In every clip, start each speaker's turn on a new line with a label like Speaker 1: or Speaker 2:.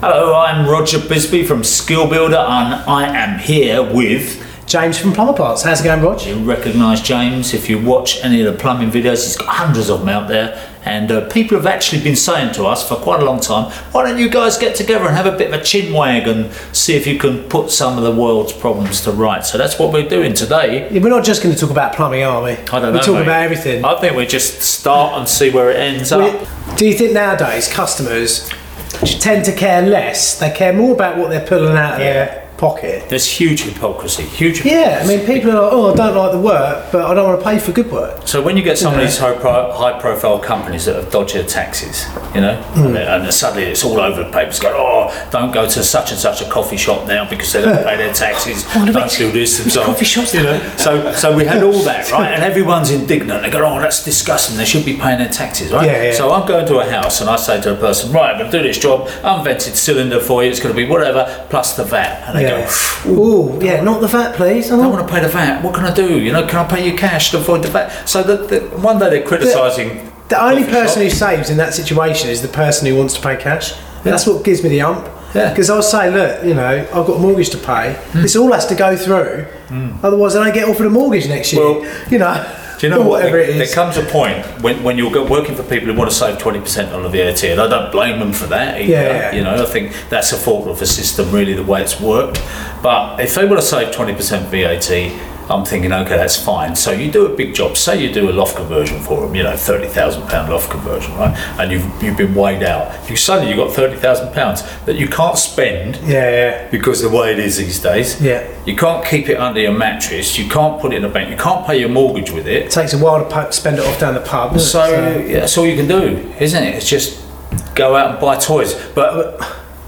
Speaker 1: Hello, I'm Roger Bisbee from Skill Builder, and I am here with.
Speaker 2: James from Plumber Parts. How's it going, Rog?
Speaker 1: You'll recognise James if you watch any of the plumbing videos. He's got hundreds of them out there, and uh, people have actually been saying to us for quite a long time, "Why don't you guys get together and have a bit of a chin wag and see if you can put some of the world's problems to right?" So that's what we're doing today.
Speaker 2: We're not just going to talk about plumbing, are we?
Speaker 1: I don't
Speaker 2: We're
Speaker 1: know,
Speaker 2: talking
Speaker 1: mate.
Speaker 2: about everything.
Speaker 1: I think we just start and see where it ends
Speaker 2: We-
Speaker 1: up.
Speaker 2: Do you think nowadays customers tend to care less? They care more about what they're pulling out of their pocket.
Speaker 1: There's huge hypocrisy. Huge.
Speaker 2: Yeah, I mean, people are like, oh, I don't like the work, but I don't want to pay for good work.
Speaker 1: So when you get some of these high, pro- high profile companies that have dodgy taxes, you know,
Speaker 2: Hmm.
Speaker 1: and, then- and suddenly it's all over the papers going, oh, don't go to such and such a coffee shop now because they don't pay their taxes, don't do this and so on.
Speaker 2: coffee shops
Speaker 1: you know. So, so we had all that, right? And everyone's indignant. They go, oh, that's disgusting. They should be paying their taxes, right?
Speaker 2: Yeah, yeah.
Speaker 1: So I'm going to a house and I say to a person, right, I'm going to do this job, unvented cylinder for you, it's going to be whatever, plus the VAT. And they go,
Speaker 2: Yeah. Ooh, yeah, not the VAT, please.
Speaker 1: I
Speaker 2: Oh.
Speaker 1: don't want to pay the VAT. What can I do? You know, can I pay you cash to avoid the VAT? So that the, one day they're criticising.
Speaker 2: The only
Speaker 1: coffee
Speaker 2: person
Speaker 1: shop.
Speaker 2: who saves in that situation is the person who wants to pay cash. That's what gives me the ump.
Speaker 1: Yeah. Hmm.
Speaker 2: Because I'll say, look, you know, I've got a mortgage to pay. This all has to go through. Otherwise, I don't get offered a mortgage next year.
Speaker 1: Well,
Speaker 2: you know,
Speaker 1: Do you know
Speaker 2: or
Speaker 1: what?
Speaker 2: whatever
Speaker 1: there,
Speaker 2: it
Speaker 1: there
Speaker 2: is.
Speaker 1: comes a point when, when you're go- working for people who want to save twenty percent on the VAT, and I don't blame them for that either.
Speaker 2: Yeah, yeah.
Speaker 1: You know, I think that's a fault of the system, really, the way it's worked. But if they want to save twenty percent VAT. I'm thinking, okay, that's fine. So you do a big job. Say you do a loft conversion for them, you know, thirty thousand pound loft conversion, right? And you've you've been weighed out. You suddenly you've got thirty thousand pounds that you can't spend
Speaker 2: yeah, yeah.
Speaker 1: because the way it is these days.
Speaker 2: Yeah.
Speaker 1: You can't keep it under your mattress. You can't put it in a bank. You can't pay your mortgage with it.
Speaker 2: It takes a while to pu- spend it off down the pub. doesn't it?
Speaker 1: So yeah, that's all you can do, isn't it? It's just go out and buy toys. But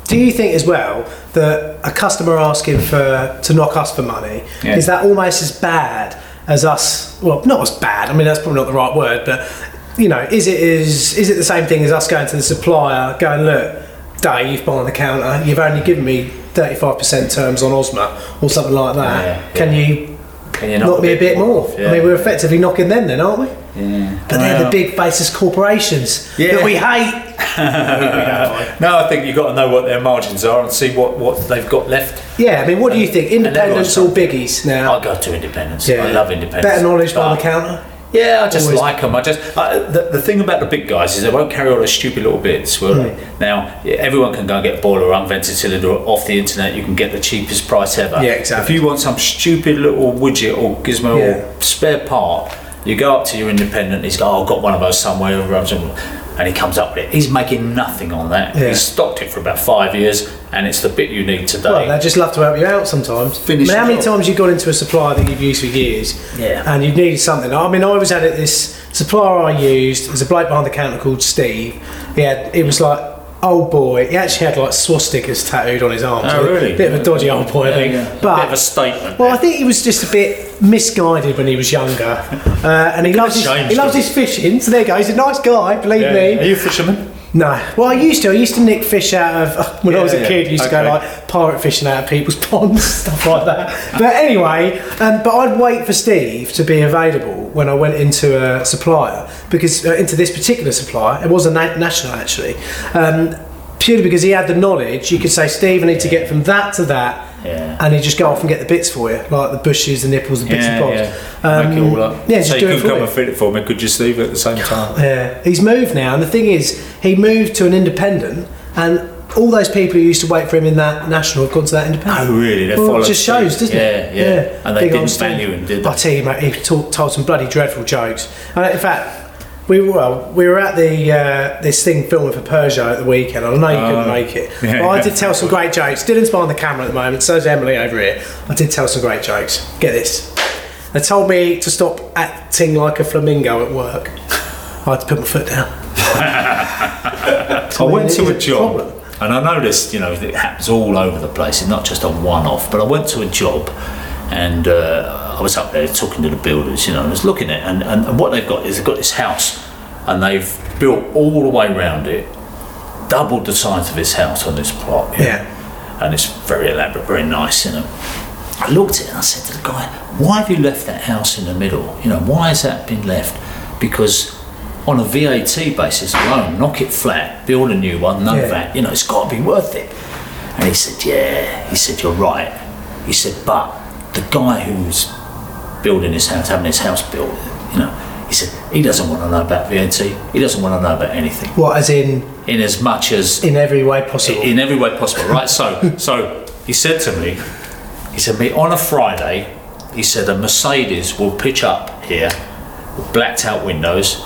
Speaker 2: do you think as well that a customer asking for to knock us for money
Speaker 1: Yeah.
Speaker 2: is that almost as bad as us? Well, not as bad. I mean, that's probably not the right word, but you know, is it is is it the same thing as us going to the supplier, going, look, Dave, you've bought on the counter, you've only given me thirty five percent terms on Osma or something like that.
Speaker 1: Yeah,
Speaker 2: Can you?
Speaker 1: can you knock
Speaker 2: Knock me a bit more.
Speaker 1: off? Yeah.
Speaker 2: I mean, we're effectively knocking them then, aren't we?
Speaker 1: Yeah.
Speaker 2: But they're
Speaker 1: Well,
Speaker 2: the big faceless corporations
Speaker 1: Yeah.
Speaker 2: that we hate.
Speaker 1: No, I think you've got to know what their margins are and see what, what they've got left.
Speaker 2: Yeah, I mean, what do you think?
Speaker 1: they've got
Speaker 2: Independents or biggies now?
Speaker 1: I'll go to independence. I love independence.
Speaker 2: Better knowledge by
Speaker 1: But-
Speaker 2: the counter.
Speaker 1: Yeah, I just
Speaker 2: Always.
Speaker 1: like 'em. like them. I just I, the, the thing about the big guys is they won't carry all those stupid little bits, will they? Now yeah, everyone can go and get a boiler or unvented cylinder off the internet. You can get the cheapest price ever.
Speaker 2: Yeah, exactly.
Speaker 1: If you want some stupid little widget or gizmo
Speaker 2: Yeah.
Speaker 1: or spare part, you go up to your independent. He's got, oh, I've got one of those somewhere, and he comes up with it. He's making nothing on that.
Speaker 2: Yeah.
Speaker 1: He's stocked it for about five years, and it's the bit you need today.
Speaker 2: Well, they just love to help you out sometimes.
Speaker 1: Finish
Speaker 2: I mean,
Speaker 1: the
Speaker 2: how many
Speaker 1: job.
Speaker 2: times you got into a supplier that you've used for years?
Speaker 1: Yeah.
Speaker 2: And you needed something. I mean, I was at it. This supplier I used there's a bloke behind the counter called Steve. He had. It was like old boy. He actually had like swastikas tattooed on his arms.
Speaker 1: Oh, really?
Speaker 2: Bit of a dodgy old boy, I think. But
Speaker 1: bit of a statement.
Speaker 2: Well, I think he was just a bit misguided when he was younger, uh, and he loves his,
Speaker 1: changed
Speaker 2: he loves
Speaker 1: him.
Speaker 2: his fishing. So there you go. He's a nice guy, believe me.
Speaker 1: Are you a fisherman?
Speaker 2: No. Well, I used to. I used to nick fish out of uh, when I was a
Speaker 1: Yeah,
Speaker 2: kid. I used to
Speaker 1: okay.
Speaker 2: go like pirate fishing out of people's ponds, stuff like that. But anyway, um, but I'd wait for Steve to be available when I went into a supplier because uh, into this particular supplier, it was a na- national actually. Um, Purely because he had the knowledge, you could say, Steve, I need to get from that to that,
Speaker 1: Yeah.
Speaker 2: and he'd just go off and get the bits for you, like the bushes, the nipples, the bits and bobs. Um,
Speaker 1: Make it all up.
Speaker 2: Yeah, just
Speaker 1: so
Speaker 2: do
Speaker 1: you
Speaker 2: it
Speaker 1: can
Speaker 2: for
Speaker 1: come
Speaker 2: you.
Speaker 1: and fit it for me. Could you leave it at the same time?
Speaker 2: Yeah, uh, he's moved now, and the thing is, he moved to an independent, and all those people who used to wait for him in that national have gone to that independent.
Speaker 1: Oh, really? They
Speaker 2: Well,
Speaker 1: follow
Speaker 2: it just
Speaker 1: suit.
Speaker 2: shows, doesn't it?
Speaker 1: Yeah, yeah. And they
Speaker 2: Big
Speaker 1: didn't
Speaker 2: old Steve.
Speaker 1: value him, did they?
Speaker 2: I tell you, mate, he talk, told some bloody dreadful jokes. And in fact, we were, well, we were at the uh, this thing filming for Peugeot at the weekend. and I know you couldn't
Speaker 1: Oh.
Speaker 2: make it,
Speaker 1: Yeah,
Speaker 2: but I
Speaker 1: yeah.
Speaker 2: did tell some great jokes. Dylan's behind the camera at the moment, so's Emily over here. I did tell some great jokes. Get this. They told me to stop acting like a flamingo at work. I had to put my foot down.
Speaker 1: I went to a
Speaker 2: It's a
Speaker 1: job,
Speaker 2: problem.
Speaker 1: and I noticed, you know, it happens all over the place. It's not just a one-off. But I went to a job, and uh, I was up there talking to the builders, you know, and I was looking at, it, and, and, and what they've got is they've got this house, and they've built all the way round it, doubled the size of this house on this plot. you know.
Speaker 2: Yeah.
Speaker 1: and it's very elaborate, very nice, you know. I looked at it and I said to the guy, "Why have you left that house in the middle? You know, why has that been left? Because on a VAT basis alone, knock it flat, build a new one, no
Speaker 2: Yeah.
Speaker 1: VAT, you know, it's got to be worth it. And he said, yeah. He said, you're right. He said, but the guy who's building his house, having his house built, you know, he said, he doesn't want to know about VAT. He doesn't want to know about anything.
Speaker 2: What, as in
Speaker 1: In as much as
Speaker 2: in every way possible?
Speaker 1: in every way possible, right? So, so he said to me, he said, "Me on a Friday, he said a Mercedes will pitch up here, with blacked out windows."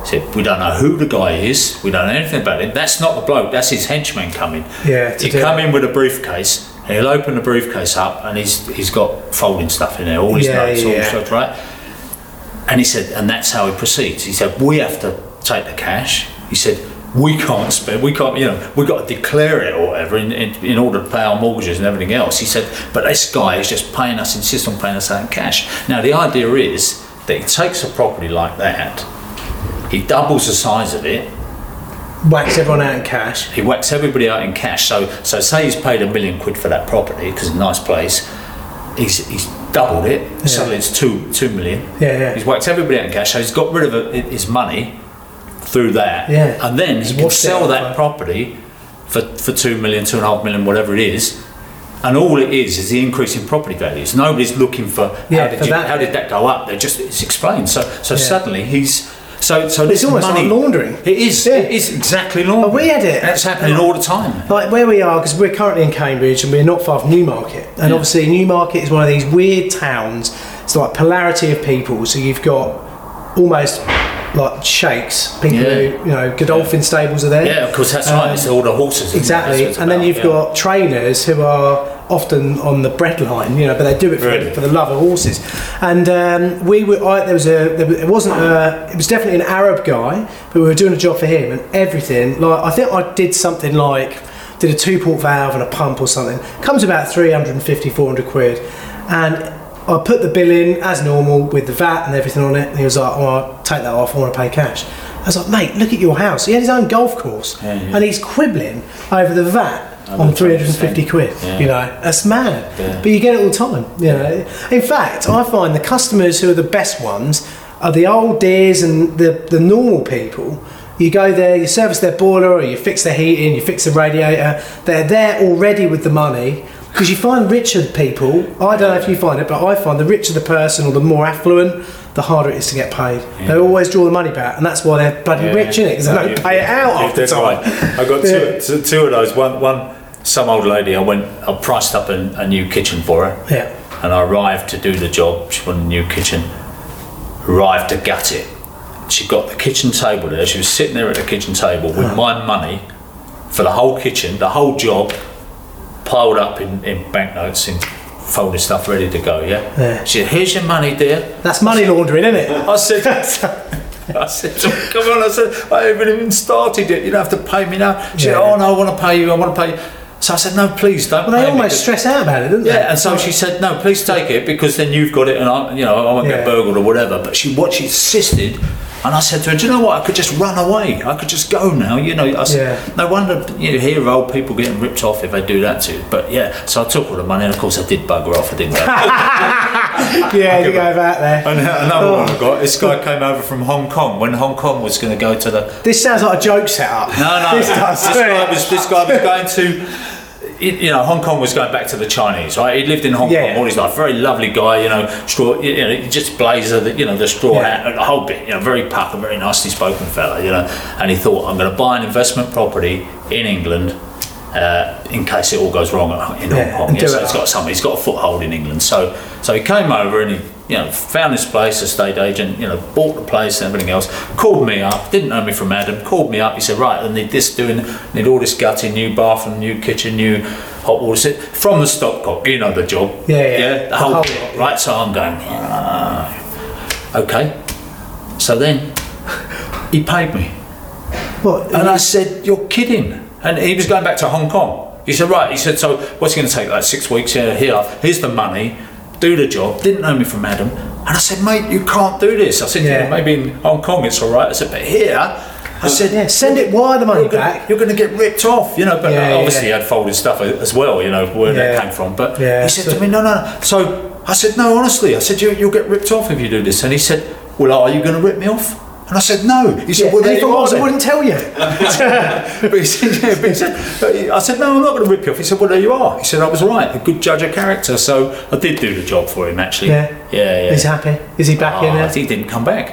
Speaker 1: He said, "We don't know who the guy is. We don't know anything about him. That's not the bloke. That's his henchman coming.
Speaker 2: Yeah, to
Speaker 1: he
Speaker 2: do
Speaker 1: come in with a briefcase." And he'll open the briefcase up, and he's he's got folding stuff in there, all his
Speaker 2: Yeah,
Speaker 1: notes, all
Speaker 2: yeah.
Speaker 1: his stuff, right? And he said, and that's how he proceeds. He said, we have to take the cash. He said, we can't spend, we can't, you know, we've got to declare it or whatever in, in, in order to pay our mortgages and everything else. He said, but this guy is just paying us, insists on paying us out in cash. Now, the idea is that he takes a property like that, he doubles the size of it,
Speaker 2: Wax everyone out in cash.
Speaker 1: he whacks everybody out in cash. So, so say he's paid a million quid for that property because it's a nice place. He's, he's doubled it. Suddenly it's two two million.
Speaker 2: Yeah, yeah.
Speaker 1: He's whacked everybody out in cash. So he's got rid of it- his money through that.
Speaker 2: Yeah.
Speaker 1: And then he
Speaker 2: He's
Speaker 1: can
Speaker 2: washed it
Speaker 1: sell
Speaker 2: off,
Speaker 1: that
Speaker 2: right?
Speaker 1: property for for two million, two and a half million, whatever it is. And all it is is the increase in property values. Nobody's looking for how
Speaker 2: Yeah,
Speaker 1: did
Speaker 2: for
Speaker 1: you,
Speaker 2: that.
Speaker 1: how did that go up? They just it's explained. So so
Speaker 2: Yeah.
Speaker 1: suddenly he's so so this
Speaker 2: almost like
Speaker 1: money
Speaker 2: laundering.
Speaker 1: It is.
Speaker 2: Yeah.
Speaker 1: It is exactly laundering.
Speaker 2: we had it.
Speaker 1: That's happening all the time.
Speaker 2: Like where we are, because we're currently in Cambridge and we're not far from Newmarket. And obviously, Newmarket is one of these weird towns. It's like polarity of people. So you've got almost like sheikhs, people
Speaker 1: Yeah.
Speaker 2: who, you know, Godolphin stables are there.
Speaker 1: Yeah, of course, that's right.
Speaker 2: Um,
Speaker 1: It's all the horses. isn't it?
Speaker 2: Exactly,
Speaker 1: That's what it's
Speaker 2: and then
Speaker 1: about,
Speaker 2: you've
Speaker 1: yeah.
Speaker 2: got trainers who are often on the breadline, you know, but they do it for,
Speaker 1: Really?
Speaker 2: for the love of horses. And um, we were, I, there was a, there, was- it wasn't a, it was definitely an Arab guy, but we were doing a job for him, and everything. Like I think I did something like did a two port valve and a pump or something. Comes about 350, 400 quid, and. I put the bill in as normal with the VAT and everything on it, and he was like, "Oh, I'll take that off. I want to pay cash." I was like, "Mate, look at your house." He had his own golf course,
Speaker 1: Yeah, yeah.
Speaker 2: and he's quibbling over the VAT on 350 quid.
Speaker 1: Yeah.
Speaker 2: You know, that's mad.
Speaker 1: Yeah.
Speaker 2: But you get it all the time. You know, in fact, I find the customers who are the best ones are the old dears and the, the normal people. You go there, you service their boiler, or you fix their heating, you fix the radiator. They're there already with the money. Because you find richer people, I don't know if you find it, but I find the richer the person or the more affluent, the harder it is to get paid. They always draw the money back, and that's why they're bloody rich, innit? Because they don't pay it out half the
Speaker 1: That's
Speaker 2: time.
Speaker 1: right. I got two, two, two of those. One, one, some old lady. I went. I priced up a, a new kitchen for her.
Speaker 2: Yeah.
Speaker 1: And I arrived to do the job. She wanted a new kitchen. Arrived to gut it. She got the kitchen table there. She was sitting there at the kitchen table with my money for the whole kitchen, the whole job, piled up in, in banknotes and folded stuff ready to go. Yeah.
Speaker 2: Yeah.
Speaker 1: She said, "Here's your money, dear."
Speaker 2: That's money laundering, isn't it?
Speaker 1: I said, I said, come on, I said, I haven't even started it. You don't have to pay me now. She said,
Speaker 2: Yeah.
Speaker 1: oh no, I want to pay you. I want to pay you. So I said, no, please don't.
Speaker 2: Well, they
Speaker 1: pay me,
Speaker 2: almost
Speaker 1: 'cause-
Speaker 2: stress out about it, don't they?
Speaker 1: yeah, and so she said, "No, please take it because then you've got it, and I, you know, I won't get
Speaker 2: Yeah.
Speaker 1: burgled or whatever." But she, what she insisted, and I said to her, "Do you know what? I could just run away. I could just go now. You know, I said,
Speaker 2: Yeah.
Speaker 1: no wonder you know, hear of old people getting ripped off if they do that to." you." But yeah, so I took all the money, and of course I did bugger off. I didn't. Go.
Speaker 2: yeah, you go back there.
Speaker 1: And uh, another
Speaker 2: Oh.
Speaker 1: one I got. This guy came over from Hong Kong when Hong Kong was going to go to the.
Speaker 2: This sounds like a joke setup.
Speaker 1: No, no.
Speaker 2: this does.
Speaker 1: guy was. This guy was going to. it- You know, Hong Kong was going back to the Chinese, right? He lived in Hong
Speaker 2: Yeah,
Speaker 1: Kong
Speaker 2: yeah.
Speaker 1: all his life. Very lovely guy, you know. Straw, you know, he just blazer, the, you know, the straw
Speaker 2: Yeah.
Speaker 1: hat, and the whole bit. You know, very puff and very nicely spoken fella, you know. And he thought, I'm going to buy an investment property in England uh, in case it all goes wrong at- in
Speaker 2: Yeah,
Speaker 1: Hong Kong.
Speaker 2: and
Speaker 1: Yeah,
Speaker 2: do
Speaker 1: so
Speaker 2: it
Speaker 1: it's got got something. He's got a foothold in England. So so he came over and he you know found this place, estate agent. You know bought the place and everything else. Called me up. Didn't know me from Adam. Called me up. He said right, I need this doing. Need all this gutting. New bathroom. New kitchen. New hot water. Sit from the stopcock. You know the job.
Speaker 2: Yeah, yeah.
Speaker 1: yeah the
Speaker 2: The
Speaker 1: whole
Speaker 2: whole
Speaker 1: bit,
Speaker 2: lot,
Speaker 1: right. So I'm going. "Ah." Okay. So then he paid me.
Speaker 2: What?
Speaker 1: And I said, "You're kidding!" And he was going back to Hong Kong. He said, "Right." He said, "So what's it going to take? Like six weeks? Yeah, here. Here's the money. Do the job." Didn't know me from Adam. And I said, "Mate, you can't do this." I said, "Yeah,
Speaker 2: Yeah.
Speaker 1: maybe in Hong Kong it's all right." I said, "But here," I said,
Speaker 2: yeah, send it wire the money
Speaker 1: you're gonna-
Speaker 2: back.
Speaker 1: You're going to get ripped off, you know. But
Speaker 2: Yeah,
Speaker 1: obviously,
Speaker 2: yeah.
Speaker 1: he had folded stuff a- as well, you know, where that
Speaker 2: Yeah.
Speaker 1: came from. But
Speaker 2: Yeah,
Speaker 1: he said
Speaker 2: so-
Speaker 1: to me, "No, no." no." So I said, "No, honestly," I said, you, "You'll get ripped off if you do this." And he said, "Well, are you going to rip me off?" And
Speaker 3: And I said, no. He said,
Speaker 2: Yeah,
Speaker 3: well,
Speaker 2: and
Speaker 3: there
Speaker 2: if I
Speaker 3: you are
Speaker 2: was, I
Speaker 3: then."
Speaker 2: wouldn't tell you.
Speaker 3: but he said, yeah, but he said, I said, no, I'm not going to rip you off. He said, well, there you are. He said, I was right. A good judge of character. So I did do the job for him, actually.
Speaker 2: Yeah.
Speaker 1: Yeah, yeah. Oh,
Speaker 2: He's happy. Is he back
Speaker 1: Ah,
Speaker 2: in there?
Speaker 1: He didn't come back.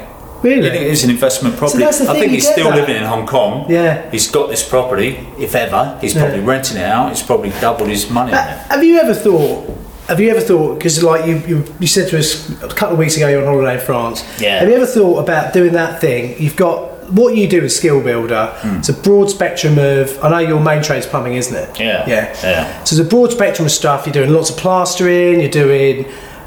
Speaker 2: Really?
Speaker 1: I think it's an investment property.
Speaker 2: that's the
Speaker 1: I
Speaker 2: thing,
Speaker 1: think
Speaker 2: you
Speaker 1: he's
Speaker 2: get
Speaker 1: still
Speaker 2: that.
Speaker 1: living in Hong Kong.
Speaker 2: Yeah.
Speaker 1: He's got this property, if ever. He's
Speaker 2: Yeah. Ah.
Speaker 1: probably renting it out. He's probably doubled his money on it.
Speaker 2: Ha- Uh, Have you ever thought? Have you ever thought? Because like you, you, you said to us a couple of weeks ago, you're on holiday in France.
Speaker 1: Yeah.
Speaker 2: Have you ever thought about doing that thing? You've got what you do as skill builder.
Speaker 1: Hmm.
Speaker 2: It's a broad spectrum of. I know your main trade's plumbing, isn't it?
Speaker 1: Yeah.
Speaker 2: Yeah.
Speaker 1: Yeah.
Speaker 2: So there's a broad spectrum of stuff. You're doing lots of plastering. You're doing.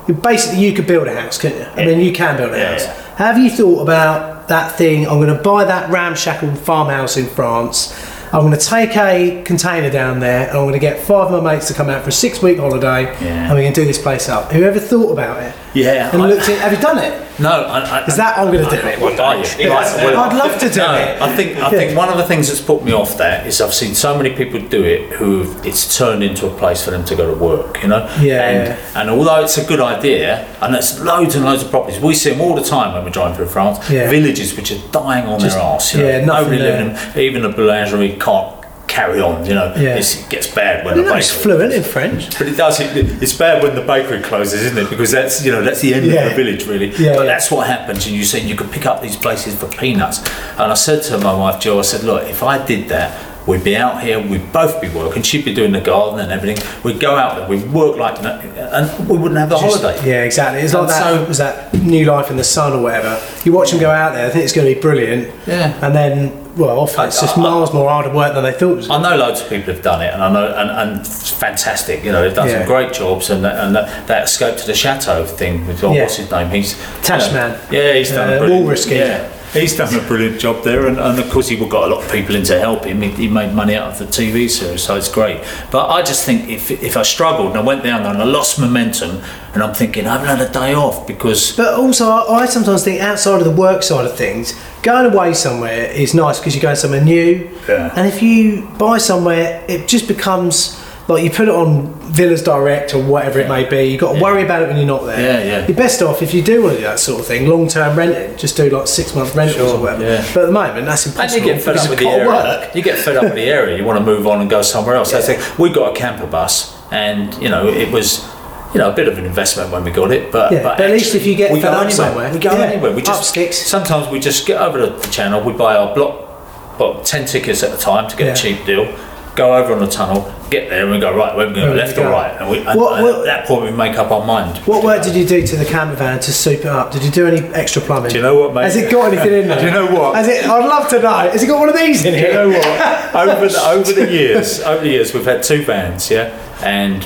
Speaker 2: you Basically, you could build a house, couldn't you? I
Speaker 1: Yeah.
Speaker 2: mean, you can build a
Speaker 1: Yeah,
Speaker 2: house.
Speaker 1: yeah.
Speaker 2: Have you thought about that thing? I'm going to buy that ramshackle farmhouse in France. I'm going to take a container down there and I'm going to get five of my mates to come out for a six week holiday
Speaker 1: Yeah.
Speaker 2: and we're going to do this place up. Whoever thought about it?
Speaker 1: Yeah,
Speaker 2: And
Speaker 1: I-
Speaker 2: looked at, have you done it?
Speaker 1: No, I, I,
Speaker 2: Is that I'm going to do it?
Speaker 1: Well, are you?
Speaker 2: Yeah.
Speaker 1: Right, well,
Speaker 2: I'd love to do
Speaker 1: no,
Speaker 2: it.
Speaker 1: I think I think one of the things that's put me off that is I've seen so many people do it who it's turned into a place for them to go to work. You know.
Speaker 2: Yeah,
Speaker 1: And
Speaker 2: yeah.
Speaker 1: and although it's a good idea, and there's loads and loads of properties, we see them all the time when we're driving through France.
Speaker 2: Yeah.
Speaker 1: Villages which are dying on
Speaker 2: Just-
Speaker 1: their arse. You know?
Speaker 2: yeah, nothing
Speaker 1: Nobody
Speaker 2: there.
Speaker 1: living in them. Even the boulangerie can't carry on. You know.
Speaker 2: Yeah.
Speaker 1: It's, it gets bad when
Speaker 2: You
Speaker 1: the
Speaker 2: know, it's
Speaker 1: bakery-
Speaker 2: fluent in French.
Speaker 1: but it does. It, it's bad when the bakery closes, isn't it? Because that's you know that's the end
Speaker 2: Yeah.
Speaker 1: of the village, really.
Speaker 2: Yeah,
Speaker 1: but
Speaker 2: yeah.
Speaker 1: that's what happens. And you said you could pick up these places for peanuts. And I said to my wife Jill, I said, look, if I did that. We'd be out here. We'd both be working. She'd be doing the garden and everything. We'd go out there. We'd work like, no- and we wouldn't have the
Speaker 2: Just-
Speaker 1: holiday.
Speaker 2: Yeah, exactly. It's like
Speaker 1: And
Speaker 2: that.
Speaker 1: so-
Speaker 2: was that New Life in the Sun or whatever. You watch them go out there. I think it's going to be brilliant.
Speaker 1: Yeah.
Speaker 2: And then, well, often it's just
Speaker 1: I- I-
Speaker 2: miles more harder work than they thought it was.
Speaker 1: I know loads of people have done it, and I know and, and it's fantastic. You know, they've done
Speaker 2: Yeah.
Speaker 1: some great jobs, and that, and that, that escape to the chateau thing with oh,
Speaker 2: Yeah.
Speaker 1: what's his name? He's
Speaker 2: Tashman.
Speaker 1: Yeah, he's done
Speaker 2: Uh,
Speaker 1: a brilliant,
Speaker 2: Walrus Gate.
Speaker 1: Yeah, he's done a brilliant job there, and, and of course he got a lot of people in to help him. He, he made money out of the TV series, so it's great. But I just think if if I struggled and I went down there and I lost momentum, and I'm thinking I haven't had a day off because
Speaker 2: But also, I, I sometimes think outside of the work side of things, going away somewhere is nice because you're going somewhere new.
Speaker 1: Yeah.
Speaker 2: And if you buy somewhere, it just becomes like you put it on Villas Direct or whatever it may be. You've got to worry about it when you're not there.
Speaker 1: Yeah, yeah.
Speaker 2: You're best off if you do want to do that sort of thing, long term renting, just do like six month rentals or whatever.
Speaker 1: yeah.
Speaker 2: But at the moment, that's impossible.
Speaker 1: And you get fed
Speaker 2: because
Speaker 1: up with
Speaker 2: of
Speaker 1: the
Speaker 2: cold
Speaker 1: area.
Speaker 2: work.
Speaker 1: You get fed up with the area. You want to move on and go somewhere else. That's
Speaker 2: Yeah.
Speaker 1: it. We got a camper bus, and you know it was, you know, a bit of an investment when we got it, but,
Speaker 2: Yeah, but at least
Speaker 1: actually,
Speaker 2: if you get
Speaker 1: we
Speaker 2: fed
Speaker 1: go
Speaker 2: up
Speaker 1: anywhere.
Speaker 2: somewhere,
Speaker 1: we go
Speaker 2: yeah,
Speaker 1: anywhere. We just
Speaker 2: up sticks.
Speaker 1: Sometimes we just get over to the channel. We buy our block, block ten tickets at a time to get
Speaker 2: Yeah.
Speaker 1: a cheap deal. Go over on the tunnel, get there, and we go right. We're going to go
Speaker 2: Where we
Speaker 1: left or
Speaker 2: go.
Speaker 1: right, and, we, and,
Speaker 2: What-
Speaker 1: and
Speaker 2: what-
Speaker 1: at that point we make up our mind.
Speaker 2: What work did you do to the camper van to soup it up? Did you do any extra plumbing?
Speaker 1: Do you know what, mate?
Speaker 2: Has it got anything in there?
Speaker 1: Do you know what?
Speaker 2: Has it, I'd love to know. Has it got one of these in
Speaker 1: You
Speaker 2: here?
Speaker 1: know what? over the, over the years, over the years, we've had two vans, yeah, and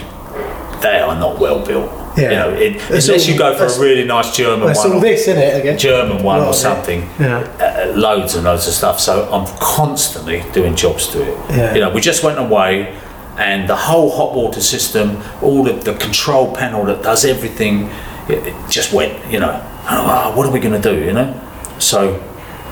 Speaker 1: they are not well built.
Speaker 2: Yeah.
Speaker 1: You know, it,
Speaker 2: It's
Speaker 1: unless
Speaker 2: all-
Speaker 1: you go for
Speaker 2: that's-
Speaker 1: a really nice German
Speaker 2: Well, It's
Speaker 1: one,
Speaker 2: all
Speaker 1: or
Speaker 2: this in it again.
Speaker 1: German one
Speaker 2: Lot
Speaker 1: or
Speaker 2: of it.
Speaker 1: something,
Speaker 2: Yeah.
Speaker 1: uh, loads and loads of stuff. So I'm constantly doing jobs to it.
Speaker 2: Yeah.
Speaker 1: You know, we just went away. And the whole hot water system, all of the control panel that does everything, it, it just went, you know. And I'm like, "Oh, what are we going to do, you know? So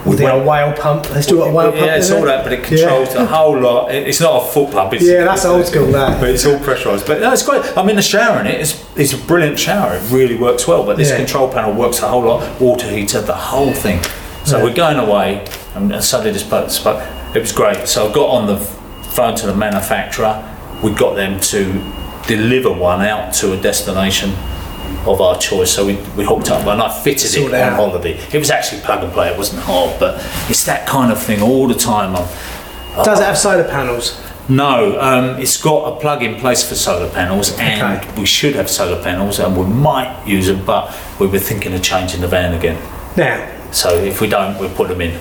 Speaker 1: we
Speaker 2: With the
Speaker 1: went
Speaker 2: old whale pump. Let's do a whale pump.
Speaker 1: yeah, it's
Speaker 2: isn't
Speaker 1: all
Speaker 2: it?
Speaker 1: that, but it controls the whole lot. It- It's not a foot pump, is
Speaker 2: Yeah, that's old school, that.
Speaker 1: But it's all pressurised. But no, it's great. I'm in the shower in it. It's, it's a brilliant shower. It really works well. But this
Speaker 2: Yeah.
Speaker 1: control panel works a whole lot. Water heater, the whole thing. So
Speaker 2: Yeah.
Speaker 1: we're going away, and and suddenly this boat spoke. It was great. So I got on the phone to the manufacturer. We got them to deliver one out to a destination of our choice. So we, we hooked up, and I fitted it
Speaker 2: Sort
Speaker 1: on
Speaker 2: it out.
Speaker 1: holiday. It was actually plug and play. It wasn't hard, but it's that kind of thing all the time. I'm,
Speaker 2: Yeah. Does it have solar panels?
Speaker 1: no, um, it's got a plug in place for solar panels, and
Speaker 2: Okay.
Speaker 1: we should have solar panels, and we might use them, but we were thinking of changing the van again.
Speaker 2: Now,
Speaker 1: So if we don't, we'll put them in.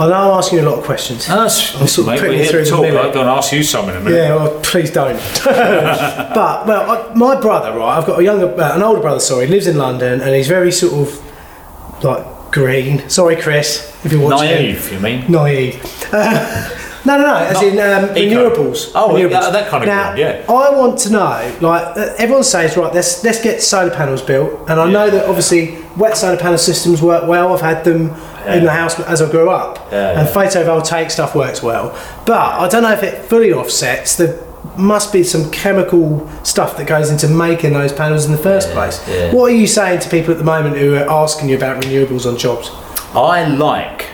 Speaker 2: I know I'm asking you a lot of questions.
Speaker 1: And that's, listen,
Speaker 2: sort of
Speaker 1: mate, we're
Speaker 2: putting it
Speaker 1: here
Speaker 2: through
Speaker 1: to
Speaker 2: the
Speaker 1: talk. I'm
Speaker 2: middle.
Speaker 1: going to ask you some in a minute.
Speaker 2: Yeah, well, please don't. but well, I, my brother, right? I've got a younger, uh, an older brother. Sorry, lives in London, and he's very sort of like green. Sorry, Chris, if you're watching.
Speaker 1: Naive, you mean?
Speaker 2: Naive. E. Uh, no, no, no. As
Speaker 1: Not
Speaker 2: in um,
Speaker 1: eco.
Speaker 2: renewables.
Speaker 1: Oh,
Speaker 2: renewables.
Speaker 1: yeah, that kind of
Speaker 2: now,
Speaker 1: ground, yeah.
Speaker 2: I want to know, like uh, everyone says, right? Let's let's get solar panels built, and I know that obviously wet solar panel systems work well. I've had them in
Speaker 1: Yeah.
Speaker 2: the house as I grew up,
Speaker 1: Yeah,
Speaker 2: and
Speaker 1: yeah.
Speaker 2: photovoltaic stuff works well. But I don't know if it fully offsets. There must be some chemical stuff that goes into making those panels in the first place.
Speaker 1: yeah.
Speaker 2: What are you saying to people at the moment who are asking you about renewables on jobs?
Speaker 1: I like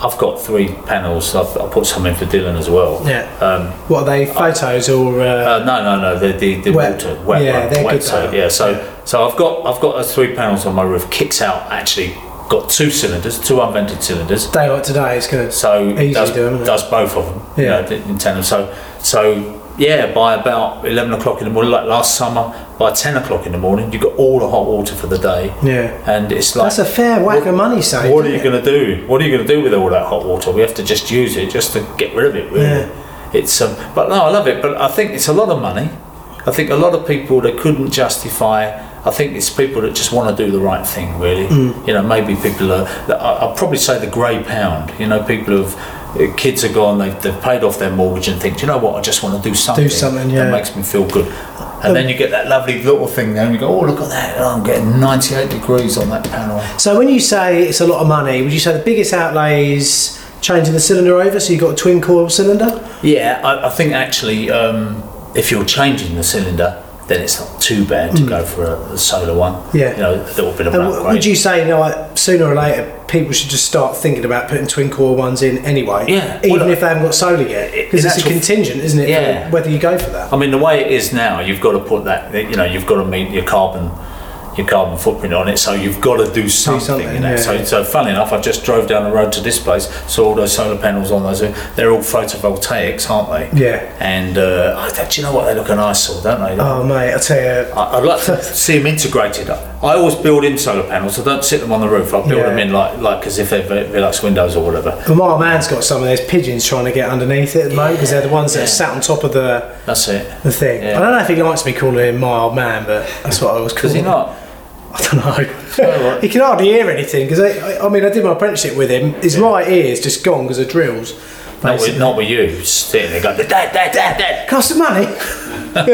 Speaker 1: I've got three panels. I've, I put some in for Dylan as well.
Speaker 2: Yeah.
Speaker 1: Um,
Speaker 2: What are they? Photos or? Uh,
Speaker 1: Uh, no, no, no. The the, the
Speaker 2: Wet.
Speaker 1: water, wet,
Speaker 2: Yeah,
Speaker 1: one,
Speaker 2: they're
Speaker 1: wet
Speaker 2: good
Speaker 1: side,
Speaker 2: though.
Speaker 1: Yeah. So so I've got I've got those three panels on my roof. Kicks out actually got two cylinders, two unvented cylinders.
Speaker 2: daylight today is good.
Speaker 1: So
Speaker 2: Easy
Speaker 1: does,
Speaker 2: to do, isn't it?
Speaker 1: does both of them. you
Speaker 2: Yeah.
Speaker 1: know, d- in tandem. So so yeah, by about eleven o'clock in the morning, like last summer, by ten o'clock in the morning, you got all the hot water for the day.
Speaker 2: Yeah.
Speaker 1: And it's like
Speaker 2: That's a fair whack
Speaker 1: What-
Speaker 2: of money saved.
Speaker 1: what are you
Speaker 2: isn't it?
Speaker 1: going to do? What are you going to do with all that hot water? We have to just use it just to get rid of it, really.
Speaker 2: Yeah.
Speaker 1: It's um, but no, I love it. But I think it's a lot of money. I think a lot of people that couldn't justify. I think it's people that just want to do the right thing, really.
Speaker 2: Mm.
Speaker 1: You know, maybe people are. I- I'd probably say the grey pound. You know, people who've kids are gone. They've, they've paid off their mortgage and think, "Do you know what? I just want to do something.
Speaker 2: something, yeah.
Speaker 1: That makes me feel good. And then you get that lovely little thing there, and you go, "Oh, look at that! Oh, I'm getting 98 degrees on that panel."
Speaker 2: So when you say it's a lot of money, would you say the biggest outlay is changing the cylinder over? So you've got a twin coil cylinder.
Speaker 1: Yeah, I, I think actually, um, if you're changing the cylinder, then it's not too bad to go for a, a solar one.
Speaker 2: Mm. Yeah.
Speaker 1: you know, a little bit of an
Speaker 2: And w-
Speaker 1: upgrade.
Speaker 2: would you say, you know, like, sooner or later, people should just start thinking about putting twin coil ones in anyway?
Speaker 1: Yeah.
Speaker 2: Even
Speaker 1: Well,
Speaker 2: if they haven't got solar yet,
Speaker 1: i- in
Speaker 2: because it's a
Speaker 1: actual-
Speaker 2: contingent, isn't it? for
Speaker 1: Yeah.
Speaker 2: Whether you go for that.
Speaker 1: I mean, the way it is now, you've got to put that. You know, you've got to meet your carbon, your carbon footprint on it. So you've got to do something.
Speaker 2: something,
Speaker 1: you know.
Speaker 2: yeah.
Speaker 1: So, so funny enough, I just drove down the road to this place, saw all those solar panels on those. They're all photovoltaics, aren't they?
Speaker 2: Yeah.
Speaker 1: And uh, I thought, do you know what? They look an eyesore, don't they?
Speaker 2: Oh mate, I tell you.
Speaker 1: I- I'd like to see them integrated. I always build in solar panels. I don't sit them on the roof. I build
Speaker 2: Yeah.
Speaker 1: them in like like as if they're ve- Velux windows or whatever.
Speaker 2: But my man's got some of those pigeons trying to get underneath it at the moment because they're the ones that
Speaker 1: Yeah.
Speaker 2: are sat on top of the,
Speaker 1: That's it.
Speaker 2: the thing.
Speaker 1: Yeah.
Speaker 2: I don't know if he likes me calling him my old man, but that's what I was
Speaker 1: Does
Speaker 2: calling
Speaker 1: he
Speaker 2: him.
Speaker 1: not?
Speaker 2: I don't
Speaker 1: Oh,
Speaker 2: know.
Speaker 1: right.
Speaker 2: he can hardly hear anything because I, I, I mean, I did my apprenticeship with him. His right ear is just gone because of drills.
Speaker 1: Not
Speaker 2: basically.
Speaker 1: with, not with you. Sitting there going, dad, dad, dad, dad.
Speaker 2: Cost of money. Can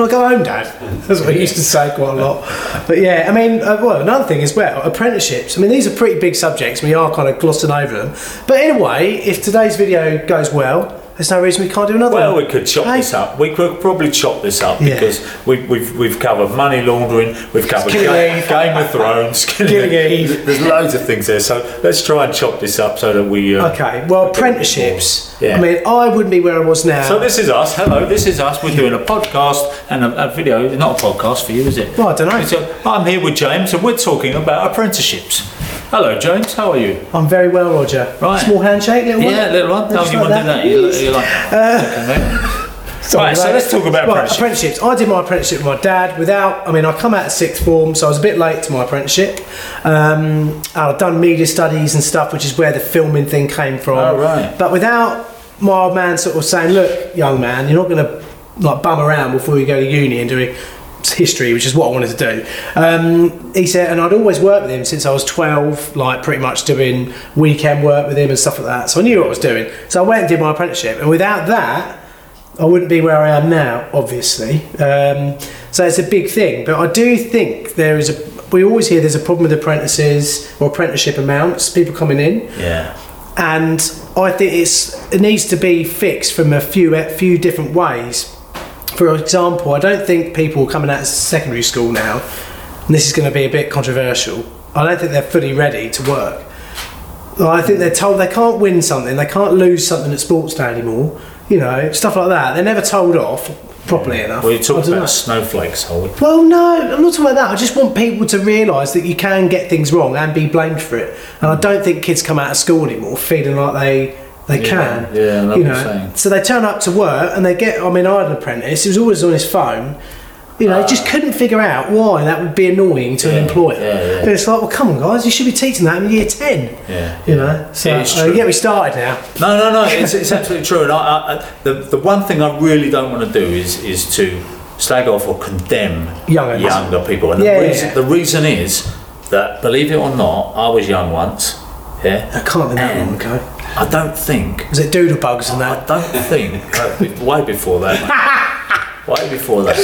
Speaker 2: I go home, Dad? That's what he used to say quite a lot. But yeah, I mean, uh, well, another thing as well, apprenticeships. I mean, these are pretty big subjects. We are kind of glossing over them. But in a way, if today's video goes well, there's no reason we can't do another
Speaker 1: Well,
Speaker 2: one.
Speaker 1: we could chop
Speaker 2: Hey.
Speaker 1: this up. We could probably chop this up
Speaker 2: Yeah.
Speaker 1: because we, we've we've covered money laundering, we've covered
Speaker 2: Killing
Speaker 1: Ga-
Speaker 2: Eve.
Speaker 1: Game of Thrones,
Speaker 2: Killing Eve.
Speaker 1: There's loads of things there, so let's try and chop this up so that we. Uh,
Speaker 2: Okay,
Speaker 1: we do a
Speaker 2: well,
Speaker 1: bit more.
Speaker 2: apprenticeships.
Speaker 1: Yeah.
Speaker 2: I mean, I wouldn't be where I was now.
Speaker 1: So this is us. Hello, this is us. We're doing a podcast and a, a video. It's Not a podcast for you, is it?
Speaker 2: Well, I dunno.
Speaker 1: It's a- I'm here with James, and we're talking about apprenticeships. Hello, James. How are you?
Speaker 2: I'm very well, Roger.
Speaker 1: Right.
Speaker 2: Small handshake, little one.
Speaker 1: Yeah, little one. No,
Speaker 2: Just
Speaker 1: you
Speaker 2: like
Speaker 1: want to do that? You, you like
Speaker 2: Sorry,
Speaker 1: Right, so
Speaker 2: mate.
Speaker 1: let's talk about
Speaker 2: Right,
Speaker 1: apprenticeships.
Speaker 2: apprenticeships. I did my apprenticeship with my dad without, I mean, I come out of sixth form, so I was a bit late to my apprenticeship. Um, and I've done media studies and stuff, which is where the filming thing came from.
Speaker 1: Oh, right.
Speaker 2: But without my old man sort of saying, look, young man, you're not going to like bum around before you go to uni and do history, which is what I wanted to do. Um, he said, and I'd always worked with him since I was 12, like pretty much doing weekend work with him and stuff like that. So I knew what I was doing. So I went and did my apprenticeship. And without that, I wouldn't be where I am now, obviously. Um, so it's a big thing, but I do think there is a. We always hear there's a problem with apprentices or apprenticeship amounts, people coming in,
Speaker 1: Yeah.
Speaker 2: and I think it's it needs to be fixed from a few a few different ways. For example, I don't think people coming out of secondary school now, and this is going to be a bit controversial. I don't think they're fully ready to work. I think they're told they can't win something, they can't lose something at sports day anymore. You know, stuff like that. They're never told off properly enough.
Speaker 1: Well, you
Speaker 2: I
Speaker 1: talk
Speaker 2: don't
Speaker 1: about
Speaker 2: know.
Speaker 1: snowflakes, are we?
Speaker 2: Well, no, I'm not talking about that. I just want people to realise that you can get things wrong and be blamed for it. And
Speaker 1: Mm.
Speaker 2: I don't think kids come out of school anymore feeling like they they
Speaker 1: Yeah,
Speaker 2: can.
Speaker 1: yeah, I know
Speaker 2: you
Speaker 1: what
Speaker 2: know.
Speaker 1: you're saying.
Speaker 2: So they turn up to work and they get. I mean, I had an apprentice. He was always on his phone. You know, just couldn't figure out why that would be annoying to
Speaker 1: Ah. Yeah,
Speaker 2: an employer.
Speaker 1: yeah, yeah.
Speaker 2: And it's like, well, come on, guys, you should be teaching that in year ten.
Speaker 1: Yeah,
Speaker 2: You
Speaker 1: yeah.
Speaker 2: know. So
Speaker 1: Yeah, it's
Speaker 2: uh,
Speaker 1: true.
Speaker 2: get me started now.
Speaker 1: No, no, no. It's, it's absolutely true. And I, I, I, the the one thing I really don't want to do is is to slag off or condemn
Speaker 2: Younger.
Speaker 1: younger people. And
Speaker 2: Yeah,
Speaker 1: the,
Speaker 2: yeah,
Speaker 1: reason,
Speaker 2: yeah.
Speaker 1: the reason is that believe it or not, I was young once. Yeah.
Speaker 2: That can't be that long ago.
Speaker 1: I don't think.
Speaker 2: Was it doodle bugs and that?
Speaker 1: I don't think. uh, be- way before that. Way before that.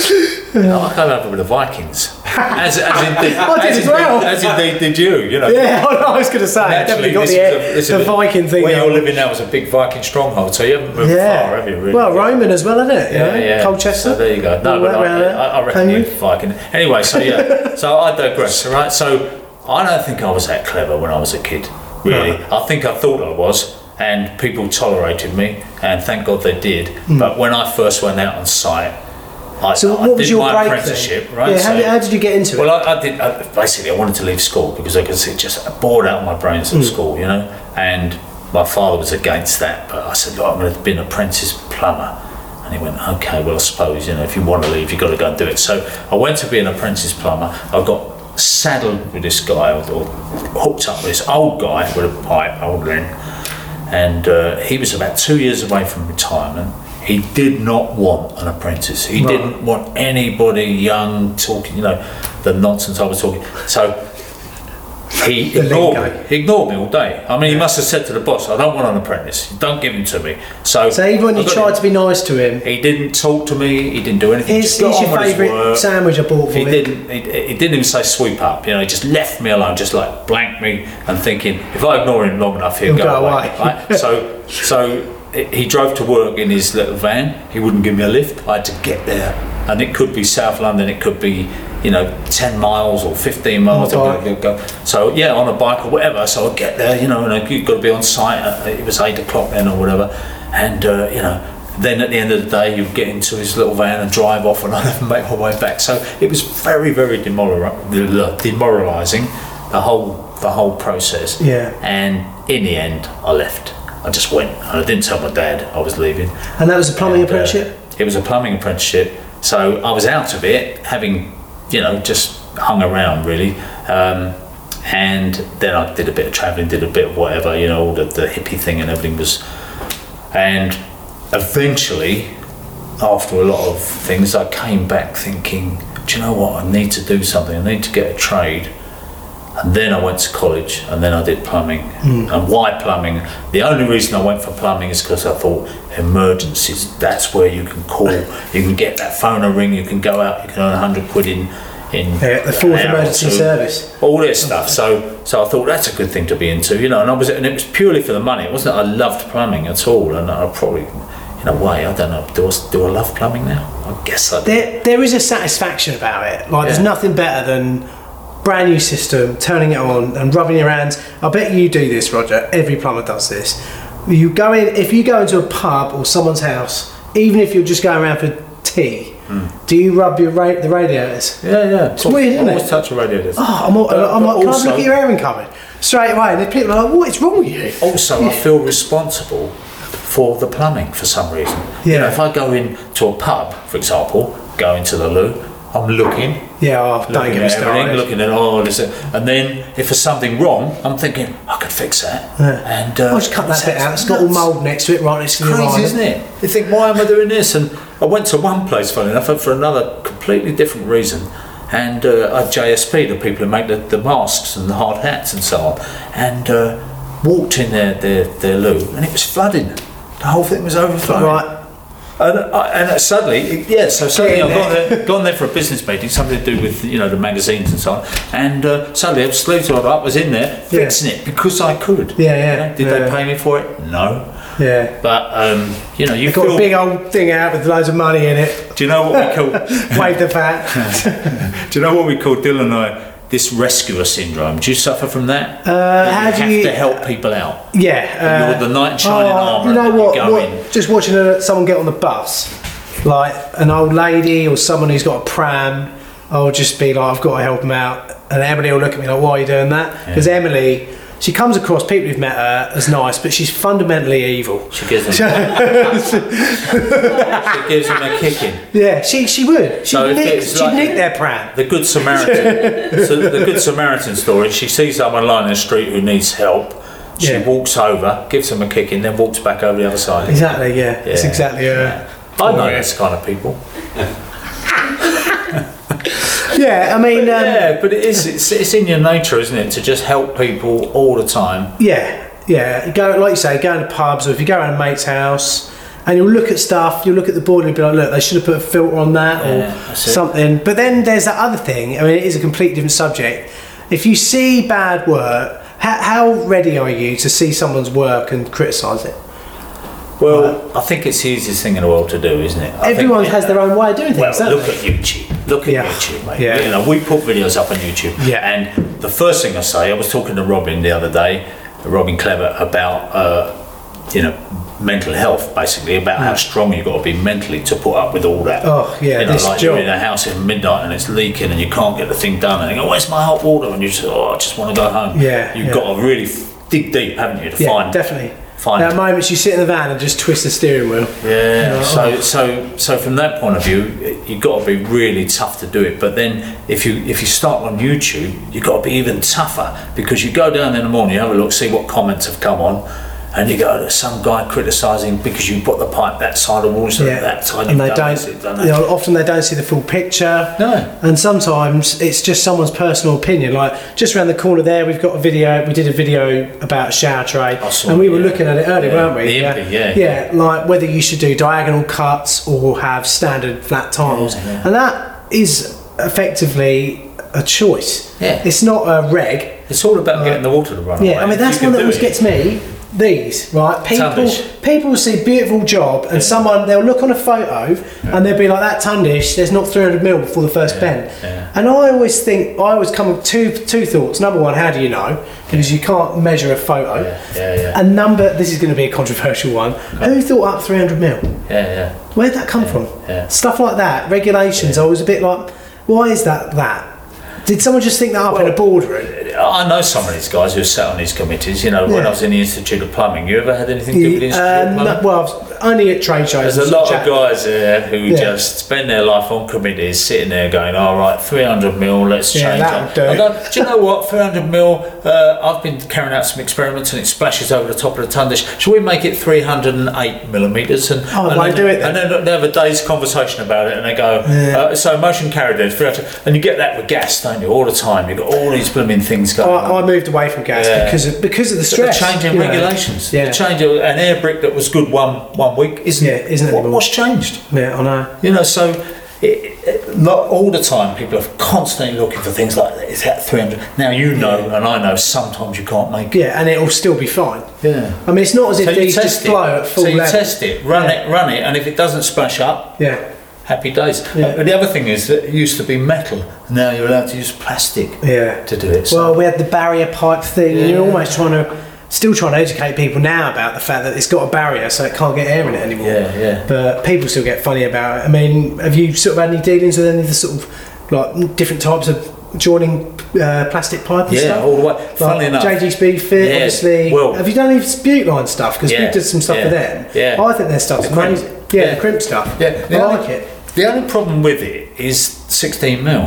Speaker 1: I came over with the Vikings. As, as indeed,
Speaker 2: I did as
Speaker 1: indeed-
Speaker 2: well.
Speaker 1: as indeed did you. You know.
Speaker 2: Yeah, I was going to say. I
Speaker 1: Actually,
Speaker 2: definitely got
Speaker 1: this
Speaker 2: the,
Speaker 1: was a- this
Speaker 2: the
Speaker 1: was a-
Speaker 2: Viking thing.
Speaker 1: Where
Speaker 2: there.
Speaker 1: you're living now is a big Viking stronghold, so you haven't moved
Speaker 2: Yeah.
Speaker 1: far, have you? Really?
Speaker 2: Well, Roman as well, isn't it?
Speaker 1: Yeah, yeah.
Speaker 2: Colchester.
Speaker 1: So there you go. No,
Speaker 2: All
Speaker 1: but
Speaker 2: that round
Speaker 1: I,
Speaker 2: there.
Speaker 1: I, I reckon
Speaker 2: Can
Speaker 1: you
Speaker 2: you?
Speaker 1: fucking. Anyway, so yeah. so I digress. All right. So I don't think I was that clever when I was a kid. really. I think I thought I was, and people tolerated me, and thank God they did.
Speaker 2: Hmm.
Speaker 1: But when I first went out on site, I,
Speaker 2: So
Speaker 1: I
Speaker 2: what
Speaker 1: did
Speaker 2: was your
Speaker 1: my
Speaker 2: break
Speaker 1: apprenticeship,
Speaker 2: then?
Speaker 1: right?
Speaker 2: Yeah, how,
Speaker 1: So-
Speaker 2: did, how did you get into it?
Speaker 1: well, I, I did. I, basically, I wanted to leave school because I could see just bored out of my brains
Speaker 2: Hmm.
Speaker 1: at school, you know. And my father was against that, but I said, "Look, I'm going to be an apprentice plumber." And he went, "Okay, well, I suppose you know if you want to leave, you've got to go and do it." So I went to be an apprentice plumber. I got saddled with this guy, or, or hooked up with this old guy with a pipe, old Len and uh, he was about two years away from retirement. He did not want an apprentice. He didn't want anybody young talking, you know, the nonsense I was talking. So he
Speaker 2: The
Speaker 1: ignored
Speaker 2: lingo.
Speaker 1: me. He ignored me all day. I mean, he must have said to the boss, "I don't want an apprentice. Don't give him to me." So,
Speaker 2: so even when you tried to be nice to him,
Speaker 1: he didn't talk to me. He didn't do anything.
Speaker 2: here's,
Speaker 1: Just got
Speaker 2: here's
Speaker 1: on
Speaker 2: your
Speaker 1: with his
Speaker 2: favourite
Speaker 1: work.
Speaker 2: sandwich I bought for
Speaker 1: He
Speaker 2: you.
Speaker 1: didn't. He, he didn't even say sweep up. You know, he just left me alone, just like blanked me, and thinking if I ignore him long enough, he'll,
Speaker 2: He'll
Speaker 1: go,
Speaker 2: go
Speaker 1: away.
Speaker 2: away.
Speaker 1: right? So, so he- he drove to work in his little van. He wouldn't give me a lift. I had to get there, and it could be South London. It could be you know ten miles or fifteen miles.
Speaker 2: On a
Speaker 1: Go- go- So yeah, on a bike or whatever. So I get there, you know, and you've got to be on site. uh, It was eight o'clock then or whatever, and uh, you know. Then at the end of the day, you get into his little van and drive off, and I never make my way back. So it was very, very demorali- demoralising, the whole the whole process.
Speaker 2: Yeah.
Speaker 1: And in the end, I left. I just went, and I didn't tell my dad I was leaving.
Speaker 2: And that was a plumbing
Speaker 1: And, uh,
Speaker 2: apprenticeship?
Speaker 1: it was a plumbing apprenticeship. So I was out of it, having, you know, just hung around really. Um, and then I did a bit of traveling, did a bit of whatever, you know, all the, the hippie thing and everything was. And eventually, after a lot of things, I came back thinking, do you know what? I need to do something. I need to get a trade. And then I went to college and then I did plumbing.
Speaker 2: Hmm.
Speaker 1: And why plumbing? The only reason I went for plumbing is because I thought emergencies, that's where you can call, you can get that phone a ring, you can go out, you can earn 100 quid in. in
Speaker 2: Yeah, the
Speaker 1: an
Speaker 2: fourth
Speaker 1: hour or
Speaker 2: emergency
Speaker 1: two.
Speaker 2: service.
Speaker 1: All this stuff. So, so I thought that's a good thing to be into, you know. And I was, and it was purely for the money. It wasn't. that I loved plumbing at all, and I probably, in a way, I don't know. Do I, do I love plumbing now? I guess I do.
Speaker 2: There, there is a satisfaction about it. Like, there's
Speaker 1: Yeah.
Speaker 2: nothing better than brand new system, turning it on and rubbing your hands. I bet you do this, Roger. Every plumber does this. You go in, if you go into a pub or someone's house, even if you're just going around for tea,
Speaker 1: Hmm.
Speaker 2: do you rub your ra- the radiators?
Speaker 1: Yeah, yeah. It's
Speaker 2: weird, isn't it?
Speaker 1: Always touch a radiator.
Speaker 2: Oh, I'm, all, I'm like, can I have a look at your air incoming? Straight away, and the people are like, what is wrong with you?
Speaker 1: also I feel responsible for the plumbing for some reason. You
Speaker 2: Yeah.
Speaker 1: know, if I go into a pub, for example, go into the loo, I'm looking,
Speaker 2: Yeah, oh,
Speaker 1: looking
Speaker 2: don't get me
Speaker 1: at everything,
Speaker 2: started.
Speaker 1: looking at all this, and then if there's something wrong, I'm thinking I could fix that.
Speaker 2: Yeah.
Speaker 1: And uh,
Speaker 2: I'll just cut that bit out. It's got all
Speaker 1: nuts.
Speaker 2: mould next to it, right next to the
Speaker 1: Crazy,
Speaker 2: liner.
Speaker 1: isn't it? You think, why am I doing this? And I went to one place, funny enough, and for another completely different reason. And uh, I JSP, the people who make the, the masks and the hard hats and so on, and uh, walked in their, their, their loo, and it was flooding. The whole thing was overflowing.
Speaker 2: Right.
Speaker 1: And, I, and suddenly, yeah, so suddenly
Speaker 2: in
Speaker 1: I've gone there, gone there for a business meeting, something to do with, you know, the magazines and so on. And uh, suddenly I've sleeved it all up, was in there,
Speaker 2: Yeah.
Speaker 1: fixing it because I could.
Speaker 2: Yeah, yeah,
Speaker 1: You know, Did they
Speaker 2: yeah.
Speaker 1: pay me for it? No.
Speaker 2: Yeah.
Speaker 1: But um, you know, you
Speaker 2: Got
Speaker 1: feel.
Speaker 2: a big old thing out with loads of money in it.
Speaker 1: do you know what we call?
Speaker 2: Wave the fat.
Speaker 1: do you know what we call Dylan and I? This rescuer syndrome. Do you suffer from that?
Speaker 2: Uh,
Speaker 1: That
Speaker 2: how
Speaker 1: you
Speaker 2: do
Speaker 1: have
Speaker 2: you-
Speaker 1: to help people out.
Speaker 2: Yeah. uh,
Speaker 1: You're the knight in shining armour
Speaker 2: Oh, You know
Speaker 1: that you
Speaker 2: what?
Speaker 1: go
Speaker 2: what-
Speaker 1: in.
Speaker 2: Just watching a, someone get on the bus, like an old lady or someone who's got a pram, I'll just be like, I've got to help them out. And Emily will look at me like, why are you doing that? Because Emily, she comes across people who've met her as nice, but she's fundamentally evil.
Speaker 1: She gives them. she gives them a kicking.
Speaker 2: Yeah, she she would. She
Speaker 1: So
Speaker 2: would
Speaker 1: if
Speaker 2: nick,
Speaker 1: it's
Speaker 2: she'd
Speaker 1: like-
Speaker 2: nick their pram.
Speaker 1: The Good Samaritan. so the Good Samaritan story. She sees someone lying in the street who needs help. She
Speaker 2: Yeah.
Speaker 1: walks over, gives them a kicking, then walks back over the other side.
Speaker 2: Exactly. Yeah. That's
Speaker 1: Yeah.
Speaker 2: exactly her.
Speaker 1: I know this kind of people.
Speaker 2: Yeah. I mean. Um,
Speaker 1: Yeah, but it is. It's, it's in your nature, isn't it, to just help people all the time.
Speaker 2: Yeah, yeah. Go like you say, go into pubs or if you go around a mate's house and you'll look at stuff, you'll look at the board and you'll be like, look, they should have put a filter on that
Speaker 1: Yeah,
Speaker 2: or
Speaker 1: that's it.
Speaker 2: something. But then there's that other thing. I mean, it is a completely different subject. If you see bad work, how, how ready are you to see someone's work and criticise it?
Speaker 1: Well, I think it's the easiest thing in the world to do, isn't it? I
Speaker 2: Everyone
Speaker 1: think,
Speaker 2: has their own way of doing
Speaker 1: Well,
Speaker 2: things, don't
Speaker 1: look
Speaker 2: they?
Speaker 1: at YouTube. Look at
Speaker 2: Yeah.
Speaker 1: YouTube, mate.
Speaker 2: Yeah.
Speaker 1: You know, we put videos up on YouTube.
Speaker 2: Yeah.
Speaker 1: And the first thing I say, I was talking to Robin the other day, Robin Clever about uh, you know mental health, basically about how strong you've got to be mentally to put up with all that.
Speaker 2: Mm. Oh, yeah,
Speaker 1: you know,
Speaker 2: this
Speaker 1: like
Speaker 2: job.
Speaker 1: you're in a house at midnight and it's leaking and you can't get the thing done, and you go, "Where's my hot water?" And you just, "Oh, I just want to go home."
Speaker 2: Yeah,
Speaker 1: you've
Speaker 2: yeah.
Speaker 1: got to really f- dig deep, haven't you, to
Speaker 2: Yeah,
Speaker 1: find
Speaker 2: definitely.
Speaker 1: find
Speaker 2: There are moments you sit in the van and just twist the steering wheel.
Speaker 1: yeah.
Speaker 2: Yeah.
Speaker 1: So so so from that point of view, you've got to be really tough to do it. But then if you if you start on YouTube, you've got to be even tougher because you go down in the morning, you have a look, see what comments have come on. And you go, "There's some guy criticising because you put the pipe that side of the wall, so
Speaker 2: Yeah,
Speaker 1: that side you've
Speaker 2: and they
Speaker 1: done
Speaker 2: don't.
Speaker 1: this, you've done that."
Speaker 2: you know, often they don't see the full picture.
Speaker 1: No.
Speaker 2: And sometimes it's just someone's personal opinion. Like just around the corner there, we've got a video. We did a video about a shower tray,
Speaker 1: I saw
Speaker 2: and we
Speaker 1: it,
Speaker 2: were
Speaker 1: yeah.
Speaker 2: looking at it earlier,
Speaker 1: Yeah,
Speaker 2: weren't we?
Speaker 1: the impact, yeah.
Speaker 2: Yeah, like whether you should do diagonal cuts or have standard flat tiles,
Speaker 1: yeah.
Speaker 2: and that is effectively a choice.
Speaker 1: Yeah.
Speaker 2: It's not a reg.
Speaker 1: It's all about getting the water to run away.
Speaker 2: Yeah, I mean
Speaker 1: If
Speaker 2: that's
Speaker 1: Oh, you can
Speaker 2: one that
Speaker 1: do
Speaker 2: always
Speaker 1: it-
Speaker 2: gets me. These right people,
Speaker 1: Tundish.
Speaker 2: people see beautiful job, and someone they'll look on a photo and they'll be like that tundish. There's not 300 mil before the first bend,
Speaker 1: yeah.
Speaker 2: and I always think I always come with two two thoughts. Number one, how do you know? Because you can't measure a photo.
Speaker 1: Yeah, yeah, yeah.
Speaker 2: And number, this is going to be a controversial one. Who thought up 300 mil?
Speaker 1: yeah, yeah.
Speaker 2: Where'd that come from?
Speaker 1: yeah.
Speaker 2: Stuff like that, regulations. I was a bit like, why is that that? Did someone just think that up in a boardroom?
Speaker 1: I know some of these guys who sat on these committees. You know, when
Speaker 2: Yeah.
Speaker 1: I was in the Institute of Plumbing, you ever had anything to do with the Institute
Speaker 2: Uh,
Speaker 1: of
Speaker 2: no-
Speaker 1: Plumbing?
Speaker 2: well, I've- only at trade shows.
Speaker 1: There's a lot of
Speaker 2: Chat-
Speaker 1: guys there who
Speaker 2: Yeah.
Speaker 1: just spend their life on committees, sitting there going, "All right, 300 mil, let's
Speaker 2: Yeah,
Speaker 1: change
Speaker 2: that'll
Speaker 1: it."
Speaker 2: do.
Speaker 1: I don't- do you know what? 300 mil. Uh, I've been carrying out some experiments, and it splashes over the top of the ton dish. Shall we make it 308 millimeters? And
Speaker 2: Oh,
Speaker 1: and
Speaker 2: why
Speaker 1: then,
Speaker 2: do it then?
Speaker 1: And then they have a day's conversation about it, and they go, uh, "So motion carried there, 300." And you get that with gas, don't you? All the time, you have got all these blooming things going. on.
Speaker 2: I, I moved away from gas
Speaker 1: Yeah.
Speaker 2: because of because of the
Speaker 1: The
Speaker 2: stress.
Speaker 1: change in
Speaker 2: Oh, you know.
Speaker 1: regulations.
Speaker 2: Yeah.
Speaker 1: The change of an air brick that was good one one week isn't
Speaker 2: Yeah, isn't it
Speaker 1: what,
Speaker 2: anymore?
Speaker 1: what's changed?
Speaker 2: Yeah, I know.
Speaker 1: You know, so it, it, not all the time people are constantly looking for things like that. Is that 300? Now you know, and I know sometimes you can't make it.
Speaker 2: Yeah, and it'll still be fine.
Speaker 1: Yeah.
Speaker 2: I mean, it's not as if
Speaker 1: So you
Speaker 2: these
Speaker 1: test
Speaker 2: just
Speaker 1: it.
Speaker 2: flow at full
Speaker 1: So you
Speaker 2: level.
Speaker 1: test it, run it, run it, and if it doesn't splash up,
Speaker 2: Yeah,
Speaker 1: happy days.
Speaker 2: Yeah.
Speaker 1: But the other thing is that it used to be metal. Now you're allowed to use plastic
Speaker 2: yeah.
Speaker 1: to do it. So
Speaker 2: Well, we had the barrier pipe thing, and you're
Speaker 1: Yeah.
Speaker 2: almost trying to, still trying to educate people now about the fact that it's got a barrier, so it can't get air in it anymore.
Speaker 1: Yeah, yeah.
Speaker 2: But people still get funny about it. I mean, have you sort of had any dealings with any of the sort of like different types of joining uh, plastic pipe and
Speaker 1: yeah,
Speaker 2: stuff?
Speaker 1: all the way. Funnily enough,
Speaker 2: JGB fit,
Speaker 1: Yeah,
Speaker 2: obviously.
Speaker 1: well-
Speaker 2: have you done any dispute line stuff? Because we
Speaker 1: Yeah,
Speaker 2: did some stuff
Speaker 1: yeah,
Speaker 2: for them.
Speaker 1: yeah.
Speaker 2: I think their stuff's
Speaker 1: The crimp.
Speaker 2: amazing. Yeah,
Speaker 1: Yeah.
Speaker 2: the crimp stuff.
Speaker 1: Yeah,
Speaker 2: I
Speaker 1: the only-
Speaker 2: like it.
Speaker 1: The only problem with it is 16 mil,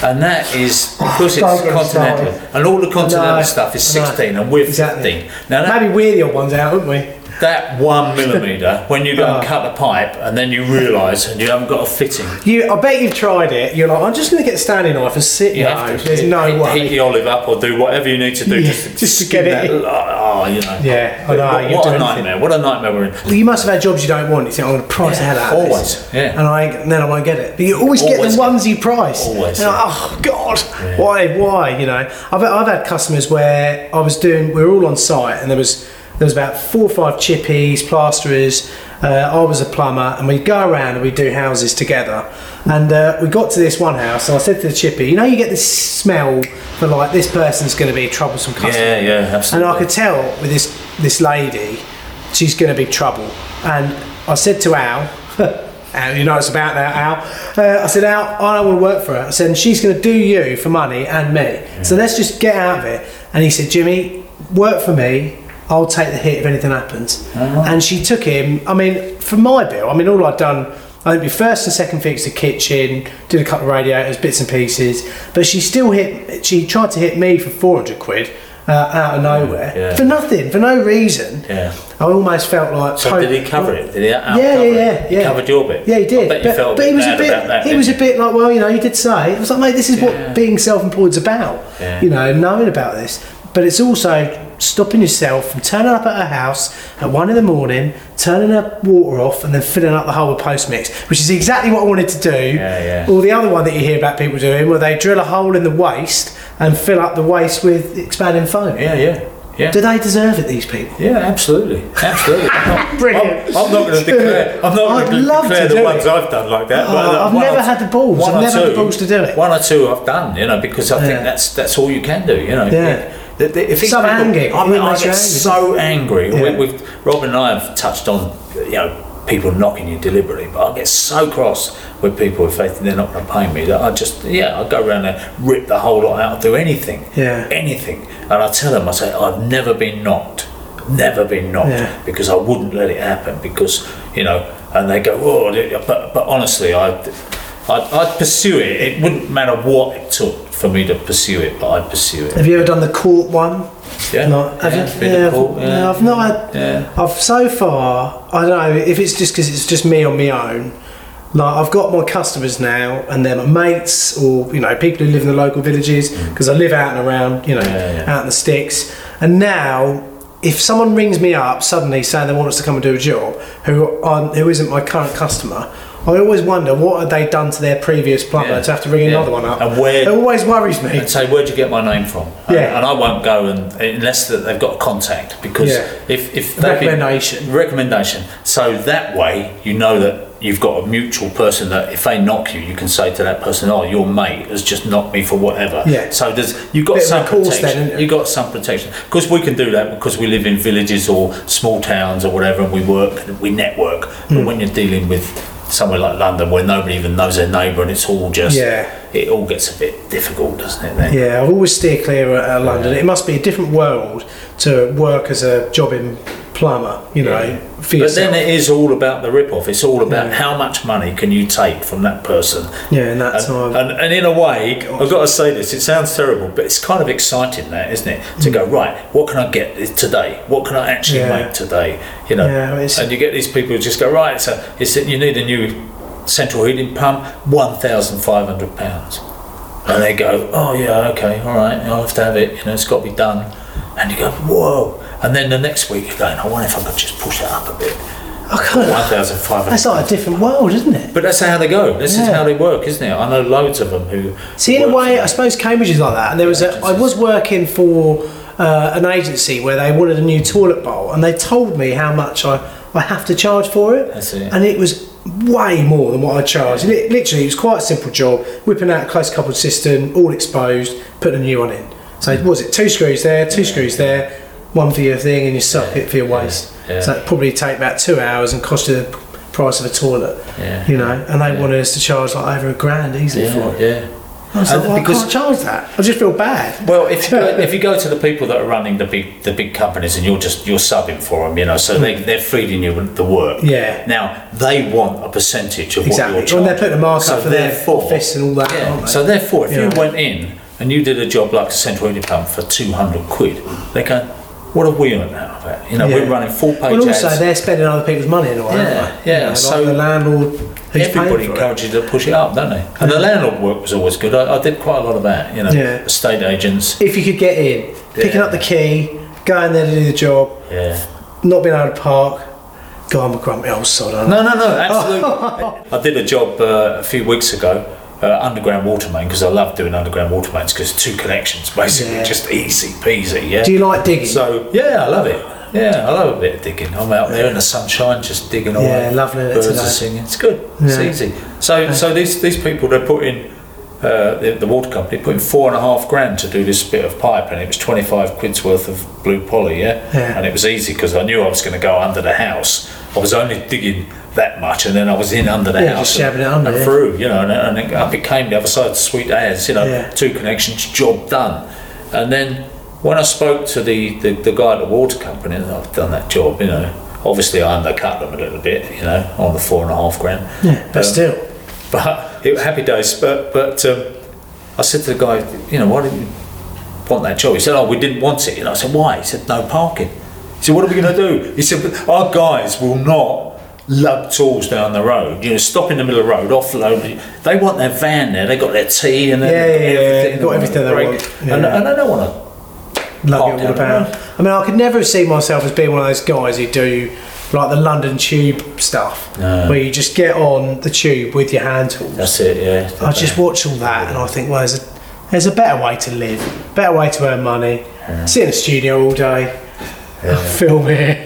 Speaker 1: and that is because
Speaker 2: Oh. don't
Speaker 1: it's
Speaker 2: get me
Speaker 1: continental,
Speaker 2: started.
Speaker 1: and all the continental
Speaker 2: No,
Speaker 1: stuff is
Speaker 2: no.
Speaker 1: 16, and we're
Speaker 2: Exactly.
Speaker 1: 15. Now that,
Speaker 2: Maybe we're the odd ones out, aren't we?
Speaker 1: that one millimeter, when you go
Speaker 2: Ah.
Speaker 1: and cut the pipe, and then you realise and you haven't got a fitting.
Speaker 2: You, I bet you've tried it. You're like, I'm just going to get a standing knife and sit.
Speaker 1: You
Speaker 2: no,
Speaker 1: have to
Speaker 2: there's
Speaker 1: heat,
Speaker 2: no way.
Speaker 1: heat the olive up or do whatever you need to do
Speaker 2: Yeah,
Speaker 1: just, to
Speaker 2: just to
Speaker 1: skin
Speaker 2: get it
Speaker 1: that-
Speaker 2: in.
Speaker 1: Oh, you know.
Speaker 2: Yeah, I know,
Speaker 1: What,
Speaker 2: you've
Speaker 1: what
Speaker 2: done
Speaker 1: a
Speaker 2: anything.
Speaker 1: nightmare! What a nightmare we're in.
Speaker 2: Well, you must have had jobs you don't want. You think I'm going to price
Speaker 1: Yeah,
Speaker 2: the hell out of
Speaker 1: always,
Speaker 2: this.
Speaker 1: yeah.
Speaker 2: And I ain't, and then I won't get it. But you always, get
Speaker 1: Always
Speaker 2: the
Speaker 1: get
Speaker 2: ones you price.
Speaker 1: Always,
Speaker 2: And you're
Speaker 1: yeah.
Speaker 2: like, oh God, why, why? You know, I've, I've had customers where I was doing. We were all on site, and there was there was about four or five chippies, plasterers. Uh, I was a plumber, and we go around and we do houses together. And uh, we got to this one house, and I said to the chippy, "You know, you get this smell for like this person's going to be a troublesome customer."
Speaker 1: Yeah, yeah,
Speaker 2: And
Speaker 1: absolutely.
Speaker 2: I could tell with this this lady, she's going to be trouble. And I said to Al, Al, you know it's about that, Al. Uh, I said, Al, I don't want to work for her. I said, and she's going to do you for money and me. So let's just get out of it. And he said, Jimmy, work for me. I'll take the hit if anything happens. And she took him. I mean, for my bill, I mean, all I'd done. I think we first and second fixed the kitchen, did a couple of radiators, bits and pieces, but she still hit. She tried to hit me for four hundred quid uh, out of nowhere
Speaker 1: Yeah.
Speaker 2: for nothing, for no reason.
Speaker 1: Yeah.
Speaker 2: I almost felt like.
Speaker 1: So did he cover it? Did he out-
Speaker 2: Yeah, yeah,
Speaker 1: cover it?
Speaker 2: yeah,
Speaker 1: He
Speaker 2: yeah.
Speaker 1: covered your bit.
Speaker 2: Yeah, he did.
Speaker 1: I bet you
Speaker 2: but
Speaker 1: felt a
Speaker 2: but
Speaker 1: bit
Speaker 2: he was a
Speaker 1: bad
Speaker 2: bit.
Speaker 1: about that,
Speaker 2: he
Speaker 1: didn't
Speaker 2: was
Speaker 1: you?
Speaker 2: a bit like, well, you know, you did say. It was like, mate, this is
Speaker 1: Yeah.
Speaker 2: what being self-employed's about.
Speaker 1: Yeah.
Speaker 2: You know, knowing about this, but it's also stopping yourself from turning up at her house at one in the morning, turning her water off, and then filling up the whole with post mix, which is exactly what I wanted to do.
Speaker 1: Yeah, yeah.
Speaker 2: Or the other one that you hear about people doing, where they drill a hole in the waste and fill up the waste with expanding foam.
Speaker 1: Yeah, yeah, yeah.
Speaker 2: Do they deserve it? These people.
Speaker 1: Yeah, absolutely, absolutely. I'm not,
Speaker 2: Brilliant.
Speaker 1: I'm, I'm not going to declare. I'm
Speaker 2: I'd
Speaker 1: not going to
Speaker 2: love
Speaker 1: declare
Speaker 2: to
Speaker 1: the
Speaker 2: do
Speaker 1: ones
Speaker 2: it.
Speaker 1: I've done like that.
Speaker 2: Oh,
Speaker 1: but, uh,
Speaker 2: I've
Speaker 1: one
Speaker 2: never
Speaker 1: or
Speaker 2: had the balls.
Speaker 1: one
Speaker 2: I've
Speaker 1: or
Speaker 2: never had the
Speaker 1: two-
Speaker 2: balls to do it.
Speaker 1: One or two I've done, you know, because I
Speaker 2: Yeah.
Speaker 1: think that's that's all you can do, you know.
Speaker 2: Yeah.
Speaker 1: You- that- that if he's
Speaker 2: So
Speaker 1: people-
Speaker 2: angry.
Speaker 1: I mean,
Speaker 2: It
Speaker 1: I
Speaker 2: makes you
Speaker 1: get
Speaker 2: angry.
Speaker 1: so angry.
Speaker 2: Yeah.
Speaker 1: We, we've Robin and I have touched on, you know, people knocking you deliberately, but I get so cross with people if they think they're not going to pay me that I just, yeah, I go around there, rip the whole lot out, do anything,
Speaker 2: Yeah.
Speaker 1: anything, and I tell them, I say, I've never been knocked, never been knocked,
Speaker 2: Yeah.
Speaker 1: because I wouldn't let it happen because you know, and they go, oh, but but honestly, I. I'd, I'd pursue it. It wouldn't matter what it took for me to pursue it, but I'd pursue it.
Speaker 2: Have you ever done the court one?
Speaker 1: Yeah.
Speaker 2: Not, have
Speaker 1: yeah,
Speaker 2: you?
Speaker 1: been to
Speaker 2: Yeah,
Speaker 1: court,
Speaker 2: I've-
Speaker 1: yeah.
Speaker 2: no, I've not had.
Speaker 1: Yeah.
Speaker 2: I've so far. I don't know if it's just because it's just me on my own. Like I've got my customers now, and they're my mates, or you know, people who live in the local villages, because I live out and around, you know,
Speaker 1: Mm. Yeah, yeah.
Speaker 2: out in the sticks. And now, if someone rings me up suddenly saying they want us to come and do a job, who aren't, who isn't my current customer, I always wonder what have they done to their previous plumber
Speaker 1: Yeah.
Speaker 2: to have to ring
Speaker 1: Yeah.
Speaker 2: another one up.
Speaker 1: And where-
Speaker 2: it always worries me.
Speaker 1: and say, "Where'd you get my name from?" And-
Speaker 2: Yeah.
Speaker 1: And I won't go and unless that they've got a contact because
Speaker 2: Yeah.
Speaker 1: if if they've been-
Speaker 2: Recommendation.
Speaker 1: recommendation. So that way you know that you've got a mutual person that if they knock you, you can say to that person, "Oh, your mate has just knocked me for whatever."
Speaker 2: Yeah.
Speaker 1: So there's you've got
Speaker 2: Bit of a
Speaker 1: some
Speaker 2: cause then,
Speaker 1: protection.
Speaker 2: isn't it?
Speaker 1: you got some protection because we can do that because we live in villages or small towns or whatever, and we work, we network.
Speaker 2: Hmm.
Speaker 1: But when you're dealing with somewhere like London where nobody even knows their neighbour and it's all just
Speaker 2: Yeah.
Speaker 1: it all gets a bit difficult, doesn't it? Then
Speaker 2: Yeah, I've always steer clear of uh, London. It must be a different world to work as a jobbing plumber, you know, for
Speaker 1: But
Speaker 2: yourself.
Speaker 1: then it is all about the rip-off. It's all about
Speaker 2: Yeah.
Speaker 1: how much money can you take from that person.
Speaker 2: Mm. yeah, and that's how
Speaker 1: And,
Speaker 2: I-
Speaker 1: and, and in a way, I've got to say this, it sounds terrible, but it's kind of exciting that, isn't it? To go, right, what can I get today? What can I actually
Speaker 2: Hmm. Yeah.
Speaker 1: make today? You know,
Speaker 2: Yeah, it's-
Speaker 1: and you get these people who just go, right, so it's, you need a new central heating pump, £1,500. And they go, oh yeah, okay, all right, I'll have to have it, you know, it's got to be done. And you go, whoa. And then the next week you're going, I wonder if I could just push that up a bit.
Speaker 2: I can't,
Speaker 1: 1,500.
Speaker 2: that's like a different world, isn't it?
Speaker 1: But that's how they go. This is
Speaker 2: Yeah.
Speaker 1: how they work, isn't it? I know loads of them who.
Speaker 2: See, in a
Speaker 1: work for
Speaker 2: way, I
Speaker 1: that.
Speaker 2: suppose Cambridge is like that. And there was a, I was working for uh, an agency where they wanted a new toilet bowl, and they told me how much I, I have to charge for it.
Speaker 1: That's it.
Speaker 2: And it was way more than what I charged. Li- Literally, it was quite a simple job whipping out a close coupled system, all exposed, putting a new one in. So,
Speaker 1: Hmm.
Speaker 2: what was it two screws there, two screws there, one for your thing, and your socket for your waste?
Speaker 1: Yeah.
Speaker 2: So, that probably take about two hours and cost you the p- price of a toilet.
Speaker 1: Yeah.
Speaker 2: You know, and they wanted us to charge like over a grand easily for it.
Speaker 1: Yeah, yeah.
Speaker 2: I was
Speaker 1: And
Speaker 2: like, well,
Speaker 1: because-
Speaker 2: I can't charge that. I just feel bad.
Speaker 1: Well, if you, go, if you go to the people that are running the big the big companies and you're just you're subbing for them, you know, so they they're feeding you the work.
Speaker 2: Yeah.
Speaker 1: Now they want a percentage of
Speaker 2: Exactly.
Speaker 1: what you're
Speaker 2: Well, they're putting a markup
Speaker 1: So
Speaker 2: for their
Speaker 1: therefore-
Speaker 2: office and all that,
Speaker 1: Yeah.
Speaker 2: aren't they?
Speaker 1: So therefore, if you
Speaker 2: Yeah.
Speaker 1: went in and you did a job like a central heating pump for two hundred quid, they go, "What have we earned out of that?" You know, we're
Speaker 2: Yeah.
Speaker 1: running full page
Speaker 2: Well, also
Speaker 1: ads.
Speaker 2: they're spending other people's money in a way.
Speaker 1: Yeah,
Speaker 2: aren't they?
Speaker 1: yeah,
Speaker 2: You know, like
Speaker 1: so-
Speaker 2: the landlord who's
Speaker 1: Everybody
Speaker 2: paying for it.
Speaker 1: encourages you to push it up, don't they? And the landlord work was always good. I, I did quite a lot of that, you know.
Speaker 2: Yeah.
Speaker 1: Estate agents.
Speaker 2: If you could get in, picking
Speaker 1: Yeah.
Speaker 2: up the key, going there to do the job,
Speaker 1: Yeah.
Speaker 2: not being able to park. God, I'm a grumpy old sod. aren't I?
Speaker 1: No, no, no, absolutely. I did a job uh, a few weeks ago, uh, underground water main, because I love doing underground water mains because two connections, basically,
Speaker 2: Yeah.
Speaker 1: just easy peasy. Yeah.
Speaker 2: Do you like digging?
Speaker 1: so yeah, I love it. Yeah, I love a bit of digging. I'm out there in the sunshine, just digging away.
Speaker 2: Yeah, lovely, isn't it,
Speaker 1: Birds are
Speaker 2: today?
Speaker 1: singing. It's good. It's
Speaker 2: Yeah.
Speaker 1: easy. So, so these these people they put in. Uh, the, the water company put in four and a half grand to do this bit of pipe, and it was 25 quid's worth of blue poly, yeah.
Speaker 2: Yeah.
Speaker 1: And it was easy because I knew I was going to go under the house. I was only digging that much, and then I was in under the
Speaker 2: Yeah,
Speaker 1: house
Speaker 2: just
Speaker 1: and,
Speaker 2: shoving it under,
Speaker 1: and
Speaker 2: yeah.
Speaker 1: through, you know, and, and it, up it came the other side, sweet as, you know,
Speaker 2: Yeah.
Speaker 1: two connections, job done. And then when I spoke to the, the, the guy at the water company, and I've done that job, you know, obviously I undercut them a little bit, you know, on the four and a half grand.
Speaker 2: yeah, but
Speaker 1: Um,
Speaker 2: still,
Speaker 1: But it was happy days. But, but um, I said to the guy, you know, why didn't you want that job? He said, oh, we didn't want it. And I said, why? He said, no parking. He said, what are we going to do? He said, "But our guys will not lug tools down the road. You know, stop in the middle of the road, offload. it. They want their van there. They got their tea and
Speaker 2: Yeah,
Speaker 1: they
Speaker 2: yeah, yeah, they've got everything they
Speaker 1: break.
Speaker 2: want.
Speaker 1: And,
Speaker 2: Yeah.
Speaker 1: and I don't want to. park
Speaker 2: love it all
Speaker 1: down the
Speaker 2: about.
Speaker 1: road.
Speaker 2: I mean, I could never see myself as being one of those guys who do like the London Tube stuff,
Speaker 1: No.
Speaker 2: where you just get on the tube with your hand tools.
Speaker 1: That's it. Yeah.
Speaker 2: I just watch all that and I think, well, there's a, there's a better way to live, better way to earn money. Sit in the studio all day, film here.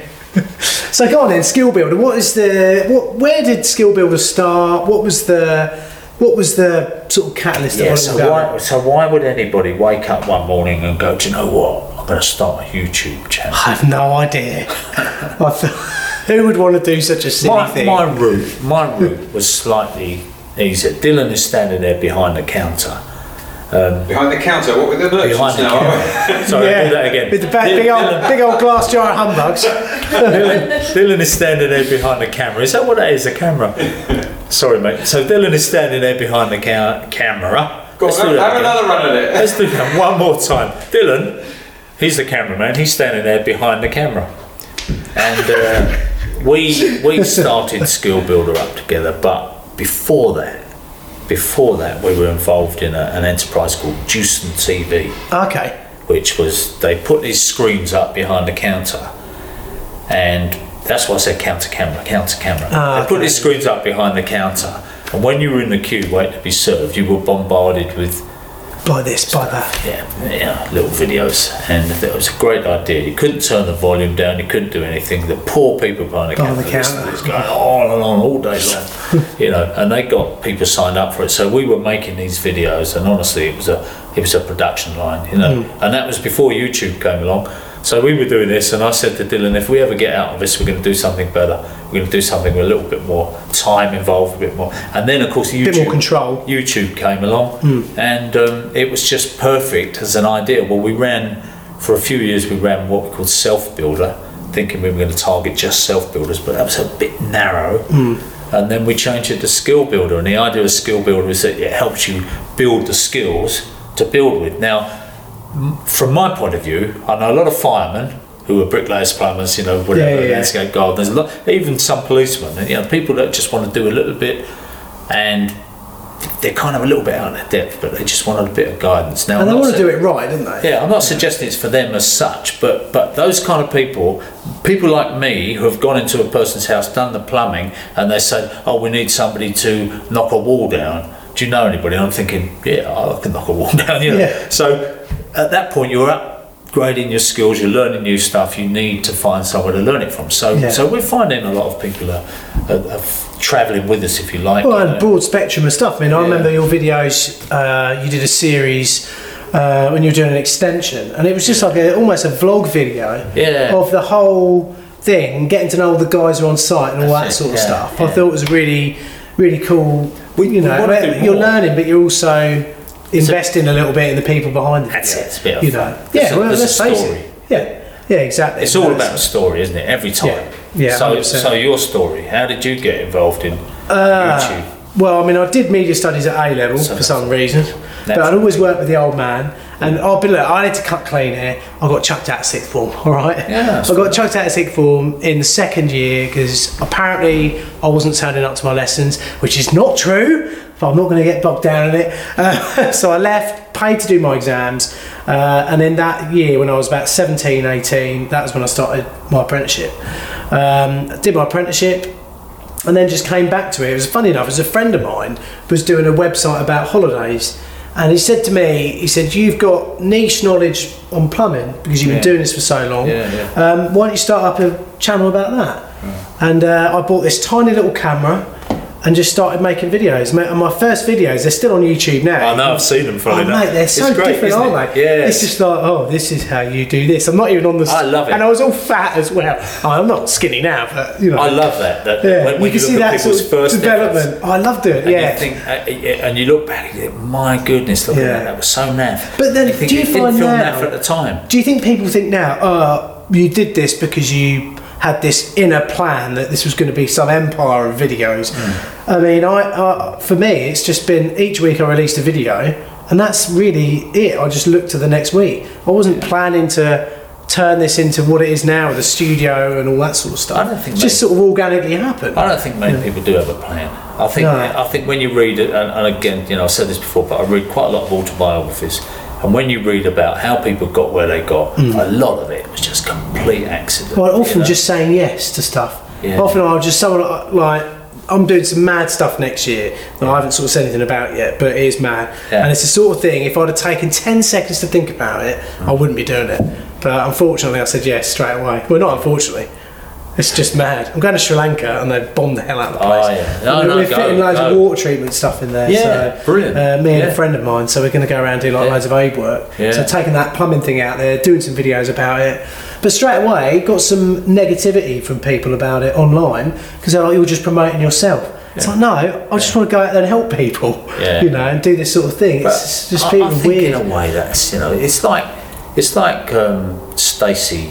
Speaker 2: so go on then, skill builder. What is the what? Where did skill builder start? What was the what was the sort of catalyst?
Speaker 1: Yeah,
Speaker 2: that
Speaker 1: so
Speaker 2: got it
Speaker 1: why, so why would anybody wake up one morning and go, do you know what? I'm going to start a YouTube channel.
Speaker 2: I have no idea. I feel, who would want to do such a silly
Speaker 1: My,
Speaker 2: thing?
Speaker 1: my route, my route was slightly easier. Dylan is standing there behind the counter.
Speaker 4: Behind the counter, what with the merchants
Speaker 1: Behind the
Speaker 4: Oh, now, are we?
Speaker 1: Sorry, I'll do that again.
Speaker 2: With the ba-
Speaker 1: Dylan-
Speaker 2: big, old, big old glass jar of humbugs.
Speaker 1: Dylan, Dylan is standing there behind the camera. Is that what that is? A camera? Sorry, mate. So Dylan is standing there behind the ca- camera.
Speaker 4: Go on,
Speaker 1: Let's do
Speaker 4: have,
Speaker 1: that
Speaker 4: have
Speaker 1: again.
Speaker 4: another run at it.
Speaker 1: Let's do that one more time. Dylan, he's the cameraman. He's standing there behind the camera, and uh, we we started Skill Builder up together. But before that, before that, we were involved in a, an enterprise called Juicen TV
Speaker 2: Okay.
Speaker 1: which was they put these screens up behind the counter, and that's why I said counter camera, counter camera.
Speaker 2: Ah,
Speaker 1: they put
Speaker 2: okay.
Speaker 1: these screens up behind the counter, and when you were in the queue waiting to be served, you were bombarded with
Speaker 2: By this, by that.
Speaker 1: yeah, yeah, little videos, and it was a great idea. You couldn't turn the volume down, you couldn't do anything. The poor people behind the
Speaker 2: Behind
Speaker 1: counter,
Speaker 2: the
Speaker 1: listened
Speaker 2: counter.
Speaker 1: to this going on and on all day long, you know. And they got people signed up for it, so we were making these videos, and honestly, it was a it was a production line, you know.
Speaker 2: Mm.
Speaker 1: And that was before YouTube came along. So we were doing this, and I said to Dylan, if we ever get out of this, we're going to do something better. We're going to do something with a little bit more time involved, a bit more. And then, of course, YouTube
Speaker 2: more control.
Speaker 1: YouTube came along,
Speaker 2: Hmm.
Speaker 1: and um, it was just perfect as an idea. Well, we ran for a few years. We ran what we called Self Builder, thinking we were going to target just self builders, but that was a bit narrow.
Speaker 2: Hmm.
Speaker 1: And then we changed it to Skill Builder, and the idea of Skill Builder is that it helps you build the skills to build with. Now, m- from my point of view, I know a lot of firemen. Who are bricklayers, plumbers, you know, whatever,
Speaker 2: Yeah, yeah, yeah.
Speaker 1: landscape gardeners, a lot, even some policemen, you know, people that just want to do a little bit and they're kind of a little bit out of their depth, but they just wanted a bit of guidance. Now,
Speaker 2: And they
Speaker 1: I'm not
Speaker 2: want to
Speaker 1: su-
Speaker 2: do it right, don't they?
Speaker 1: Yeah, I'm not suggesting it's for them as such, but but those kind of people, people like me who have gone into a person's house, done the plumbing, and they say, "Oh, we need somebody to knock a wall down." Do you know anybody? And I'm thinking, yeah, I can knock a wall down. You know.
Speaker 2: Yeah.
Speaker 1: So at that point, you're upgrading your skills, you're learning new stuff. You need to find somewhere to learn it from. So
Speaker 2: Yeah.
Speaker 1: so we're finding a lot of people are, are, are traveling with us, if you like. Uh, you
Speaker 2: Well,
Speaker 1: know.
Speaker 2: and broad spectrum of stuff. I mean, I remember your videos. Uh, you did a series uh, when you were doing an extension, and it was just like a, almost a vlog video
Speaker 1: Yeah.
Speaker 2: of the whole thing, getting to know all the guys who are on site and all
Speaker 1: That's
Speaker 2: that
Speaker 1: it,
Speaker 2: sort of
Speaker 1: yeah,
Speaker 2: stuff. I
Speaker 1: yeah.
Speaker 2: thought it was really, really cool.
Speaker 1: We-
Speaker 2: you
Speaker 1: we
Speaker 2: know,
Speaker 1: wanna do
Speaker 2: you're
Speaker 1: more.
Speaker 2: learning, but you're also investing a little bit in the people behind it.
Speaker 1: That's it, it's a bit of
Speaker 2: you
Speaker 1: fun.
Speaker 2: know,
Speaker 1: There's
Speaker 2: yeah.
Speaker 1: a-
Speaker 2: well,
Speaker 1: there's a
Speaker 2: let's face
Speaker 1: story.
Speaker 2: it. Yeah, yeah, exactly.
Speaker 1: It's all
Speaker 2: That's-
Speaker 1: about a story, isn't it? Every time.
Speaker 2: Yeah. Yeah,
Speaker 1: So,
Speaker 2: 100%.
Speaker 1: so your story. How did you get involved in
Speaker 2: Uh,
Speaker 1: YouTube?
Speaker 2: Well, I mean, I did media studies at A level
Speaker 1: So
Speaker 2: for some reason, but I'd always worked with the old man. And I'll be like, I need to cut clean here. I got chucked out of sixth form, all right?
Speaker 1: Yeah, that's
Speaker 2: I got chucked out of sixth form in the second year because apparently I wasn't turning up to my lessons, which is not true, but I'm not going to get bogged down in it. Uh, so I left, paid to do my exams. Uh, and then that year, when I was about 17, 18, that was when I started my apprenticeship. Um, I did my apprenticeship, and then just came back to it. It was funny enough, it was a friend of mine was doing a website about holidays, and he said to me, he said, "You've got niche knowledge on plumbing because you've been
Speaker 1: Yeah.
Speaker 2: doing this for so long.
Speaker 1: Yeah, yeah.
Speaker 2: Um, why don't you start up a channel about that?" And uh, I bought this tiny little camera and just started making videos. Ma- And my first videos, they're still on YouTube now.
Speaker 1: I know, I've seen them. Funny
Speaker 2: Oh,
Speaker 1: enough.
Speaker 2: mate, they're
Speaker 1: It's
Speaker 2: so
Speaker 1: great,
Speaker 2: different,
Speaker 1: isn't
Speaker 2: aren't
Speaker 1: it?
Speaker 2: they?
Speaker 1: Yeah.
Speaker 2: It's just like, oh, this is how you do this. I'm not even on the.
Speaker 1: I love it.
Speaker 2: And I was all fat as well. I'm not skinny now, but you know.
Speaker 1: I love that. That
Speaker 2: Yeah,
Speaker 1: when,
Speaker 2: you
Speaker 1: when
Speaker 2: can
Speaker 1: you,
Speaker 2: see
Speaker 1: look at
Speaker 2: that sort
Speaker 1: people's
Speaker 2: of
Speaker 1: first
Speaker 2: development.
Speaker 1: efforts
Speaker 2: Oh, I loved it.
Speaker 1: And
Speaker 2: Yeah.
Speaker 1: you think, uh, uh, and you look back, and you think, my goodness, look at
Speaker 2: Yeah.
Speaker 1: that, that was so naff.
Speaker 2: But then,
Speaker 1: you think
Speaker 2: do you
Speaker 1: it didn't
Speaker 2: find
Speaker 1: film
Speaker 2: now-
Speaker 1: naff at the time?
Speaker 2: Do you think people think now, oh, you did this because you had this inner plan that this was going to be some empire of videos?
Speaker 1: Hmm.
Speaker 2: I mean, I uh, for me, it's just been each week I released a video, and that's really it. I just looked to the next week. I wasn't planning to turn this into what it is now, with a studio and all that sort of stuff.
Speaker 1: I don't think
Speaker 2: It just
Speaker 1: they-
Speaker 2: sort of organically happened.
Speaker 1: I don't think many people do have a plan. I think
Speaker 2: No.
Speaker 1: I think when you read it, and, and again, you know, I said this before, but I read quite a lot of autobiographies, and when you read about how people got where they got, a lot of it was just complete accident.
Speaker 2: Mm. Well,
Speaker 1: you
Speaker 2: often
Speaker 1: know?
Speaker 2: just saying yes to stuff.
Speaker 1: Yeah.
Speaker 2: Often I'll just someone uh, like I'm doing some mad stuff next year that I haven't sort of said anything about yet, but it is mad.
Speaker 1: Yeah.
Speaker 2: And it's the sort of thing if I'd have taken ten seconds to think
Speaker 1: Hmm.
Speaker 2: about it, I wouldn't be doing it. But unfortunately, I said yes straight away. Well, not unfortunately. It's just mad. I'm going to Sri Lanka and they bomb the hell out of the
Speaker 1: Oh,
Speaker 2: place.
Speaker 1: yeah. No,
Speaker 2: And
Speaker 1: no,
Speaker 2: we're
Speaker 1: go,
Speaker 2: fitting loads of
Speaker 1: go.
Speaker 2: water treatment stuff in there.
Speaker 1: Yeah,
Speaker 2: so,
Speaker 1: brilliant.
Speaker 2: Uh, me and
Speaker 1: Yeah.
Speaker 2: a friend of mine, so we're going to go around and do like
Speaker 1: Yeah.
Speaker 2: loads of aid work.
Speaker 1: Yeah.
Speaker 2: So taking that plumbing thing out there, doing some videos about it. But straight away, got some negativity from people about it online because they're like, "You're just promoting yourself." It's like, no, I just want to go out there and help people,
Speaker 1: Yeah.
Speaker 2: you know, and do this sort of thing.
Speaker 1: But
Speaker 2: It's just
Speaker 1: I-
Speaker 2: people
Speaker 1: I think
Speaker 2: weird.
Speaker 1: in a way that's you know it's like it's like um, Stacey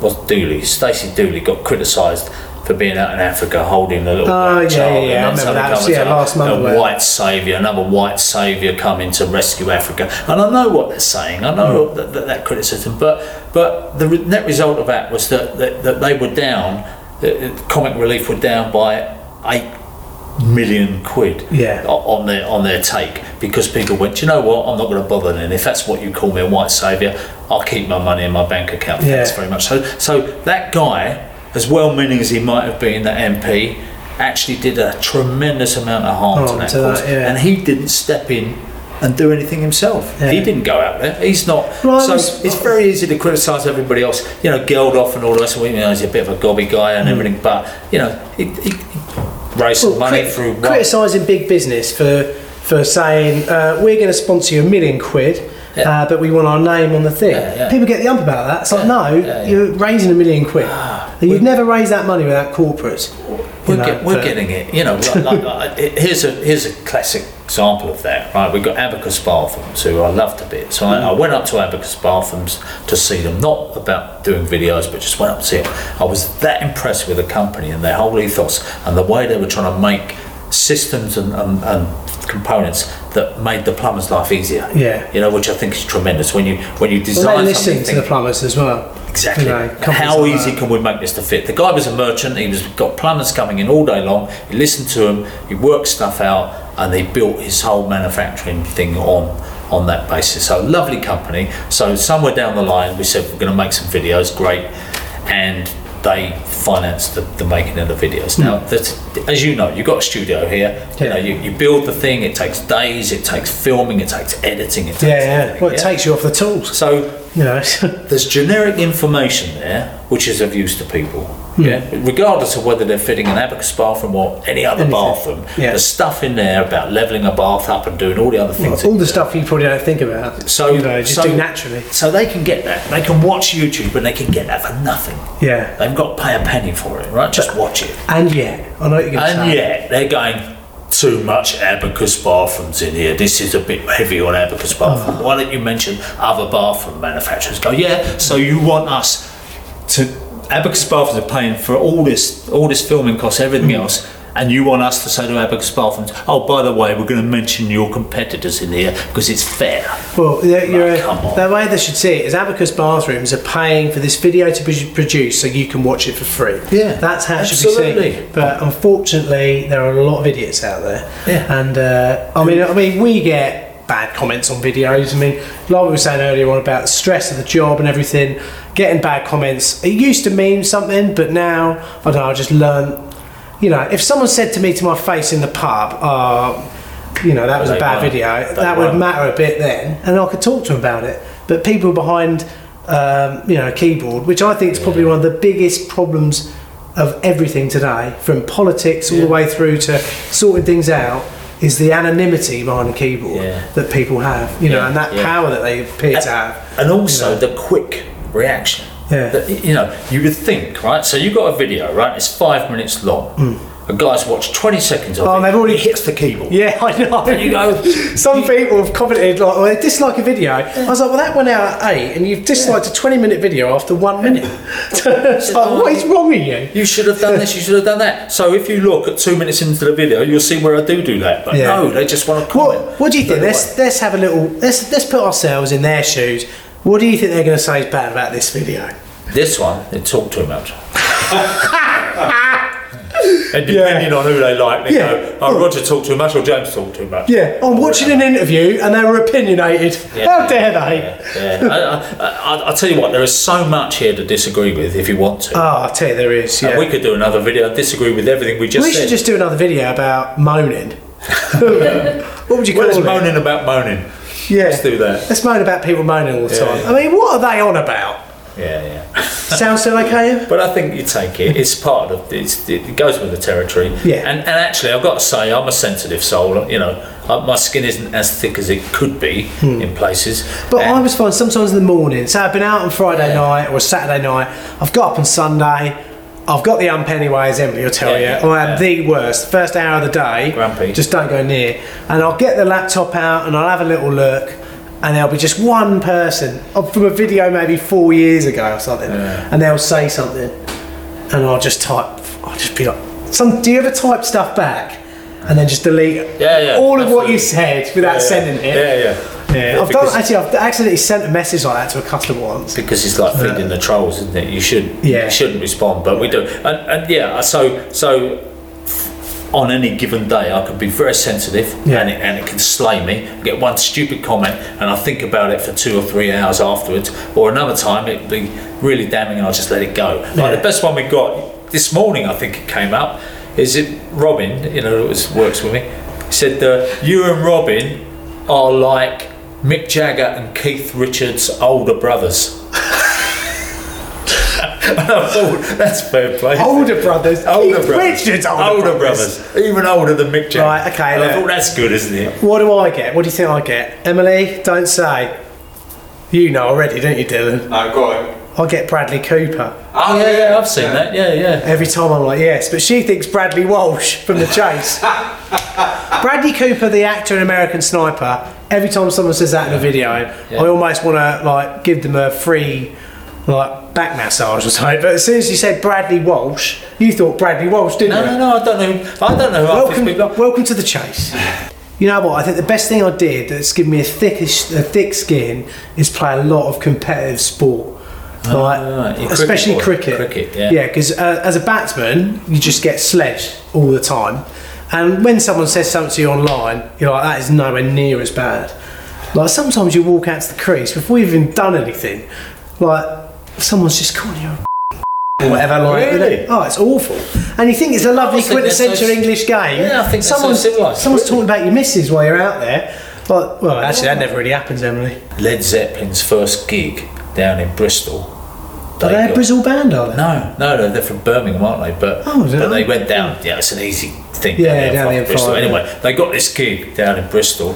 Speaker 1: what Dooley Stacey Dooley got criticised for being out in Africa holding a little
Speaker 2: Oh,
Speaker 1: black
Speaker 2: yeah,
Speaker 1: child
Speaker 2: yeah,
Speaker 1: and
Speaker 2: yeah, I
Speaker 1: then
Speaker 2: remember
Speaker 1: something comes
Speaker 2: that. Yeah,
Speaker 1: up,
Speaker 2: last month,
Speaker 1: a
Speaker 2: wasn't it?
Speaker 1: white saviour another white saviour coming to rescue Africa and I know what they're saying I know
Speaker 2: Hmm.
Speaker 1: that, that, that criticism but but the re- net result of that was that that, that they were down that- that comic relief were down by eight million quid
Speaker 2: Yeah.
Speaker 1: o- on their on their take because people went, "Do you know what? I'm not going to bother. Then if that's what you call me, a white saviour, I'll keep my money in my bank account. Thanks
Speaker 2: Yeah.
Speaker 1: very much. So so that guy, as well-meaning as he might have been, that MP actually did a tremendous amount of harm to
Speaker 2: Harm
Speaker 1: that
Speaker 2: Oh, to that,
Speaker 1: cause,
Speaker 2: yeah.
Speaker 1: and he didn't step in. And do anything himself.
Speaker 2: Yeah.
Speaker 1: He didn't go out there. He's not.
Speaker 2: Well, I
Speaker 1: so
Speaker 2: was-
Speaker 1: it's very easy to criticise everybody else. You know, Geldof and all the rest of it. You know, he's a bit of a gobby guy
Speaker 2: Mm.
Speaker 1: and everything. But you know, he, he, he raised some money
Speaker 2: crit-
Speaker 1: through one
Speaker 2: criticising big business for for saying uh, we're going to sponsor you a million quid.
Speaker 1: Yeah.
Speaker 2: Uh, but we want our name on the thing.
Speaker 1: Yeah, yeah.
Speaker 2: People get the ump about that. It's like,
Speaker 1: Yeah,
Speaker 2: no,
Speaker 1: yeah, Ah, yeah.
Speaker 2: you're raising a million quid. You'd never raise that money without corporates.
Speaker 1: We're,
Speaker 2: you know,
Speaker 1: get, we're
Speaker 2: but-
Speaker 1: getting it, you know. Like, like, like, it- here's a here's a classic example of that, right? We've got Abacus Bartham's, who I loved a bit. So I, I went up to Abacus Bartham's to see them, not about doing videos, but just went up to see them. I was that impressed with the company and their whole ethos and the way they were trying to make systems and, and, and components that made the plumber's life easier.
Speaker 2: Yeah.
Speaker 1: you know, which I think is tremendous when you when you design
Speaker 2: Well, they
Speaker 1: something.
Speaker 2: listen to
Speaker 1: think-
Speaker 2: the plumbers as well.
Speaker 1: Exactly.
Speaker 2: You know, companies
Speaker 1: How
Speaker 2: like
Speaker 1: easy
Speaker 2: that.
Speaker 1: can we make this to fit? The guy was a merchant. He was got plumbers coming in all day long. He listened to them. He worked stuff out, and they built his whole manufacturing thing on on that basis. So lovely company. So somewhere down the line, we said we're going to make some videos. Great, and they financed the, the making of the videos. Now,
Speaker 2: Hmm.
Speaker 1: that's, as you know, you've got a studio here. You know, you, you build the thing. It takes days. It takes filming. It takes editing. It takes
Speaker 2: Yeah, yeah.
Speaker 1: everything,
Speaker 2: Well, it takes you off the tools.
Speaker 1: So
Speaker 2: You know,
Speaker 1: there's generic information there which is of use to people.
Speaker 2: Hmm.
Speaker 1: Yeah, regardless of whether they're fitting an abacus bathroom or any other
Speaker 2: Anything.
Speaker 1: bathroom,
Speaker 2: Yeah.
Speaker 1: there's stuff in there about leveling a bath up and doing all the other things.
Speaker 2: all the stuff you probably don't think about.
Speaker 1: so
Speaker 2: you know, just
Speaker 1: so-
Speaker 2: do naturally.
Speaker 1: So they can get that. They can watch YouTube and they can get that for nothing.
Speaker 2: Yeah.
Speaker 1: They've got to pay a penny for it, right? Just watch it.
Speaker 2: And yeah, I know what you're going to
Speaker 1: And
Speaker 2: say.
Speaker 1: yet they're going too much abacus bathrooms in here. This is a bit heavy on abacus bathroom. Why don't you mention other bathroom manufacturers? Go, yeah. So you want us to abacus bathrooms are paying for all this, all this filming costs, everything else. And you want us to say to Abacus Bathrooms, oh, by the way, we're going to mention your competitors in here because it's fair.
Speaker 2: Well, the, you're,
Speaker 1: come on.
Speaker 2: the way they should see it is Abacus Bathrooms are paying for this video to be produced so you can watch it for free.
Speaker 1: Yeah,
Speaker 2: That's how it should be
Speaker 1: absolutely.
Speaker 2: seen. But unfortunately, there are a lot of idiots out there.
Speaker 1: Yeah.
Speaker 2: And uh, I mean, I mean, we get bad comments on videos. I mean, like we were saying earlier on about the stress of the job and everything, getting bad comments. It used to mean something, but now, I don't know, I just learn. You know, if someone said to me to my face in the pub, oh, you know, that was a
Speaker 1: They
Speaker 2: bad
Speaker 1: won't.
Speaker 2: video,
Speaker 1: They
Speaker 2: that would
Speaker 1: won't.
Speaker 2: matter a bit then, and I could talk to him about it. But people behind, um, you know, a keyboard, which I think is probably one of the biggest problems of everything today, from politics all the way through to sorting things out, is the anonymity behind a keyboard
Speaker 1: Yeah.
Speaker 2: that people have, you know,
Speaker 1: Yeah,
Speaker 2: and that
Speaker 1: yeah.
Speaker 2: power that they appear to have.
Speaker 1: And also the quick reaction.
Speaker 2: Yeah.
Speaker 1: That, you know, you would think, right? So you've got a video, right? It's five minutes long. A guy's watched 20 seconds of
Speaker 2: Oh,
Speaker 1: it.
Speaker 2: and Mm. they've already-
Speaker 1: He hits the keyboard.
Speaker 2: Yeah, I know.
Speaker 1: Uh, There you go.
Speaker 2: Some people have commented like, "Well, they dislike a video." I was like, "Well, that went out at eight, and you've disliked a twenty-minute video after one minute." it's like, what is wrong with you?
Speaker 1: You should have done this, you should have done that. So if you look at two minutes into the video, you'll see where I do do that. But
Speaker 2: Yeah.
Speaker 1: no, they just want to comment.
Speaker 2: What, what do you think?
Speaker 1: Don't
Speaker 2: Let's let's have a little. Let's let's put ourselves in their shoes. What do you think they're going to say is bad about this video?
Speaker 1: This one, they talk too much. and depending on who they like, they
Speaker 2: Yeah.
Speaker 1: go, oh, Roger talked too much or James talked too much.
Speaker 2: Yeah, I'm watching an interview and they were opinionated.
Speaker 1: Yeah,
Speaker 2: How
Speaker 1: yeah,
Speaker 2: dare they?
Speaker 1: Yeah, yeah. I, I, I, I'll tell you what, there is so much here to disagree with if you want to.
Speaker 2: Oh, I tell you, there is. Yeah,
Speaker 1: And we could do another video and disagree with everything we just
Speaker 2: we
Speaker 1: said.
Speaker 2: should just do another video about moaning. what would you call
Speaker 1: Well, it's
Speaker 2: it?
Speaker 1: moaning about moaning.
Speaker 2: Yeah.
Speaker 1: Let's do that.
Speaker 2: Let's moan about people moaning all the time.
Speaker 1: yeah.
Speaker 2: I mean, what are they on about?
Speaker 1: yeah, yeah.
Speaker 2: Sound still okay?
Speaker 1: But I think you take it. It's part of it's, it goes with the territory.
Speaker 2: Yeah.
Speaker 1: And and actually, I've got to say, I'm a sensitive soul. You know, I, my skin isn't as thick as it could be in places.
Speaker 2: Hmm. But I
Speaker 1: And-
Speaker 2: always find sometimes in the morning, so I've been out on Friday
Speaker 1: Yeah.
Speaker 2: night or Saturday night, I've got up on Sunday, I've got the ump anyways, everybody will tell
Speaker 1: Yeah,
Speaker 2: you.
Speaker 1: yeah,
Speaker 2: I am
Speaker 1: yeah.
Speaker 2: the worst. First hour of the day,
Speaker 1: Grumpy.
Speaker 2: just don't go near. And I'll get the laptop out and I'll have a little look. And there'll be just one person oh, from a video maybe four years ago or something, and they'll say something, and I'll just type. I'll just be like, "Some, do you ever type stuff back, and then just delete
Speaker 1: Yeah, yeah,
Speaker 2: all of what
Speaker 1: absolutely.
Speaker 2: you said without sending it?"
Speaker 1: Yeah, yeah.
Speaker 2: Yeah, I've done
Speaker 1: because,
Speaker 2: actually. I've accidentally sent a message like that to a customer once.
Speaker 1: because it's like feeding the trolls, isn't it? You should
Speaker 2: Uh, Yeah.
Speaker 1: you shouldn't respond, but we do. And, and yeah, so so on any given day, I can be very sensitive,
Speaker 2: Yeah.
Speaker 1: and it, and it can slay me. I get one stupid comment, and I think about it for two or three hours afterwards. Or another time, it'd be really damning, and I'll just let it go.
Speaker 2: Yeah.
Speaker 1: Like the best one we got this morning, I think it came up, is it Robin? You know, it was, works with me. Said that you and Robin are like Mick Jagger and Keith Richards' older brothers. And I thought, That's fair play.
Speaker 2: Older brothers,
Speaker 1: Older
Speaker 2: Keith
Speaker 1: brothers.
Speaker 2: Richards, older, brothers.
Speaker 1: Even older than Mick Jagger.
Speaker 2: Right, okay,
Speaker 1: And I
Speaker 2: look.
Speaker 1: thought that's good, isn't it?
Speaker 2: What do I get? What do you think I get? Emily, don't say. You know already, don't you, Dylan?
Speaker 4: No, go on.
Speaker 2: I get Bradley Cooper
Speaker 1: Oh, yeah, yeah, I've seen that. Yeah, yeah.
Speaker 2: every time. I'm like, yes, but she thinks Bradley Walsh from The Chase. Bradley Cooper, the actor in American Sniper. Every time someone says that in a video, I almost want to like give them a free like back massage or something. But as soon as you said Bradley Walsh, you thought Bradley Walsh, didn't
Speaker 1: No, no,
Speaker 2: you?
Speaker 1: no, I don't know. I don't know who
Speaker 2: welcome,
Speaker 1: I've been
Speaker 2: welcome to the chase. You know what? I think the best thing I did that's given me a thickish, a thick skin is play a lot of competitive sport. Like,
Speaker 1: right. Your Ah, cricket
Speaker 2: especially
Speaker 1: boy.
Speaker 2: cricket.
Speaker 1: Cricket, yeah.
Speaker 2: because uh, as a batsman, you just get sledged all the time. And when someone says something to you online, you're like, that is nowhere near as bad. Like, sometimes you walk out to the crease before you've even done anything, like, someone's just calling you a or whatever. Like,
Speaker 1: Really?
Speaker 2: Oh, it's awful. And you think it's a lovely
Speaker 1: I think that's
Speaker 2: quintessential
Speaker 1: so-
Speaker 2: English game.
Speaker 1: Yeah, I think that's so
Speaker 2: someone's,
Speaker 1: civilised.
Speaker 2: someone's talking about your missus while you're out there. Well, well, actually, that never really happens, Emily.
Speaker 1: Led Zeppelin's first gig down in Bristol.
Speaker 2: Are they a
Speaker 1: got-
Speaker 2: Brazil band, are they?
Speaker 1: No, no, no, they're from Birmingham, aren't they? But,
Speaker 2: Oh, is it?
Speaker 1: but they went down. Yeah, it's an easy thing.
Speaker 2: Yeah,
Speaker 1: there
Speaker 2: down
Speaker 1: from
Speaker 2: there,
Speaker 1: Bristol.
Speaker 2: fine,
Speaker 1: Anyway, they got this gig down in Bristol.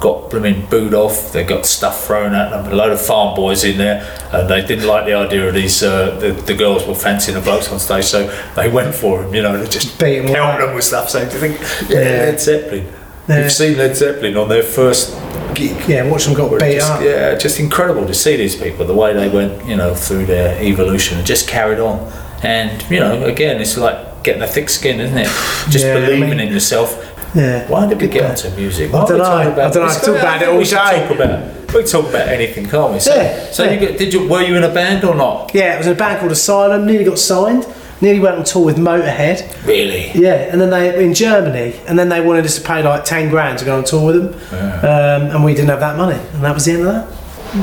Speaker 1: Got blooming booed off. They got stuff thrown at them. A load of farm boys in there, and they didn't like the idea of these. Uh, the, the girls were fancying the blokes on stage, so they went for him. You know, they just
Speaker 2: Beat 'em all
Speaker 1: pelted
Speaker 2: up.
Speaker 1: them with stuff. So do you think, yeah,
Speaker 2: Yeah.
Speaker 1: Led Zeppelin.
Speaker 2: Yeah.
Speaker 1: You've seen Led Zeppelin on their first gig.
Speaker 2: Yeah, watch them got
Speaker 1: Were
Speaker 2: beat
Speaker 1: just-
Speaker 2: up.
Speaker 1: Yeah, just incredible to see these people, the way they went, you know, through their evolution and just carried on. And, you know, again, it's like getting a thick skin, isn't it? Just
Speaker 2: Yeah, I
Speaker 1: believing
Speaker 2: mean-
Speaker 1: in yourself.
Speaker 2: Yeah.
Speaker 1: Why did we get onto music?
Speaker 2: I
Speaker 1: Why are we
Speaker 2: dunno,
Speaker 1: talking
Speaker 2: I dunno, I
Speaker 1: this?
Speaker 2: talk about
Speaker 1: I
Speaker 2: it
Speaker 1: think
Speaker 2: all
Speaker 1: we should
Speaker 2: day.
Speaker 1: Talk about, we talk about anything, can't we? So,
Speaker 2: Yeah,
Speaker 1: so
Speaker 2: yeah.
Speaker 1: You got, did you, were you in a band or not?
Speaker 2: Yeah, it was in a band called Asylum. Nearly got signed. Nearly went on tour with Motorhead.
Speaker 1: Really?
Speaker 2: Yeah, and then they in Germany, and then they wanted us to pay like ten grand to go on tour with them, um, and we didn't have that money, and that was the end of that.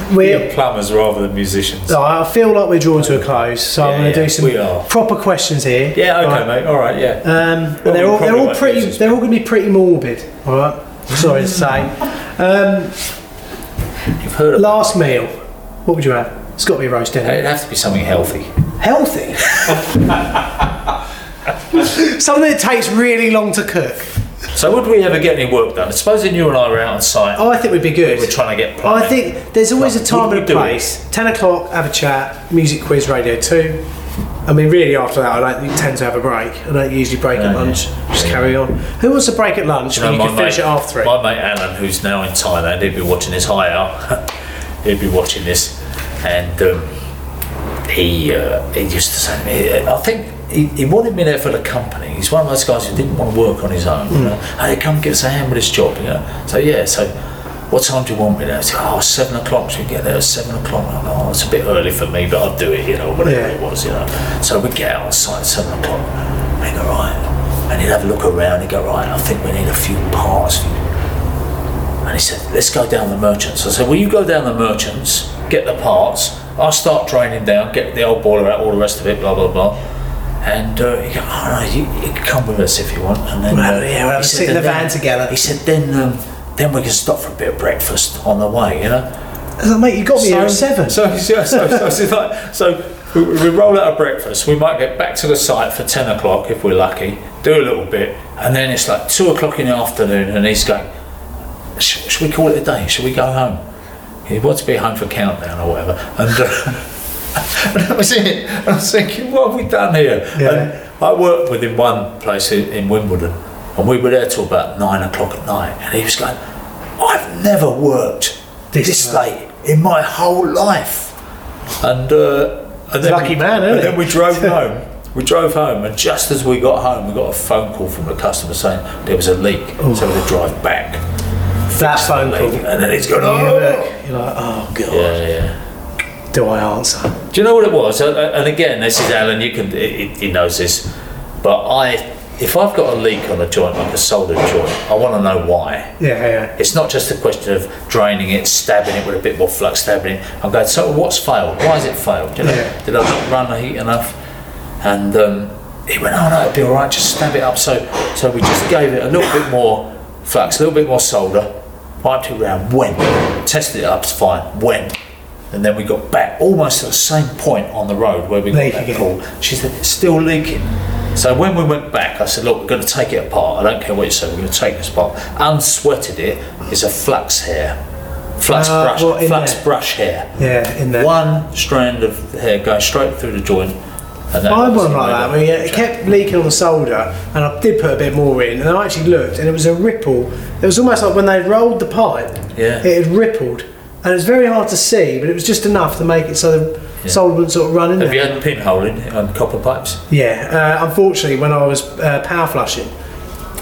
Speaker 2: We,
Speaker 1: We're plumbers rather than musicians.
Speaker 2: So I feel like we're drawing to a close, so I'm
Speaker 1: Yeah,
Speaker 2: going to
Speaker 1: yeah,
Speaker 2: do some
Speaker 1: we are.
Speaker 2: proper questions here.
Speaker 1: Yeah, okay,
Speaker 2: Right.
Speaker 1: mate. All right, yeah.
Speaker 2: Um, and
Speaker 1: Well,
Speaker 2: they're
Speaker 1: we
Speaker 2: all they're
Speaker 1: probably
Speaker 2: all
Speaker 1: won't
Speaker 2: pretty
Speaker 1: use this.
Speaker 2: they're all going to be pretty morbid. All right, sorry to say. Um,
Speaker 1: You've heard of
Speaker 2: last meal, what would you have? It's got to be a roast dinner.
Speaker 1: It'd have to be something healthy.
Speaker 2: Healthy. Something that takes really long to cook.
Speaker 1: So, would we ever get any work done? Supposing you and I were out on site.
Speaker 2: Oh, I think we'd be good.
Speaker 1: We're trying to get
Speaker 2: Oh,
Speaker 1: plumbing.
Speaker 2: I think there's always a time
Speaker 1: Would
Speaker 2: and
Speaker 1: we
Speaker 2: a
Speaker 1: do it?
Speaker 2: place. Ten o'clock, have a chat. Music quiz, Radio Two. I mean, really, after that, I don't tend to have a break. I don't usually break
Speaker 1: Yeah,
Speaker 2: at
Speaker 1: yeah.
Speaker 2: lunch. Just
Speaker 1: Yeah.
Speaker 2: carry on. Who wants to break at lunch
Speaker 1: know,
Speaker 2: when you
Speaker 1: my
Speaker 2: can finish
Speaker 1: mate-
Speaker 2: it after three?
Speaker 1: My mate Alan, who's now in Thailand, he'd be watching this high out. he'd be watching this, and um, he uh, he used to say to me, I think. He, he wanted me there for the company. He's one of those guys who didn't want to work on his own. You know? Hey, come give us a hand with this job. You know? So yeah. So, what time do you want me there? I said, oh, seven o'clock. So we get there at seven o'clock. I'm like, oh, it's a bit early for me, but I'll do it. You know, whatever
Speaker 2: Yeah.
Speaker 1: it was. You know. So we get out on site at seven o'clock. And he go right, and he'd have a look around. He'd go right. I think we need a few parts. Few and he said, let's go down the merchants. I said, well, you go down the merchants, get the parts. I'll start draining down, get the old boiler out, all the rest of it, blah, blah, blah. And uh, he goes, oh, no, you, you can come with us if you want. And then
Speaker 2: We'll have-
Speaker 1: uh,
Speaker 2: yeah, we'll have
Speaker 1: he
Speaker 2: a
Speaker 1: said,
Speaker 2: sit in
Speaker 1: "Then-
Speaker 2: the van together."
Speaker 1: He said, then um, then we can stop for a bit of breakfast on the way, you know?
Speaker 2: I was like, mate, you got me here at seven.
Speaker 1: So, so, so, so, so, it's like- so we, we roll out of breakfast. We might get back to the site for 10 o'clock if we're lucky, do a little bit, and then it's like 2 o'clock in the afternoon, and he's going, Sh- Should we call it a day? Should we go home? He wants to be home for countdown or whatever. And, uh, and that was it. And I was thinking, What have we done here?
Speaker 2: Yeah.
Speaker 1: And I worked with him one place in, in Wimbledon, and we were there till about 9 o'clock at night, and he was going, I've never worked
Speaker 2: This
Speaker 1: this, late in my whole life. And, uh, and then
Speaker 2: Lucky
Speaker 1: we,
Speaker 2: man, isn't
Speaker 1: and
Speaker 2: he?
Speaker 1: then we drove home. We drove home, and just as we got home, we got a phone call from the customer saying there was a leak, so we had to drive back.
Speaker 2: that phone
Speaker 1: Leak.
Speaker 2: call.
Speaker 1: And then he's gone,
Speaker 2: You
Speaker 1: oh.
Speaker 2: look, You're like, oh god,
Speaker 1: Yeah, yeah.
Speaker 2: do I answer?
Speaker 1: Do you know what it was? Uh, uh, And again, this is Alan. You can he- he he knows this, but I, if I've got a leak on a joint, like a solder joint, I want to know why.
Speaker 2: Yeah, yeah.
Speaker 1: It's not just a question of draining it, stabbing it with a bit more flux, stabbing it. I'm going, so what's failed? Why has it failed? Did,
Speaker 2: Yeah.
Speaker 1: I, did I not run the heat enough? And um, he went, oh no, it'll be all right, just stab it up. So, so we just gave it a little bit more flux, a little bit more solder, wiped it round, went, tested it up, it's fine, went. And then we got back almost at the same point on the road where we got
Speaker 2: Leak
Speaker 1: that
Speaker 2: again.
Speaker 1: call all. She said, it's still leaking. So when we went back, I said, look, we're going to take it apart. I don't care what you say, we're going to take this apart. Unsweated it is a flux hair. Flux
Speaker 2: Ah,
Speaker 1: brush,
Speaker 2: what in
Speaker 1: flux
Speaker 2: there?
Speaker 1: brush hair.
Speaker 2: Yeah, in there.
Speaker 1: One strand of hair going straight through the joint. And that
Speaker 2: I
Speaker 1: was
Speaker 2: one
Speaker 1: the
Speaker 2: like
Speaker 1: way
Speaker 2: that. I mean, it kept leaking on the solder, and I did put a bit more in, and I actually looked, and it was a ripple. It was almost like when they rolled the pipe.
Speaker 1: Yeah.
Speaker 2: It had rippled, and it was very hard to see, but it was just enough to make it so the solder wouldn't sort of run in
Speaker 1: Have you
Speaker 2: there.
Speaker 1: had pinhole in on copper pipes?
Speaker 2: Yeah. Uh, unfortunately, when I was uh, power flushing.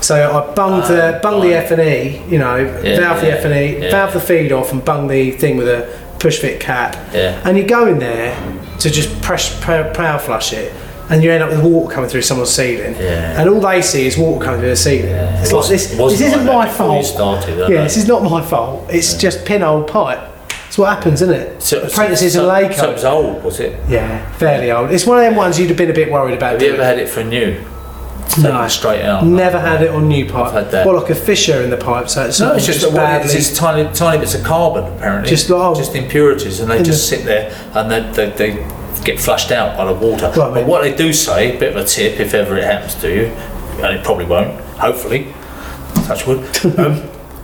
Speaker 2: So I bunged the bunged the F and E, you know,
Speaker 1: Oh, Yeah,
Speaker 2: valve the
Speaker 1: yeah,
Speaker 2: F and E,
Speaker 1: yeah.
Speaker 2: valve the feed off, and bung the thing with a push fit cap.
Speaker 1: Yeah.
Speaker 2: And you go in there to just press power power flush it, and you end up with water coming through someone's ceiling.
Speaker 1: Yeah.
Speaker 2: And all they see is water coming through the ceiling. It's
Speaker 1: It
Speaker 2: like
Speaker 1: wasn't-
Speaker 2: this.
Speaker 1: it wasn't
Speaker 2: This isn't
Speaker 1: like that
Speaker 2: my
Speaker 1: before
Speaker 2: fault.
Speaker 1: you started, I
Speaker 2: yeah,
Speaker 1: know.
Speaker 2: this is not my fault. It's just pinhole pipe. It's what happens, isn't it? Apprentices
Speaker 1: so,
Speaker 2: and lay
Speaker 1: So it was old, was it?
Speaker 2: Yeah, fairly old. It's one of them ones you'd have been a bit worried about.
Speaker 1: Have you ever had it for new?
Speaker 2: No.
Speaker 1: Straight out.
Speaker 2: Never had it on new pipe.
Speaker 1: I've had that.
Speaker 2: Well, like a fissure in the pipe, so it's,
Speaker 1: No, it's just,
Speaker 2: just
Speaker 1: well,
Speaker 2: badly.
Speaker 1: it's just tiny, tiny bits of carbon apparently.
Speaker 2: Just like- oh.
Speaker 1: just impurities, and they
Speaker 2: In
Speaker 1: just sit there and they, they, they get flushed out by the water.
Speaker 2: Well, I mean-
Speaker 1: but what they do say, bit of a tip if ever it happens to you, and it probably won't, hopefully, touch wood. um,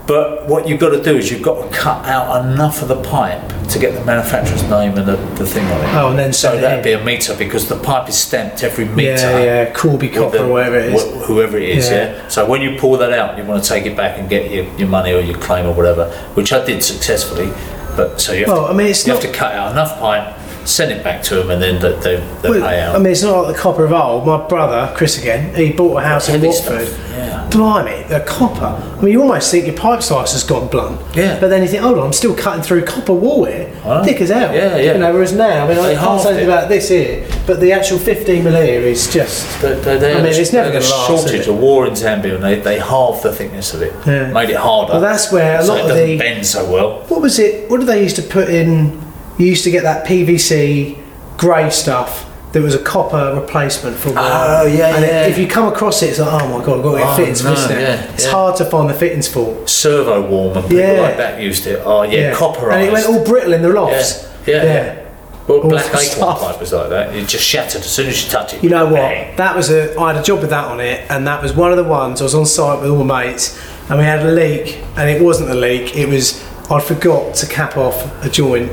Speaker 1: but what you've got to do is you've got to cut out enough of the pipe to get the manufacturer's name and the, the thing on it.
Speaker 2: Oh, and then
Speaker 1: so
Speaker 2: send it in.
Speaker 1: that'd be a meter because the pipe is stamped every meter.
Speaker 2: yeah, yeah, Corby
Speaker 1: with
Speaker 2: copper
Speaker 1: the-
Speaker 2: or whatever it is.
Speaker 1: wh- whoever it is,
Speaker 2: Yeah.
Speaker 1: yeah. So when you pull that out, you want to take it back and get your, your money or your claim or whatever, which I did successfully. But so you have,
Speaker 2: Well,
Speaker 1: to,
Speaker 2: I mean, it's
Speaker 1: you
Speaker 2: not-
Speaker 1: have to cut out enough pipe, send it back to them, and then they, they, they
Speaker 2: Well,
Speaker 1: pay out.
Speaker 2: I mean, it's not like the copper of old. My brother Chris again, he bought a house in
Speaker 1: Heavy stuff,
Speaker 2: Watford.
Speaker 1: yeah.
Speaker 2: Blimey, the copper. I mean, you almost think your pipe slicer's gone blunt.
Speaker 1: Yeah.
Speaker 2: But then you think, hold on, I'm still cutting through copper wall here,
Speaker 1: I know.
Speaker 2: thick as hell.
Speaker 1: Yeah, yeah.
Speaker 2: You know, whereas now, I mean, I
Speaker 1: They
Speaker 2: can't
Speaker 1: halved
Speaker 2: say anything
Speaker 1: it.
Speaker 2: about this here, but the actual 15 mm is just.
Speaker 1: They- they- they
Speaker 2: I
Speaker 1: had
Speaker 2: mean,
Speaker 1: a-
Speaker 2: it's never
Speaker 1: they had a
Speaker 2: gonna last, is
Speaker 1: shortage.
Speaker 2: it?
Speaker 1: A war in Zambia, and they, they halved the thickness of it,
Speaker 2: Yeah.
Speaker 1: made it harder.
Speaker 2: Well, that's where a
Speaker 1: so
Speaker 2: lot
Speaker 1: it
Speaker 2: of
Speaker 1: doesn't
Speaker 2: the-
Speaker 1: bend so well.
Speaker 2: What was it? What did they used to put in? You used to get that PVC grey stuff. that was a copper replacement for a while.
Speaker 1: Oh, yeah,
Speaker 2: and it-
Speaker 1: yeah.
Speaker 2: if you come across it, it's like, oh my god, I've got to get
Speaker 1: Oh,
Speaker 2: fittings for
Speaker 1: no,
Speaker 2: this now.
Speaker 1: yeah,
Speaker 2: it's
Speaker 1: yeah.
Speaker 2: hard to find the fittings for.
Speaker 1: Servo warm and people
Speaker 2: Yeah.
Speaker 1: like that used it. Oh yeah, copperized.
Speaker 2: And it went all brittle in the lofts.
Speaker 1: Yeah, yeah, well,
Speaker 2: All
Speaker 1: black
Speaker 2: the
Speaker 1: acorn
Speaker 2: stuff.
Speaker 1: pipe was like that. It just shattered as soon as you touch it.
Speaker 2: You know what?
Speaker 1: bang.
Speaker 2: That was a. I had a job with that on it, and that was one of the ones I was on site with all my mates, and we had a leak, and it wasn't a leak. It was I forgot to cap off a joint.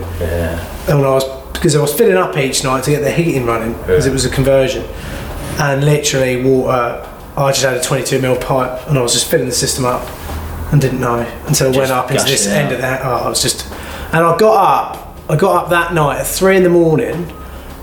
Speaker 2: And when I was because I was filling up each night to get the heating running because it was a conversion, and literally water. I just had a 22 mil pipe, and I was just filling the system up, and didn't know until I went
Speaker 1: Just
Speaker 2: up into
Speaker 1: gushing
Speaker 2: this
Speaker 1: it
Speaker 2: end
Speaker 1: out.
Speaker 2: of that. Oh, I was just, and I got up. I got up that night at three in the morning,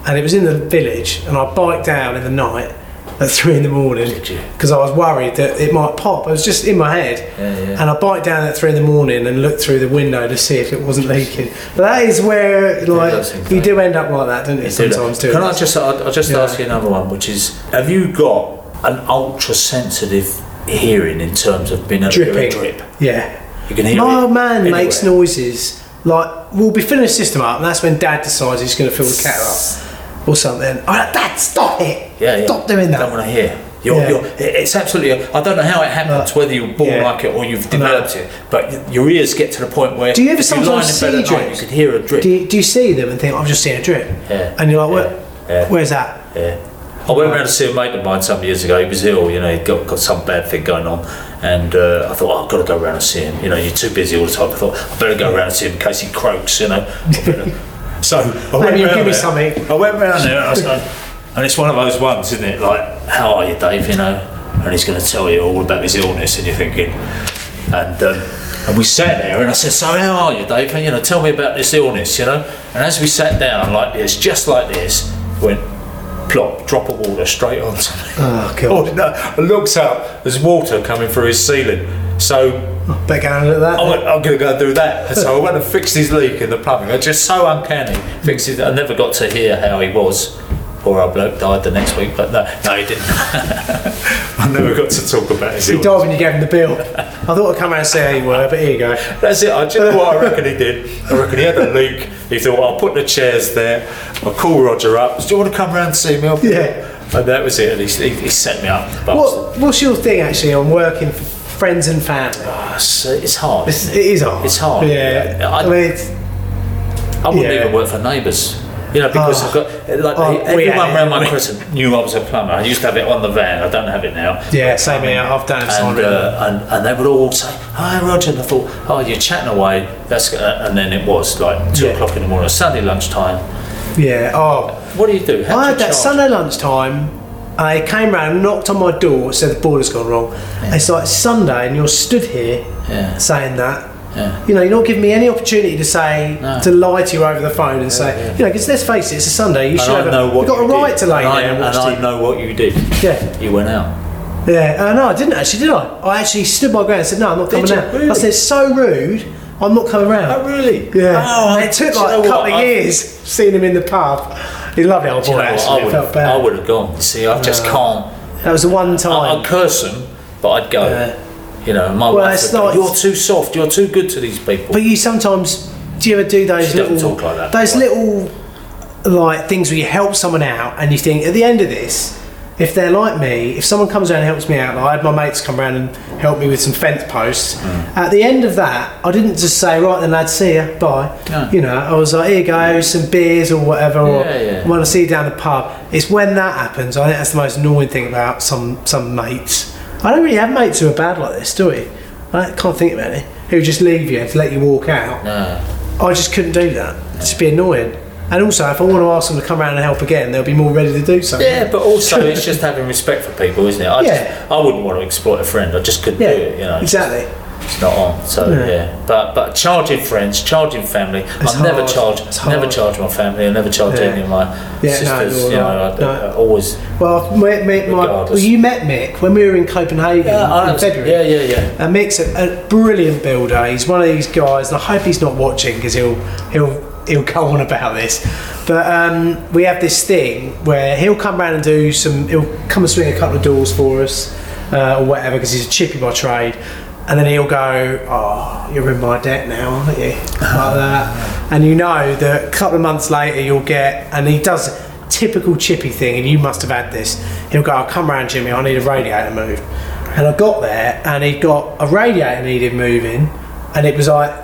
Speaker 2: and it was in the village. And I biked down in the night at three in the morning
Speaker 1: Did you?
Speaker 2: because I was worried that it might pop. It was just in my head,
Speaker 1: Yeah, yeah.
Speaker 2: and I biked down at three in the morning and looked through the window to see if it wasn't leaking. But that is where,
Speaker 1: does
Speaker 2: like,
Speaker 1: seem
Speaker 2: you
Speaker 1: like-
Speaker 2: do end up like that, don't you?
Speaker 1: Do that.
Speaker 2: Sometimes, do
Speaker 1: Can
Speaker 2: it?
Speaker 1: I just, I'll, I'll just
Speaker 2: Yeah.
Speaker 1: ask you another one, which is, have you got an ultra sensitive hearing in terms of being able to hear a
Speaker 2: dripping?
Speaker 1: drip?
Speaker 2: Yeah.
Speaker 1: You can hear
Speaker 2: My
Speaker 1: it
Speaker 2: old man
Speaker 1: anywhere.
Speaker 2: makes noises like we'll be filling the system up, and that's when Dad decides he's going to fill the kettle up or something. I'm like, Dad, stop it!
Speaker 1: Yeah, yeah.
Speaker 2: Stop doing that.
Speaker 1: Don't want to hear. You're,
Speaker 2: Yeah. Uh,
Speaker 1: you're, it- it's absolutely. I don't know how it happens, whether you're born
Speaker 2: Yeah.
Speaker 1: like it or you've developed it, but y- your ears get to the point where
Speaker 2: Do you ever
Speaker 1: if you're lying
Speaker 2: sometimes
Speaker 1: in bed
Speaker 2: see
Speaker 1: at night,
Speaker 2: drips?
Speaker 1: You could hear a drip.
Speaker 2: Do you, do you see them and think, I'm just seeing a drip?
Speaker 1: Yeah.
Speaker 2: And you're like, where,
Speaker 1: Yeah. Yeah.
Speaker 2: where's that?
Speaker 1: Yeah. I went round to see a mate of mine some years ago. He was ill, you know, he'd got, got some bad thing going on. And uh, I thought, oh, I've got to go round and see him. You know, you're too busy all the time. I thought, I better go round and see him in case he croaks, you know. I better- so I went
Speaker 2: Maybe you
Speaker 1: round
Speaker 2: give me
Speaker 1: there.
Speaker 2: something.
Speaker 1: I went round there and I was going, and it's one of those ones, isn't it? Like, how are you, Dave, you know? And he's going to tell you all about his illness, and you're thinking, and um, and we sat there, and I said, "So how are you, Dave? And, you know, tell me about this illness, you know." And as we sat down like this, just like this, went plop, drop of water straight onto me.
Speaker 2: Oh,
Speaker 1: Oh
Speaker 2: God.
Speaker 1: no! I looked up. There's water coming through his ceiling. So
Speaker 2: Better go and look at that.
Speaker 1: I went, I'm going to go and do that. And so I went and fixed his leak in the plumbing. I just so uncanny. Fixed his, I never got to hear how he was. Poor old bloke died the next week, but no, no, he didn't. I never got to talk about his
Speaker 2: He died when you gave him the bill. I thought I'd come around and see how you were, but here you go.
Speaker 1: That's it. I do you know what I reckon he did. I reckon he had a leak. He thought, I'll put the chairs there. I'll call Roger up. Do you want to come round and see me? I'll put-"
Speaker 2: Yeah.
Speaker 1: And that was it. And he, he, he set me up. But
Speaker 2: What, what's your thing actually on working for friends and family?
Speaker 1: It's, it's hard.
Speaker 2: It's, it is hard.
Speaker 1: It's hard.
Speaker 2: Yeah.
Speaker 1: Yeah, I-
Speaker 2: I, mean, it's,
Speaker 1: I wouldn't
Speaker 2: Yeah.
Speaker 1: even work for neighbours. You know, because
Speaker 2: Oh.
Speaker 1: I've got like
Speaker 2: Oh, we
Speaker 1: everyone
Speaker 2: had it.
Speaker 1: around my crescent knew I was a plumber. I used to have it on the van. I don't have it now.
Speaker 2: yeah, same here. I've done it. so
Speaker 1: And,
Speaker 2: I've-
Speaker 1: uh, and and they would all say, "Hi, Roger." And I thought, "Oh, you're chatting away." That's uh, and then it was like two
Speaker 2: Yeah.
Speaker 1: o'clock in the morning, Sunday lunchtime.
Speaker 2: yeah. Oh,
Speaker 1: What do you do? How do
Speaker 2: I
Speaker 1: you
Speaker 2: had that
Speaker 1: charge?
Speaker 2: Sunday lunchtime. I came round, knocked on my door, said the boiler's gone wrong. It's like Sunday, and you're stood here
Speaker 1: Yeah.
Speaker 2: saying that.
Speaker 1: Yeah.
Speaker 2: You know, you're not giving me any opportunity to say
Speaker 1: No.
Speaker 2: to lie to you over the phone and say, you know, because let's face it, it's a Sunday. You
Speaker 1: And
Speaker 2: should
Speaker 1: I
Speaker 2: have
Speaker 1: know
Speaker 2: a,
Speaker 1: what
Speaker 2: you've got
Speaker 1: you
Speaker 2: a right
Speaker 1: did.
Speaker 2: to lay
Speaker 1: and
Speaker 2: down and
Speaker 1: I,
Speaker 2: watch
Speaker 1: and I
Speaker 2: TV.
Speaker 1: know what you did.
Speaker 2: Yeah.
Speaker 1: You went out.
Speaker 2: Yeah, uh, no, I didn't actually, did I? I actually stood my ground and said, no, I'm not coming
Speaker 1: you?
Speaker 2: round. I
Speaker 1: Really? Oh,
Speaker 2: said, it's so rude, I'm not coming round.
Speaker 1: really?
Speaker 2: Yeah.
Speaker 1: Oh,
Speaker 2: it took
Speaker 1: do you
Speaker 2: like
Speaker 1: know
Speaker 2: a
Speaker 1: what?
Speaker 2: couple of
Speaker 1: I-
Speaker 2: years seeing him in the pub. He loved it, old
Speaker 1: Do you
Speaker 2: boy,
Speaker 1: know what?
Speaker 2: actually.
Speaker 1: I
Speaker 2: It
Speaker 1: would
Speaker 2: felt
Speaker 1: have.
Speaker 2: bad. Uh,
Speaker 1: I would have gone. You see, I just can't.
Speaker 2: That was the one
Speaker 1: I,
Speaker 2: time.
Speaker 1: I'd curse them, but I'd go.
Speaker 2: Yeah.
Speaker 1: You know, my
Speaker 2: Well,
Speaker 1: wife
Speaker 2: it's
Speaker 1: would go,
Speaker 2: not-
Speaker 1: You're too soft. You're too good to these people.
Speaker 2: But you sometimes do you ever do those
Speaker 1: She doesn't
Speaker 2: little
Speaker 1: talk like that.
Speaker 2: those
Speaker 1: Why?
Speaker 2: little like things where you help someone out and you think at the end of this, if they're like me, if someone comes around and helps me out, like I had my mates come around and help me with some fence posts.
Speaker 1: Hmm.
Speaker 2: At the end of that, I didn't just say, "Right then, lad, see ya, bye."
Speaker 1: No.
Speaker 2: You know, I was like, "Here goes some beers or whatever," or
Speaker 1: Yeah, yeah.
Speaker 2: "When I see you down the pub." It's when that happens. I think that's the most annoying thing about some some mates. I don't really have mates who are bad like this, do we? I can't think of any who just leave you to let you walk out.
Speaker 1: No.
Speaker 2: I just couldn't do that. It'd be annoying. And also, if I want to ask them to come around and help again, they'll be more ready to do something.
Speaker 1: Yeah, but also it's just having respect for people, isn't it? I
Speaker 2: Yeah.
Speaker 1: just, I wouldn't want to exploit a friend. I just couldn't
Speaker 2: Yeah,
Speaker 1: do it. You know, It's-
Speaker 2: exactly.
Speaker 1: it's not on. So
Speaker 2: No.
Speaker 1: yeah, but but charging friends, charging family.
Speaker 2: It's
Speaker 1: I never
Speaker 2: hard.
Speaker 1: charge,
Speaker 2: It's
Speaker 1: never
Speaker 2: hard.
Speaker 1: charge my family. I never charge
Speaker 2: Yeah.
Speaker 1: any of my
Speaker 2: Yeah, no,
Speaker 1: sisters.
Speaker 2: you're
Speaker 1: you know,
Speaker 2: right.
Speaker 1: I,
Speaker 2: No.
Speaker 1: I always.
Speaker 2: Well, my, my, my,
Speaker 1: Regardless.
Speaker 2: well, you met Mick when we were in Copenhagen in February.
Speaker 1: yeah, yeah, yeah.
Speaker 2: And Mick's a, a brilliant builder. He's one of these guys, and I hope he's not watching because he'll he'll he'll go on about this. But um, we have this thing where he'll come round and do some. He'll come and swing a couple of doors for us uh, or whatever because he's a chippy by trade. And then he'll go, "Oh, you're in my debt now, aren't you?" Like that. And you know that a couple of months later you'll get, and he does typical chippy thing, and you must have had this. He'll go, I'll come round, Jimmy, I need a radiator moved. And I got there, and he'd got a radiator needed moving, and it was like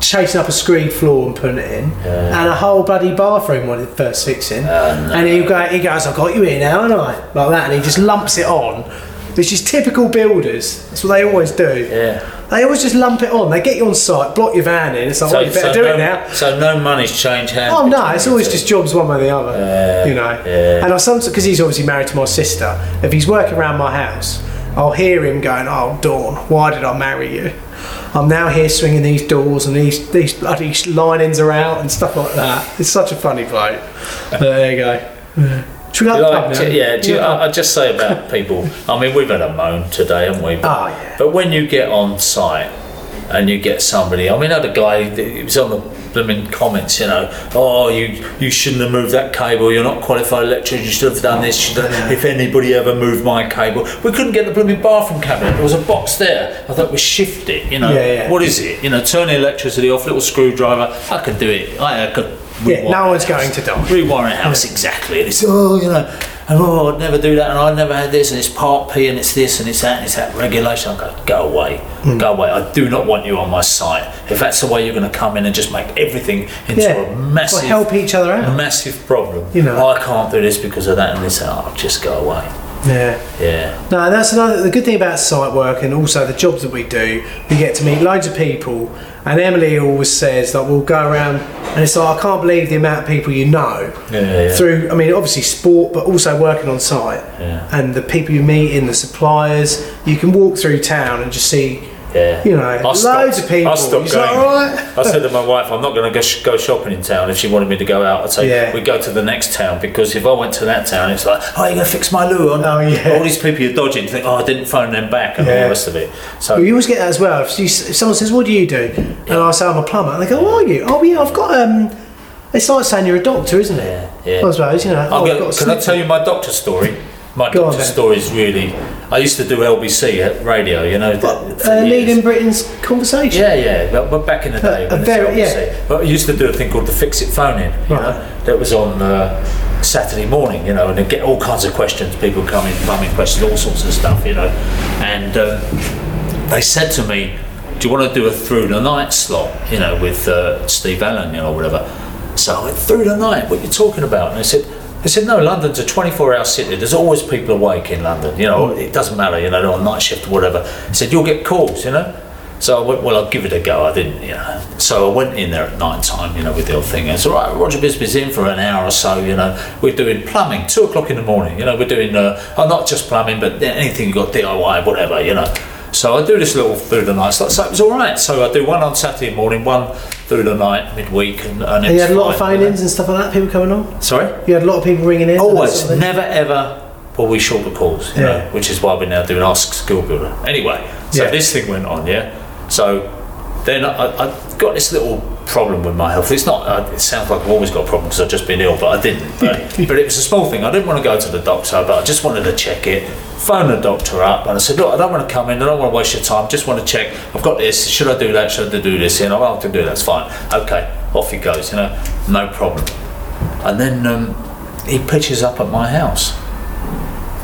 Speaker 2: chasing up a screed floor and putting it in, and a whole bloody bathroom wanted first fixing.
Speaker 1: Oh,
Speaker 2: And he'll go, he goes, I got you here now, haven't I? Like that, and he just lumps it on. It's just typical builders. That's what they always do.
Speaker 1: Yeah.
Speaker 2: They always just lump it on. They get you on site, block your van in. It's like, well, you better do
Speaker 1: no,
Speaker 2: it now.
Speaker 1: So no money's changed hands.
Speaker 2: Oh no,
Speaker 1: between
Speaker 2: it's
Speaker 1: the
Speaker 2: always
Speaker 1: two.
Speaker 2: just jobs one way or the other. you know.
Speaker 1: yeah.
Speaker 2: And I sometimes because he's obviously married to my sister. If he's working around my house, I'll hear him going, "Oh Dawn, why did I marry you? I'm now here swinging these doors and these these bloody linings are out and stuff like that. It's such a funny bloke. But there you go. Should we go
Speaker 1: Do you
Speaker 2: to the
Speaker 1: like-
Speaker 2: pub now?
Speaker 1: do- yeah, do you,
Speaker 2: Yeah.
Speaker 1: I, I just say about people. I mean, we've had a moan today, haven't we? But,
Speaker 2: Oh, yeah.
Speaker 1: but when you get on site and you get somebody, I mean, I had a guy. He was on the blooming comments, you know. Oh, you you shouldn't have moved that cable. You're not qualified electrician. You should have done this. You should have, if anybody ever moved my cable, we couldn't get the blooming bathroom cabinet. There was a box there. I thought we shift it. You know,
Speaker 2: Yeah, yeah.
Speaker 1: what is it? You know, turn the electricity off. Little screwdriver. I could do it. I, I could.
Speaker 2: Yeah,
Speaker 1: rewire
Speaker 2: no one's
Speaker 1: that.
Speaker 2: going to die.
Speaker 1: Rewiring house exactly. And it's oh, you know, and oh, I'd never do that, and I never had this, and it's part P, and it's this, and it's that, and it's that regulation. I go, go away,
Speaker 2: Hmm.
Speaker 1: go away. I do not want you on my site. If that's the way you're going to come in and just make everything into
Speaker 2: Yeah.
Speaker 1: a massive, Mm.
Speaker 2: Well, help each other out.
Speaker 1: a massive problem.
Speaker 2: You know.
Speaker 1: I can't do this because of that and this. Oh, just go away.
Speaker 2: Yeah.
Speaker 1: Yeah,
Speaker 2: No, that's another. The good thing about site work and also the jobs that we do, we get to meet loads of people. And Emily always says that we'll go around, and it's like I can't believe the amount of people you know
Speaker 1: yeah, yeah.
Speaker 2: through. I mean, obviously sport, but also working on site,
Speaker 1: Yeah.
Speaker 2: and the people you meet in the suppliers. You can walk through town and just see,
Speaker 1: Yeah.
Speaker 2: you know,
Speaker 1: I
Speaker 2: loads
Speaker 1: stopped-
Speaker 2: of people.
Speaker 1: I stopped
Speaker 2: Is that
Speaker 1: going.
Speaker 2: alright?
Speaker 1: I said to my wife, I'm not going to go, sh- go shopping in town. If she wanted me to go out, I'd say,
Speaker 2: Yeah.
Speaker 1: we go to the next town because if I went to that town, it's like, oh, you're going to fix my loo. Oh, no.
Speaker 2: Oh, yeah.
Speaker 1: All these people you're dodging think, oh, I didn't phone them back and all
Speaker 2: Yeah.
Speaker 1: the rest of it. So,
Speaker 2: Well, you always get that as well. If, you, if someone says, "What do you do?" and I say, "I'm a plumber," and they go, "What are you?" Oh, yeah, I've got. um It's like saying you're a doctor, isn't it?
Speaker 1: yeah.
Speaker 2: I suppose you know.
Speaker 1: I'll
Speaker 2: oh,
Speaker 1: go-
Speaker 2: I've got a
Speaker 1: can I
Speaker 2: sniffle.
Speaker 1: tell you my doctor story? My
Speaker 2: Go on
Speaker 1: doctor
Speaker 2: then.
Speaker 1: story is really. I used to do LBC at radio, you know. th- for
Speaker 2: uh,
Speaker 1: years.
Speaker 2: leading Britain's conversation.
Speaker 1: Yeah, yeah, but, but back in the day,
Speaker 2: A-
Speaker 1: when
Speaker 2: a
Speaker 1: it's
Speaker 2: very-
Speaker 1: obviously- But I used to do a thing called the fix it phone in. you
Speaker 2: Right.
Speaker 1: know, That was on uh, Saturday morning, you know, and they get all kinds of questions. People come in, bumming questions, all sorts of stuff, you know. And um, they said to me, "Do you want to do a through the night slot, you know, with uh, Steve Allen, you know, whatever?" So I went through the night. What are you talking about? And they said. They said, no, London's a 24 hour city. There's always people awake in London. You
Speaker 2: Hmm.
Speaker 1: know, it doesn't matter, you know, they're on night shift or whatever. They said, you'll get calls, you know. So I went, well, I'll give it a go. I didn't, you know. So I went in there at night time, you know, with the old thing. It's all right, Roger Bisbee's in for an hour or so, you know. We're doing plumbing, two o'clock in the morning, you know. We're doing, uh, oh, not just plumbing, but anything you got DIY, whatever, you know. So I do this little through the night. So so it was all right. So I do one on Saturday morning, one through the night, midweek, and, and
Speaker 2: And you
Speaker 1: it's
Speaker 2: had a lot of
Speaker 1: fine,
Speaker 2: phone
Speaker 1: you know.
Speaker 2: ins and stuff like that, people coming on.
Speaker 1: Sorry?
Speaker 2: You had a lot of people ringing in.
Speaker 1: Always,
Speaker 2: And that sort of thing.
Speaker 1: never ever were we short of calls, you
Speaker 2: Yeah.
Speaker 1: know, which is why we're now doing Ask Skill Builder. Anyway, so
Speaker 2: Yeah.
Speaker 1: this thing went on, yeah. So then I, I got this little problem with my health. It's not, uh, it sounds like I've always got a problem because I've just been ill, but I didn't. But, but it was a small thing. I didn't want to go to the doctor, but I just wanted to check it. Phone the doctor up and I said, Look, I don't want to come in, I don't want to waste your time, just want to check. I've got this, should I do that, should I do this? You know, I'll have to do that, it's fine. Okay, off he goes, you know, no problem. And then um, he pitches up at my house.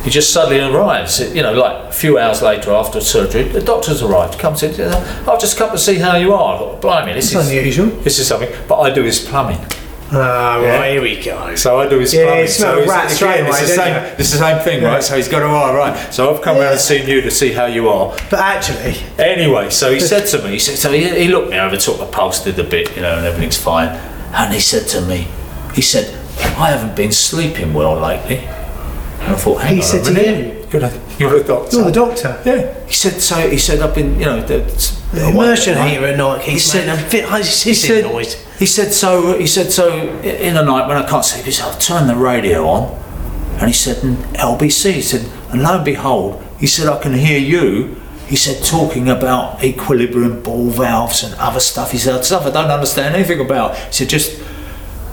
Speaker 1: He just suddenly arrives, you know, like a few hours later after surgery. The doctor's arrived, comes in, says, "Oh, I've just come to see how you are. I thought, Blimey, this
Speaker 2: It's
Speaker 1: is,
Speaker 2: unusual.
Speaker 1: this is something. But I do his plumbing.
Speaker 2: Ah, right, here we go.
Speaker 3: So I do his
Speaker 2: Yeah,
Speaker 3: plumbing.
Speaker 2: you
Speaker 3: so
Speaker 2: smell
Speaker 3: it's-
Speaker 2: rat straight
Speaker 3: again, it's,
Speaker 2: away,
Speaker 3: the
Speaker 2: don't
Speaker 3: same,
Speaker 2: you?
Speaker 3: it's the same thing, right? So he's got to,
Speaker 1: "Oh,
Speaker 3: all right. So I've come round and seen you to see how you are.
Speaker 2: But actually,
Speaker 1: Anyway, so he said to me, he said, so he, he looked me over, took my pulse, did a bit, you know, and everything's fine. And he said to me, he said, I haven't been sleeping well lately. And I thought, hang
Speaker 2: he
Speaker 1: on
Speaker 2: said
Speaker 1: a
Speaker 2: to
Speaker 1: minute.
Speaker 2: you,
Speaker 3: You're a, you're a doctor.
Speaker 2: You're the doctor.
Speaker 3: yeah.
Speaker 1: He said, so he said, I've been, you know, the,
Speaker 2: The immersion heater at night
Speaker 1: He
Speaker 2: keeps
Speaker 1: said,
Speaker 2: making a fit. I just
Speaker 1: he
Speaker 2: hissing
Speaker 1: said,
Speaker 2: noise.
Speaker 1: he said, so he said, so i- in the night when I can't sleep, he said, I'll turn the radio on, and he said, "And LBC. He said, and lo and behold, he said, I can hear you. He said, talking about equilibrium ball valves and other stuff. He said, stuff I don't understand anything about. He said, just,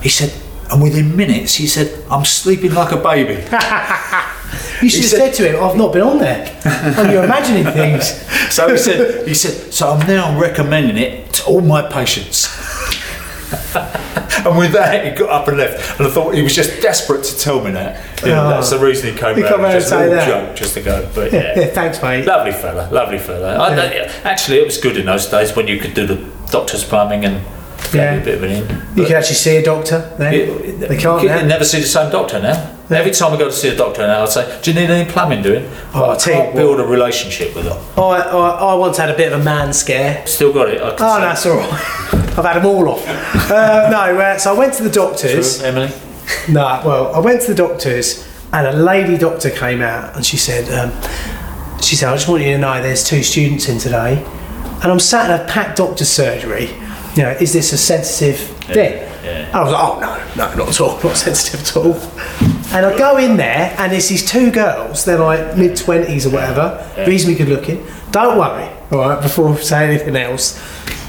Speaker 1: he said, and within minutes, he said, I'm sleeping like a baby.
Speaker 2: You should have said, to him, I've not been on there. oh, you're imagining things.
Speaker 1: So he said, he said, so I'm now recommending it to all my patients. and with that, he got up and left. And I thought he was just desperate to tell me that. You know,
Speaker 2: Ah.
Speaker 1: that's the reason he came
Speaker 2: He
Speaker 1: round.
Speaker 2: come round
Speaker 1: just
Speaker 2: and
Speaker 1: a
Speaker 2: say
Speaker 1: little
Speaker 2: that.
Speaker 1: joke, just to go. But
Speaker 2: Yeah,
Speaker 1: yeah,
Speaker 2: thanks, mate.
Speaker 1: lovely fella, lovely fella. I don't- actually, it was good in those days when you could do the doctor's plumbing and gave you
Speaker 2: Yeah.
Speaker 1: a bit of an in.
Speaker 2: you can actually see a doctor there.
Speaker 1: It-
Speaker 2: they
Speaker 1: you
Speaker 2: can't
Speaker 1: can
Speaker 2: now.
Speaker 1: never see the same doctor now.
Speaker 2: Yeah.
Speaker 1: Every time I go to see a doctor now, I say, "Do you need any plumbing doing?"
Speaker 2: Oh,
Speaker 1: Well,
Speaker 2: I
Speaker 1: I
Speaker 2: tell you
Speaker 1: can't
Speaker 2: what.
Speaker 1: build a relationship with them.
Speaker 2: I, I, I once had a bit of a man scare.
Speaker 1: Still got it. I can
Speaker 2: Oh,
Speaker 1: say.
Speaker 2: no, it's all right. I've had them all off. Uh, no, uh, so I went to the doctor's.
Speaker 1: True, Emily.
Speaker 2: No, well, I went to the doctor's and a lady doctor came out and she said, um, she said, I just want you to know there's two students in today and I'm sat in a packed doctor's surgery. You know, is this a sensitive thing?
Speaker 1: yeah.
Speaker 2: And I was like, oh no, no, not at all, not sensitive at all. And I go in there and it's these two girls, they're like mid 20s or whatever,
Speaker 1: Yeah.
Speaker 2: reasonably good looking. Don't worry, all right, before I say anything else.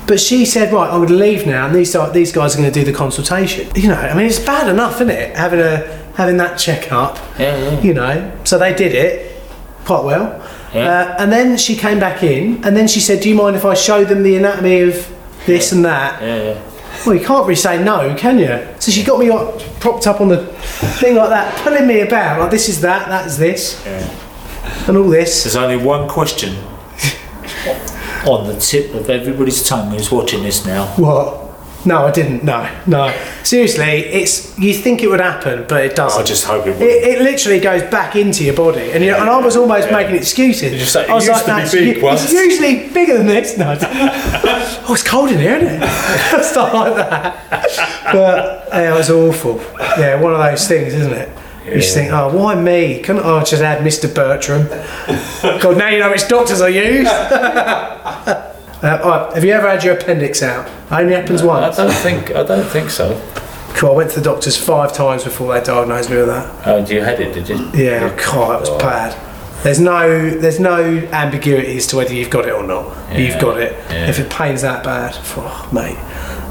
Speaker 2: But she said, right, I'm going to leave now, and these are, these guys are going to do the consultation. You know, I mean, it's bad enough, isn't it? Having a having that check up.
Speaker 1: Yeah, yeah.
Speaker 2: You know, so they did it quite well.
Speaker 1: Yeah.
Speaker 2: Uh, and then she came back in, and then she said, do you mind if I show them the anatomy of this and that?
Speaker 1: Yeah, yeah.
Speaker 2: Well, you can't really say no, can you? So she got me like, propped up on the thing like that, pulling me about. Like, this is that, that is this, and all this.
Speaker 3: There's only one question
Speaker 1: On the tip of everybody's tongue who's watching this now.
Speaker 2: What? No, I didn't. No, no. Seriously, it's you think it would happen, but it doesn't.
Speaker 3: I just hope it wouldn't.
Speaker 2: It, it literally goes back into your body, and you know, and I was almost making excuses.
Speaker 3: just like,
Speaker 2: I was
Speaker 3: "It used to be
Speaker 2: "That's-
Speaker 3: big
Speaker 2: it's
Speaker 3: once."
Speaker 2: usually bigger than this. No, I don't- oh, it's cold in here, isn't it? Stuff like that. But yeah, it was awful. Yeah, one of those things, isn't it? You just think, oh, why me? Couldn't I just add Mr. Bertram? God, now you know which doctors I use. Uh, all right, have you ever had your appendix out? Only happens
Speaker 1: I
Speaker 2: once.
Speaker 1: don't think I don't think so.
Speaker 2: Cool, I went to the doctors five times before they diagnosed me with that.
Speaker 1: Oh, you had it, did you? Oh.
Speaker 2: Yeah, God, it was bad. There's no, there's no ambiguity as to whether you've got it or not. you've got it.
Speaker 1: yeah.
Speaker 2: If it pains that bad, oh, mate.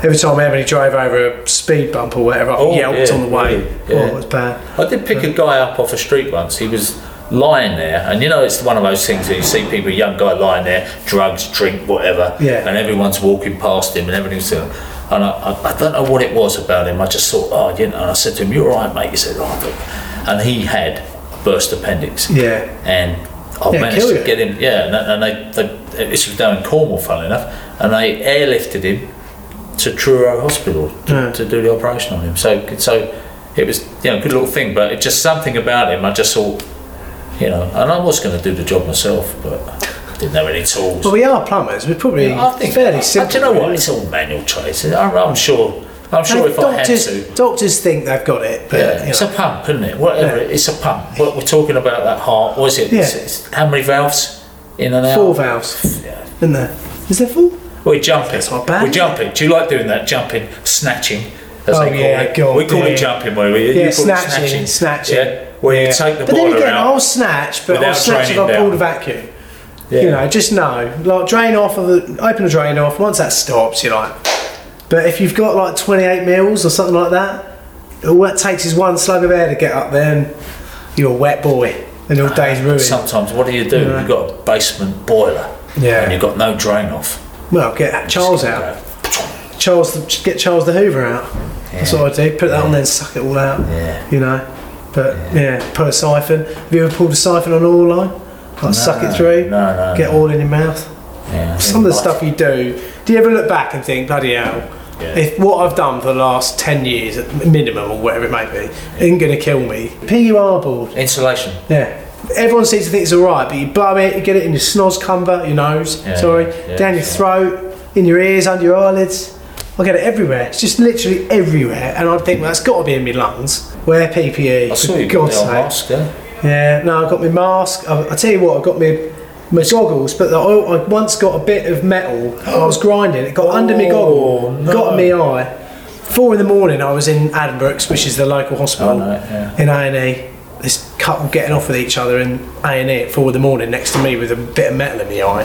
Speaker 2: Every time Emily drove over a speed bump or whatever, I
Speaker 1: Oh,
Speaker 2: yelped
Speaker 1: yeah,
Speaker 2: on the way.
Speaker 1: yeah, yeah.
Speaker 2: Oh, it was bad.
Speaker 1: I did pick a guy up off a street once. He was lying there, and you know it's one of those things that you see people, a young guy lying there, drugs, drink, whatever,
Speaker 2: Yeah.
Speaker 1: and everyone's walking past him, and everything's there. And I, I, I don't know what it was about him. I just thought, oh, you know. And I said to him, "You're all right, mate." He said, "Oh," I'm good." and he had a burst appendix.
Speaker 2: Yeah.
Speaker 1: and I
Speaker 2: Yeah,
Speaker 1: managed
Speaker 2: kill
Speaker 1: to
Speaker 2: you.
Speaker 1: get him. Yeah, and, and they, they this was down in Cornwall, funnily enough, and they airlifted him to Truro Hospital to,
Speaker 2: Yeah.
Speaker 1: to do the operation on him. So, so it was you know a good little thing, but it just something about him. I just thought, you know, and I was going to do the job myself, but I didn't have any tools.
Speaker 2: Well, we are plumbers. We're probably
Speaker 1: I think
Speaker 2: fairly simple.
Speaker 1: Do you know what?
Speaker 2: really.
Speaker 1: It's all manual trades. I'm, I'm sure. I'm
Speaker 2: And
Speaker 1: sure if I had
Speaker 2: doctors,
Speaker 1: to.
Speaker 2: doctors think they've got it, but
Speaker 1: Yeah,
Speaker 2: you
Speaker 1: it's
Speaker 2: know,
Speaker 1: a pump, isn't it? Whatever,
Speaker 2: Yeah.
Speaker 1: it- it's a pump. What we're talking about that heart, was it?
Speaker 2: Yeah.
Speaker 1: It's, it's how many valves in and out?
Speaker 2: four valves,
Speaker 1: Yeah.
Speaker 2: isn't there? Is there four?
Speaker 1: We're jumping.
Speaker 2: That's not bad.
Speaker 1: We're jumping. Do you like doing that? Jumping, snatching. As
Speaker 2: Oh,
Speaker 1: they call
Speaker 2: yeah,
Speaker 1: it.
Speaker 2: God,
Speaker 1: we call
Speaker 2: yeah.
Speaker 1: it jumping, where we
Speaker 2: Yeah,
Speaker 1: you call it snatching,
Speaker 2: snatching, snatching.
Speaker 1: Yeah, where you take the
Speaker 2: But
Speaker 1: boiler
Speaker 2: then again,
Speaker 1: out.
Speaker 2: I'll snatch, but I'll
Speaker 1: without
Speaker 2: snatch if
Speaker 1: draining
Speaker 2: I pull
Speaker 1: down.
Speaker 2: the vacuum. You know, just know, like drain off of the, open the drain off. Once that stops, you're like. But if you've got like 28 mils or something like that, all that takes is one slug of air to get up there, and you're a wet boy, and
Speaker 1: Ah,
Speaker 2: your day's ruined.
Speaker 1: Sometimes, what do you do?
Speaker 2: Yeah.
Speaker 1: You've got a basement boiler,
Speaker 2: Yeah.
Speaker 1: and you've got no drain off.
Speaker 2: well, get Charles out. Charles, the, get Charles the Hoover out. That's
Speaker 1: Yeah.
Speaker 2: what I do. Put that on there and suck it all out.
Speaker 1: Yeah.
Speaker 2: You know. But yeah. pull a siphon. Have you ever pulled a siphon on an oil line? Like suck it through.
Speaker 1: no, no,
Speaker 2: Get
Speaker 1: no.
Speaker 2: oil in your mouth.
Speaker 1: Yeah,
Speaker 2: Some of the stuff you do, do you ever look back and think, bloody hell,
Speaker 1: Yeah.
Speaker 2: if what I've done for the last 10 years at minimum or whatever it may be isn't going to kill me? PUR board,
Speaker 1: Insulation.
Speaker 2: yeah. Everyone seems to think it's alright, but you blow it, you get it in your snoz cumber, your nose,
Speaker 1: Yeah,
Speaker 2: sorry,
Speaker 1: yeah,
Speaker 2: down your
Speaker 1: sure.
Speaker 2: throat, in your ears, under your eyelids. I get it everywhere. It's just literally everywhere, and I think well, that's got to be in my lungs. Wear PPE.
Speaker 1: I saw
Speaker 2: E, for
Speaker 1: you got
Speaker 2: God's
Speaker 1: the old
Speaker 2: sake.
Speaker 1: mask there.
Speaker 2: Yeah, no, I got my mask. I, I tell you what, I got my my goggles, but the, oil- I once got a bit of metal. I was grinding. It got under
Speaker 1: Oh,
Speaker 2: my goggle, got in my eye. Four in the morning, I was in Addenbrooke's, which is the local hospital
Speaker 1: Oh, no, yeah.
Speaker 2: in A and E. This couple getting off with each other in A and E at four in the morning next to me with a bit of metal in my eye.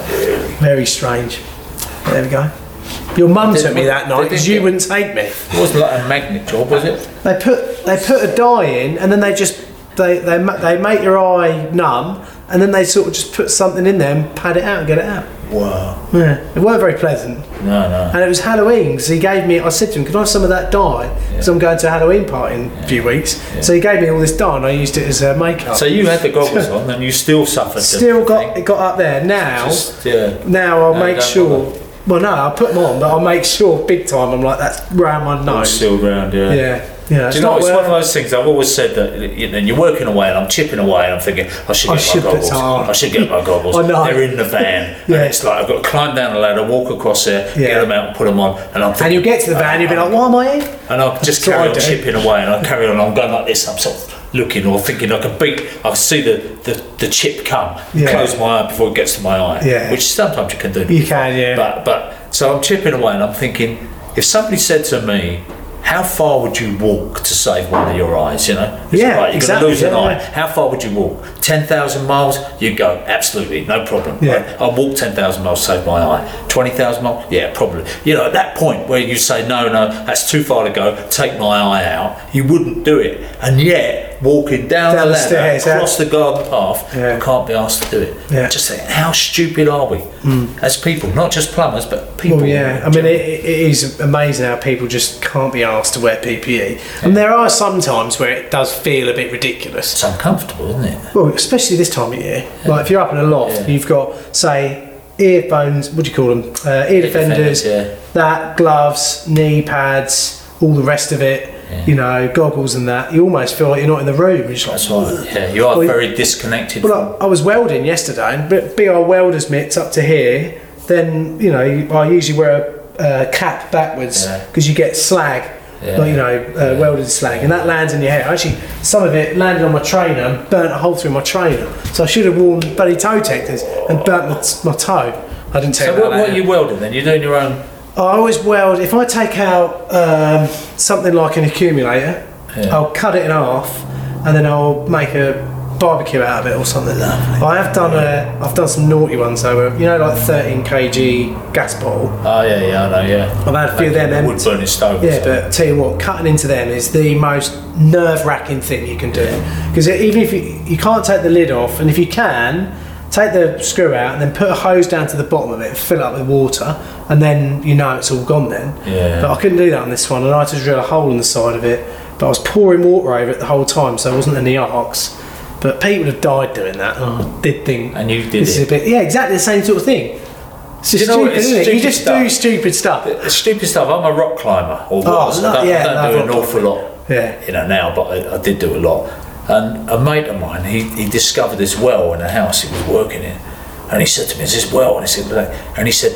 Speaker 2: Very strange. There we go. Your mum
Speaker 1: Didn't
Speaker 2: took me
Speaker 1: we-
Speaker 2: that night
Speaker 1: did
Speaker 2: because
Speaker 1: you
Speaker 2: you
Speaker 1: get-
Speaker 2: wouldn't take me.
Speaker 1: It wasn't like a magnet job, was it?
Speaker 2: They put they put a dye in, and then they just they they ma- they make your eye numb, and then they sort of just put something in there and pad it out and get it out.
Speaker 1: Wow.
Speaker 2: Yeah, it weren't very pleasant,
Speaker 1: No, no.
Speaker 2: and it was Halloween. So he gave me. I said to him, "Can I have some of that dye?" Because I'm going to a Halloween party in a few weeks. So he gave me all this dye, and I used it as uh, makeup.
Speaker 1: So you had the goggles on, and you still suffered. the
Speaker 2: still got
Speaker 1: thing.
Speaker 2: it got up there now.
Speaker 1: Just, yeah.
Speaker 2: now I'll
Speaker 1: No,
Speaker 2: make
Speaker 1: don't
Speaker 2: sure.
Speaker 1: bother.
Speaker 2: Well, no, I'll put them on, but I'll make sure big time. I'm like that's round my
Speaker 1: All
Speaker 2: nose.
Speaker 1: still round, yeah.
Speaker 2: Yeah, yeah.
Speaker 1: Oh, Do you know, it's one of those things I've always said that you know, you're working away and I'm chipping away and I'm thinking, I should
Speaker 2: I
Speaker 1: get my
Speaker 2: should put
Speaker 1: goggles.
Speaker 2: some on.
Speaker 1: I should get my goggles.
Speaker 2: I know.
Speaker 1: They're in the van.
Speaker 2: Yeah.
Speaker 1: And it's like, I've got to climb down the ladder, walk across there,
Speaker 2: Yeah.
Speaker 1: get them out and put them on. And I'm
Speaker 2: and
Speaker 1: thinking,
Speaker 2: you'll get to the van, you'll be like, "Why am I here?"
Speaker 1: and I'll just
Speaker 2: That's what
Speaker 1: carry
Speaker 2: I
Speaker 1: on
Speaker 2: do.
Speaker 1: chipping away and I'll carry on. I'm going like this. I'm sort of looking or thinking I can beat, I can see the, the, the chip come,
Speaker 2: Yeah.
Speaker 1: close my eye before it gets to my eye,
Speaker 2: Yeah.
Speaker 1: which sometimes you can do.
Speaker 2: You can, yeah.
Speaker 1: But, but so I'm chipping away and I'm thinking, if somebody said to me, how far would you walk to save one of your eyes? You know, It's
Speaker 2: Yeah,
Speaker 1: like, you're
Speaker 2: exactly,
Speaker 1: going to lose
Speaker 2: yeah,
Speaker 1: an
Speaker 2: yeah.
Speaker 1: eye. How far would you walk? Ten thousand miles? You go absolutely no problem.
Speaker 2: Yeah.
Speaker 1: Right? I'll walk ten thousand miles, save my eye. Twenty thousand miles? Yeah, probably. You know, at that point where you say no, no, that's too far to go. Take my eye out. You wouldn't do it, and yet walking down,
Speaker 2: Down
Speaker 1: the
Speaker 2: the
Speaker 1: ladder,
Speaker 2: stairs, yeah.
Speaker 1: across the garden path.
Speaker 2: Yeah.
Speaker 1: I can't be asked to do it.
Speaker 2: Yeah. Hmm.
Speaker 1: Just think, how stupid are we as people? Not just plumbers, but people.
Speaker 2: Well, Oh, yeah, I mean, it, it it is amazing how people just can't be asked to wear PPE. And there are some times where it does feel a bit ridiculous.
Speaker 1: it's uncomfortable, isn't it?
Speaker 2: Well, especially this time of year. Like if you're up in a loft,
Speaker 1: Yeah.
Speaker 2: you've got say earphones. What do you call them? Uh, ear defenders.
Speaker 1: defenders, yeah.
Speaker 2: That gloves, knee pads, all the rest of it. You know, goggles and that. You almost feel like you're not in the room. You're just like,
Speaker 1: That's right. Yeah, you are
Speaker 2: Well,
Speaker 1: very disconnected.
Speaker 2: well, I, I was welding yesterday, and but be our welder's mitts up to here. Then you know I usually wear a, a cap backwards
Speaker 1: Yeah.
Speaker 2: because you get slag,
Speaker 1: Yeah.
Speaker 2: like you know uh, welded slag, and that lands in your hair. Actually, some of it landed on my trainer and burnt a hole through my trainer. So I should have worn bloody toe protectors and burnt my, t- my toe. I didn't tell
Speaker 1: so
Speaker 2: you
Speaker 1: what,
Speaker 2: about
Speaker 1: what
Speaker 2: that.
Speaker 1: are you welding then? You're doing your own.
Speaker 2: I always weld. If I take out um, something like an accumulator,
Speaker 1: Yeah.
Speaker 2: I'll cut it in half, and then I'll make a barbecue out of it or something. Lovely. I have done a. I've done some naughty ones though. where- You know, like 13 kg gas bottle.
Speaker 1: Oh yeah, yeah, I know, yeah.
Speaker 2: I've had a few of them.
Speaker 1: Wood
Speaker 2: empty.
Speaker 1: burning stove.
Speaker 2: Yeah, but tell you what, cutting into them is the most nerve-wracking thing you can do because even if you, you can't take the lid off, and if you can, take the screw out and then put a hose down to the bottom of it, fill it up with water, and then you know it's all gone. Then,
Speaker 1: Yeah.
Speaker 2: but I couldn't do that on this one, and I had to drill a hole in the side of it. But I was pouring water over it the whole time, so it wasn't any arcs. But people have died doing that. and I did think
Speaker 1: And you did
Speaker 2: this is
Speaker 1: it.
Speaker 2: a bit, yeah, exactly the same sort of thing. It's just
Speaker 1: You know what,
Speaker 2: stupid,
Speaker 1: it's
Speaker 2: isn't it? You
Speaker 1: stupid
Speaker 2: just do stupid stuff.
Speaker 1: Stupid stuff. I'm a rock climber, or was.
Speaker 2: no-
Speaker 1: I don't,
Speaker 2: Oh, yeah,
Speaker 1: I don't
Speaker 2: no,
Speaker 1: do
Speaker 2: rock
Speaker 1: an awful lot,
Speaker 2: Yeah.
Speaker 1: you know, now, but I, I did do a lot. And a mate of mine, he, he discovered this well in a house he was working in, and he said to me, "Is this well?" And he said, "Black," and he said,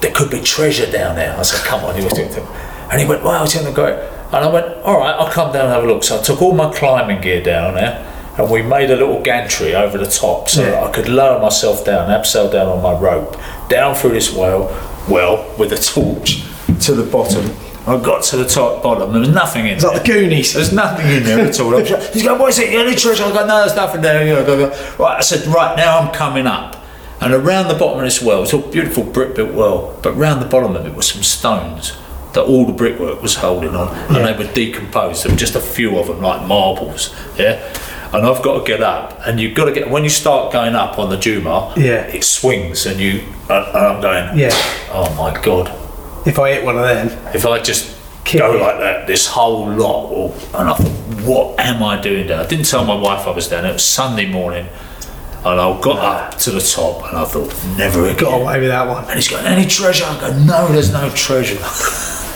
Speaker 1: "There could be treasure down there." I said, "Come on," he was doing it. and he went, "Wow, it's in the great." And I went, "All right, I'll come down and have a look." So I took all my climbing gear down there. And we made a little gantry over the top so that
Speaker 2: Yeah.
Speaker 1: I could lower myself down, abseil down on my rope, down through this well, well, with a torch to the bottom. I got to the top bottom. There was nothing in
Speaker 2: It's
Speaker 1: there.
Speaker 2: like the Goonies.
Speaker 1: There's nothing in there at all. I'm sure- He's going, what is it? Any treasure? I go, no, there's nothing there. You know, go, go. Right, I said, right, now I'm coming up. And around the bottom of this well, it's a beautiful brick built well, but round the bottom of it were some stones that all the brickwork was holding on and they were decomposed. There were just a few of them, like marbles, yeah? And I've got to get up, and you've got to get when you start going up on the Jumar,
Speaker 2: Yeah.
Speaker 1: it swings, and you uh, and I'm going,
Speaker 2: Yeah.
Speaker 1: oh my god,
Speaker 2: If I hit one of them,
Speaker 1: if I just
Speaker 2: Kick
Speaker 1: go
Speaker 2: it.
Speaker 1: like that, this whole lot, will, and I thought, what am I doing down? I didn't tell my wife I was down. there. It was Sunday morning, and I got up to the top, and I thought, never again.
Speaker 2: got away with that one.
Speaker 1: And he's going, any treasure? I go, no, there's no treasure.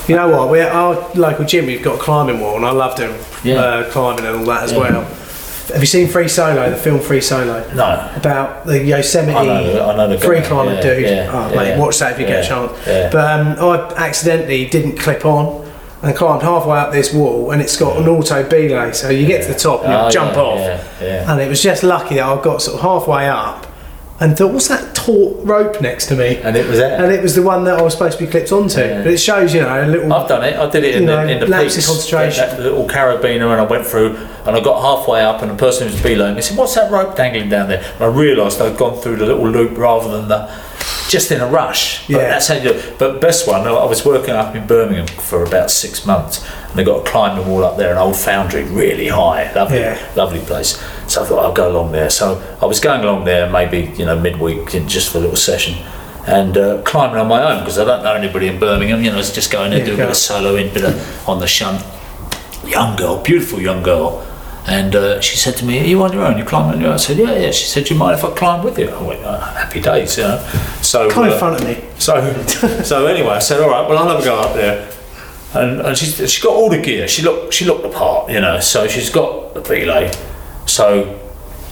Speaker 2: You know what? We at our local gym, we've got a climbing wall, and I love doing
Speaker 1: Yeah.
Speaker 2: uh, climbing and all that as
Speaker 1: Yeah.
Speaker 2: well. Have you seen Free Solo, the film Free Solo?
Speaker 1: No.
Speaker 2: About the Yosemite
Speaker 1: I know- I know the guy.
Speaker 2: free climber
Speaker 1: Yeah,
Speaker 2: dude.
Speaker 1: yeah,
Speaker 2: oh, mate,
Speaker 1: yeah,
Speaker 2: watch that if you get a
Speaker 1: yeah,
Speaker 2: chance.
Speaker 1: yeah.
Speaker 2: But um, I accidentally didn't clip on and climbed halfway up this wall, and it's got an auto belay, so you get to the top and you
Speaker 1: Oh,
Speaker 2: jump
Speaker 1: yeah,
Speaker 2: off.
Speaker 1: yeah, yeah.
Speaker 2: And it was just lucky that I got sort of halfway up and thought, what's that taut rope next to me?
Speaker 1: And it was there.
Speaker 2: and it was the one that I was supposed to be clipped onto.
Speaker 1: Yeah.
Speaker 2: But it shows, you know, a little.
Speaker 1: I've done it. I did it in
Speaker 2: You
Speaker 1: the,
Speaker 2: know,
Speaker 1: in the
Speaker 2: lapse in
Speaker 1: peaks.
Speaker 2: concentration.
Speaker 1: That little carabiner, and I went through, and I got halfway up, and the person who was below me said, "What's that rope dangling down there?" And I realised I'd gone through the little loop rather than the. Just in a rush. But
Speaker 2: Yeah.
Speaker 1: That's how you. do it. But best one. I I was working up in Birmingham for about six months, and I got a climbing wall up there, an old foundry, really high, lovely,
Speaker 2: Yeah.
Speaker 1: lovely place. So I thought I'll go along there. So I was going along there, maybe you know midweek, in- just for a little session, and uh, climbing on my own because I don't know anybody in Birmingham. You know, it's just going there,
Speaker 2: Yeah,
Speaker 1: do a
Speaker 2: go.
Speaker 1: bit of soloing, bit of on the shunt. Young girl, beautiful young girl. And uh, she said to me, Are you on your own? You climb on your own? I said, Yeah, yeah. She said, Do you mind if I climb with you? I went, oh, Happy days, you know. So,
Speaker 2: Kind
Speaker 1: uh,
Speaker 2: of front of me.
Speaker 1: so, so anyway, I said, all right, well, I'll have a go up there. And, and she's, she's got all the gear. She looked, she looked the part, you know. So she's got the relay. So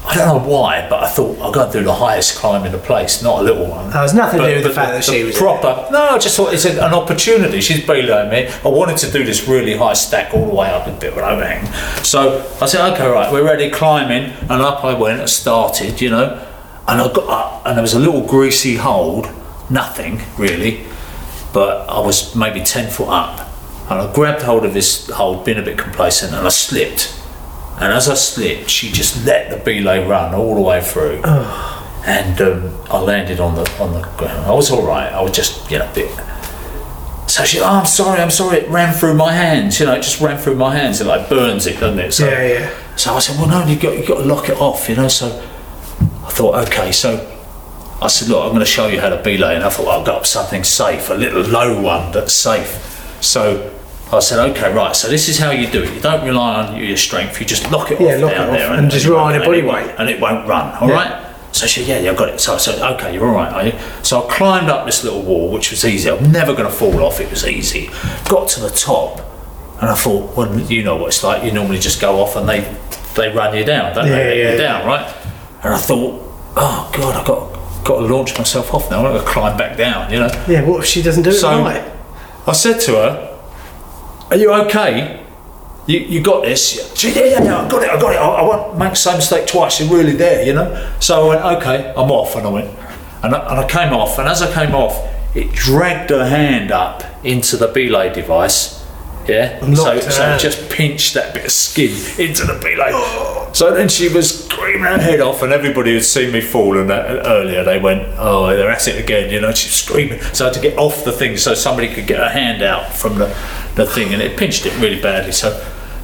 Speaker 1: I don't know why, but I thought I'll go and do the highest climb in the place, not a little one.
Speaker 2: That has nothing to
Speaker 1: But-
Speaker 2: do with the
Speaker 1: but
Speaker 2: fact that she was.
Speaker 1: proper. No, I just thought it's an, an opportunity. She's below me. I wanted to do this really high stack all the way up, a bit of an overhang. So I said, okay, right, we're ready, climbing, and up I went. I started, you know, and I got up, and there was a little greasy hold, nothing really, but I was maybe ten foot up, and I grabbed hold of this hold, been a bit complacent, and I slipped. And as I slipped, she just let the belay run all the way through and um, I landed on the on the ground. I was all right. I was just you know a bit. So she, oh, I'm sorry, I'm sorry. It ran through my hands. You know, it just ran through my hands. It like burns it, doesn't it? So,
Speaker 2: Yeah, yeah.
Speaker 1: So I said, well, no, you've got, you've got to lock it off, you know. So I thought, okay, so I said, look, I'm going to show you how to belay. And I thought, I'll go up something safe, a little low one that's safe. So I said, okay, right. So this is how you do it. You don't rely on your strength. You just lock it
Speaker 2: Yeah,
Speaker 1: off
Speaker 2: lock
Speaker 1: down
Speaker 2: it off
Speaker 1: there.
Speaker 2: and just rely on your body
Speaker 1: it won't-
Speaker 2: weight.
Speaker 1: And it won't run, All
Speaker 2: Yeah.
Speaker 1: right. So she, yeah, yeah, I got it. So I said, okay, you're all right, are you? So I climbed up this little wall, which was easy. I'm never going to fall off. It was easy. Got to the top, and I thought, well, you know what it's like. You normally just go off and they they run you down, don't
Speaker 2: Yeah,
Speaker 1: they? They
Speaker 2: yeah,
Speaker 1: you
Speaker 2: yeah.
Speaker 1: down, right? And I thought, oh god, I got got to launch myself off now. I'm going to climb back down, you know.
Speaker 2: Yeah, what if she doesn't do it
Speaker 1: So-
Speaker 2: right?
Speaker 1: I said to her, "Are you okay? You, you got this?" She "Yeah, yeah, yeah, I got it, I got it. I, I won't make the same mistake twice. You're really there, you know." So I went, "Okay, I'm off," and I went, and I, and I came off, and as I came off, it dragged her hand up into the belay device. Yeah,
Speaker 2: And
Speaker 1: so,
Speaker 2: locked her
Speaker 1: so it
Speaker 2: hand.
Speaker 1: just pinched that bit of skin into the belay. So then she was screaming her head off, and everybody who'd seen me fall and that, earlier, they went, "Oh, they're at it again!" You know, she was screaming. So I had to get off the thing so somebody could get her hand out from the, the thing, and it pinched it really badly. So,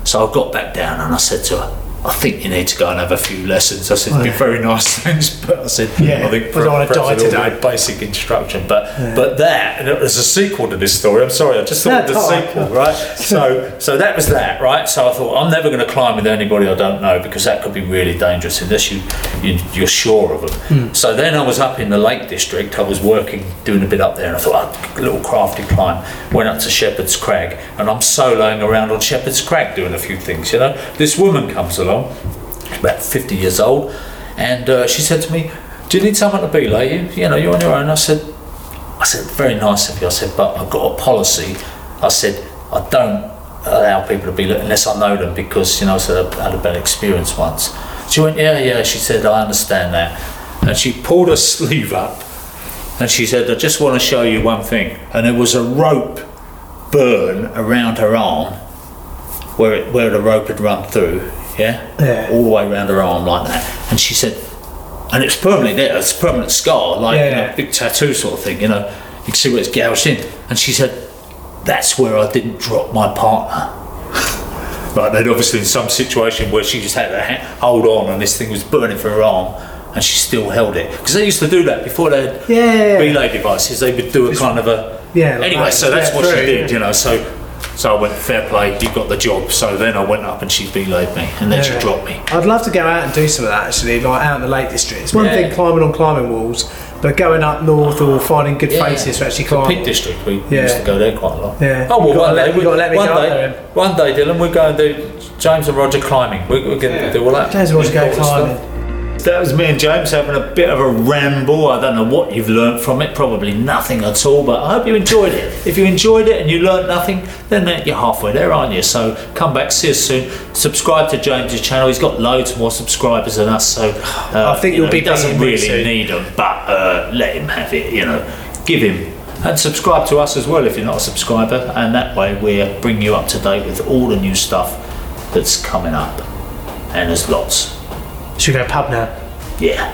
Speaker 1: so I got back down and I said to her. I think you need to go and have a few lessons. I said, it'd be very nice things, but I said,
Speaker 2: Oh, Yeah,
Speaker 1: I think
Speaker 2: I don't wanna
Speaker 1: perhaps
Speaker 2: die
Speaker 1: it'd all be
Speaker 2: today.
Speaker 1: a basic instruction. But but that there's a sequel to this story. I'm sorry, I just thought
Speaker 2: No,
Speaker 1: of the
Speaker 2: it's all right.
Speaker 1: sequel, right? So so that was that, right? So I thought I'm never going to climb with anybody I don't know because that could be really dangerous unless you, you you're sure of them. So then I was up in the Lake District. I was working, doing a bit up there, and I thought "Oh, a little crafty climb. Went up to Shepherd's Crag, and I'm soloing around on Shepherd's Crag doing a few things. You know, this woman comes along about 50 years old, and uh, she said to me, "Do you need someone to be like you? You know, you're on your own." I said, "I said very nice of you." I said, "But I've got a policy." I said, "I don't allow people to be like unless I know them because you know I said I had a bad experience once." She went, "Yeah, yeah." She said, "I understand that," and she pulled her sleeve up, and she said, "I just want to show you one thing," and it was a rope burn around her arm where it, where the rope had run through, yeah,
Speaker 2: Yeah.
Speaker 1: all the way around her arm like that. And she said, and it's permanently there. It's a permanent scar, like
Speaker 2: Yeah,
Speaker 1: you know,
Speaker 2: yeah.
Speaker 1: big tattoo sort of thing. You know, you can see where it's gouged in. And she said, that's where I didn't drop my partner. Right, they'd obviously in some situation where she just had her ha- hold on and this thing was burning through her arm and she still held it. Because they used to do that before they had
Speaker 2: Yeah, yeah, yeah.
Speaker 1: relay devices, they would do a kind of a.
Speaker 2: Yeah, like
Speaker 1: anyway,
Speaker 2: that.
Speaker 1: so that's
Speaker 2: Yeah,
Speaker 1: what she
Speaker 2: true,
Speaker 1: did, you know. So so I went, fair play, you got the job. So then I went up and she belayed me and then
Speaker 2: Yeah.
Speaker 1: she dropped me.
Speaker 2: I'd love to go out and do some of that actually, like out in the Lake District. It's one
Speaker 1: Yeah.
Speaker 2: thing climbing on climbing walls, but going up north or finding good
Speaker 1: Yeah.
Speaker 2: faces to actually
Speaker 1: The
Speaker 2: climb.
Speaker 1: Peak District, we
Speaker 2: Yeah.
Speaker 1: used to go there quite a lot.
Speaker 2: Yeah.
Speaker 1: Oh,
Speaker 2: You
Speaker 1: well,
Speaker 2: gotta
Speaker 1: one
Speaker 2: let-
Speaker 1: day,
Speaker 2: you
Speaker 1: we,
Speaker 2: gotta let me
Speaker 1: one,
Speaker 2: go up there,
Speaker 1: day,
Speaker 2: Em.
Speaker 1: one day, Dylan, we're going to do James and Roger climbing. We're, we're going to
Speaker 4: Yeah.
Speaker 1: do all that.
Speaker 2: James wants to go
Speaker 1: All the stuff.
Speaker 2: climbing.
Speaker 1: That was me and James having a bit of a ramble. I don't know what you've learnt from it, probably nothing at all, but I hope you enjoyed it. If you enjoyed it and you learnt nothing, then uh, you're halfway there, aren't you? So come back, see us soon. Subscribe to James's channel. He's got loads more subscribers than us, so uh,
Speaker 2: I think
Speaker 1: you know,
Speaker 2: you'll be
Speaker 1: he doesn't
Speaker 2: beating me
Speaker 1: really
Speaker 2: soon.
Speaker 1: need them, but uh, let him have it, you know. Give him. And subscribe to us as well if you're not a subscriber, and that way we'll bring you up to date with all the new stuff that's coming up. And there's lots.
Speaker 2: Should we go pub now?
Speaker 1: Yeah.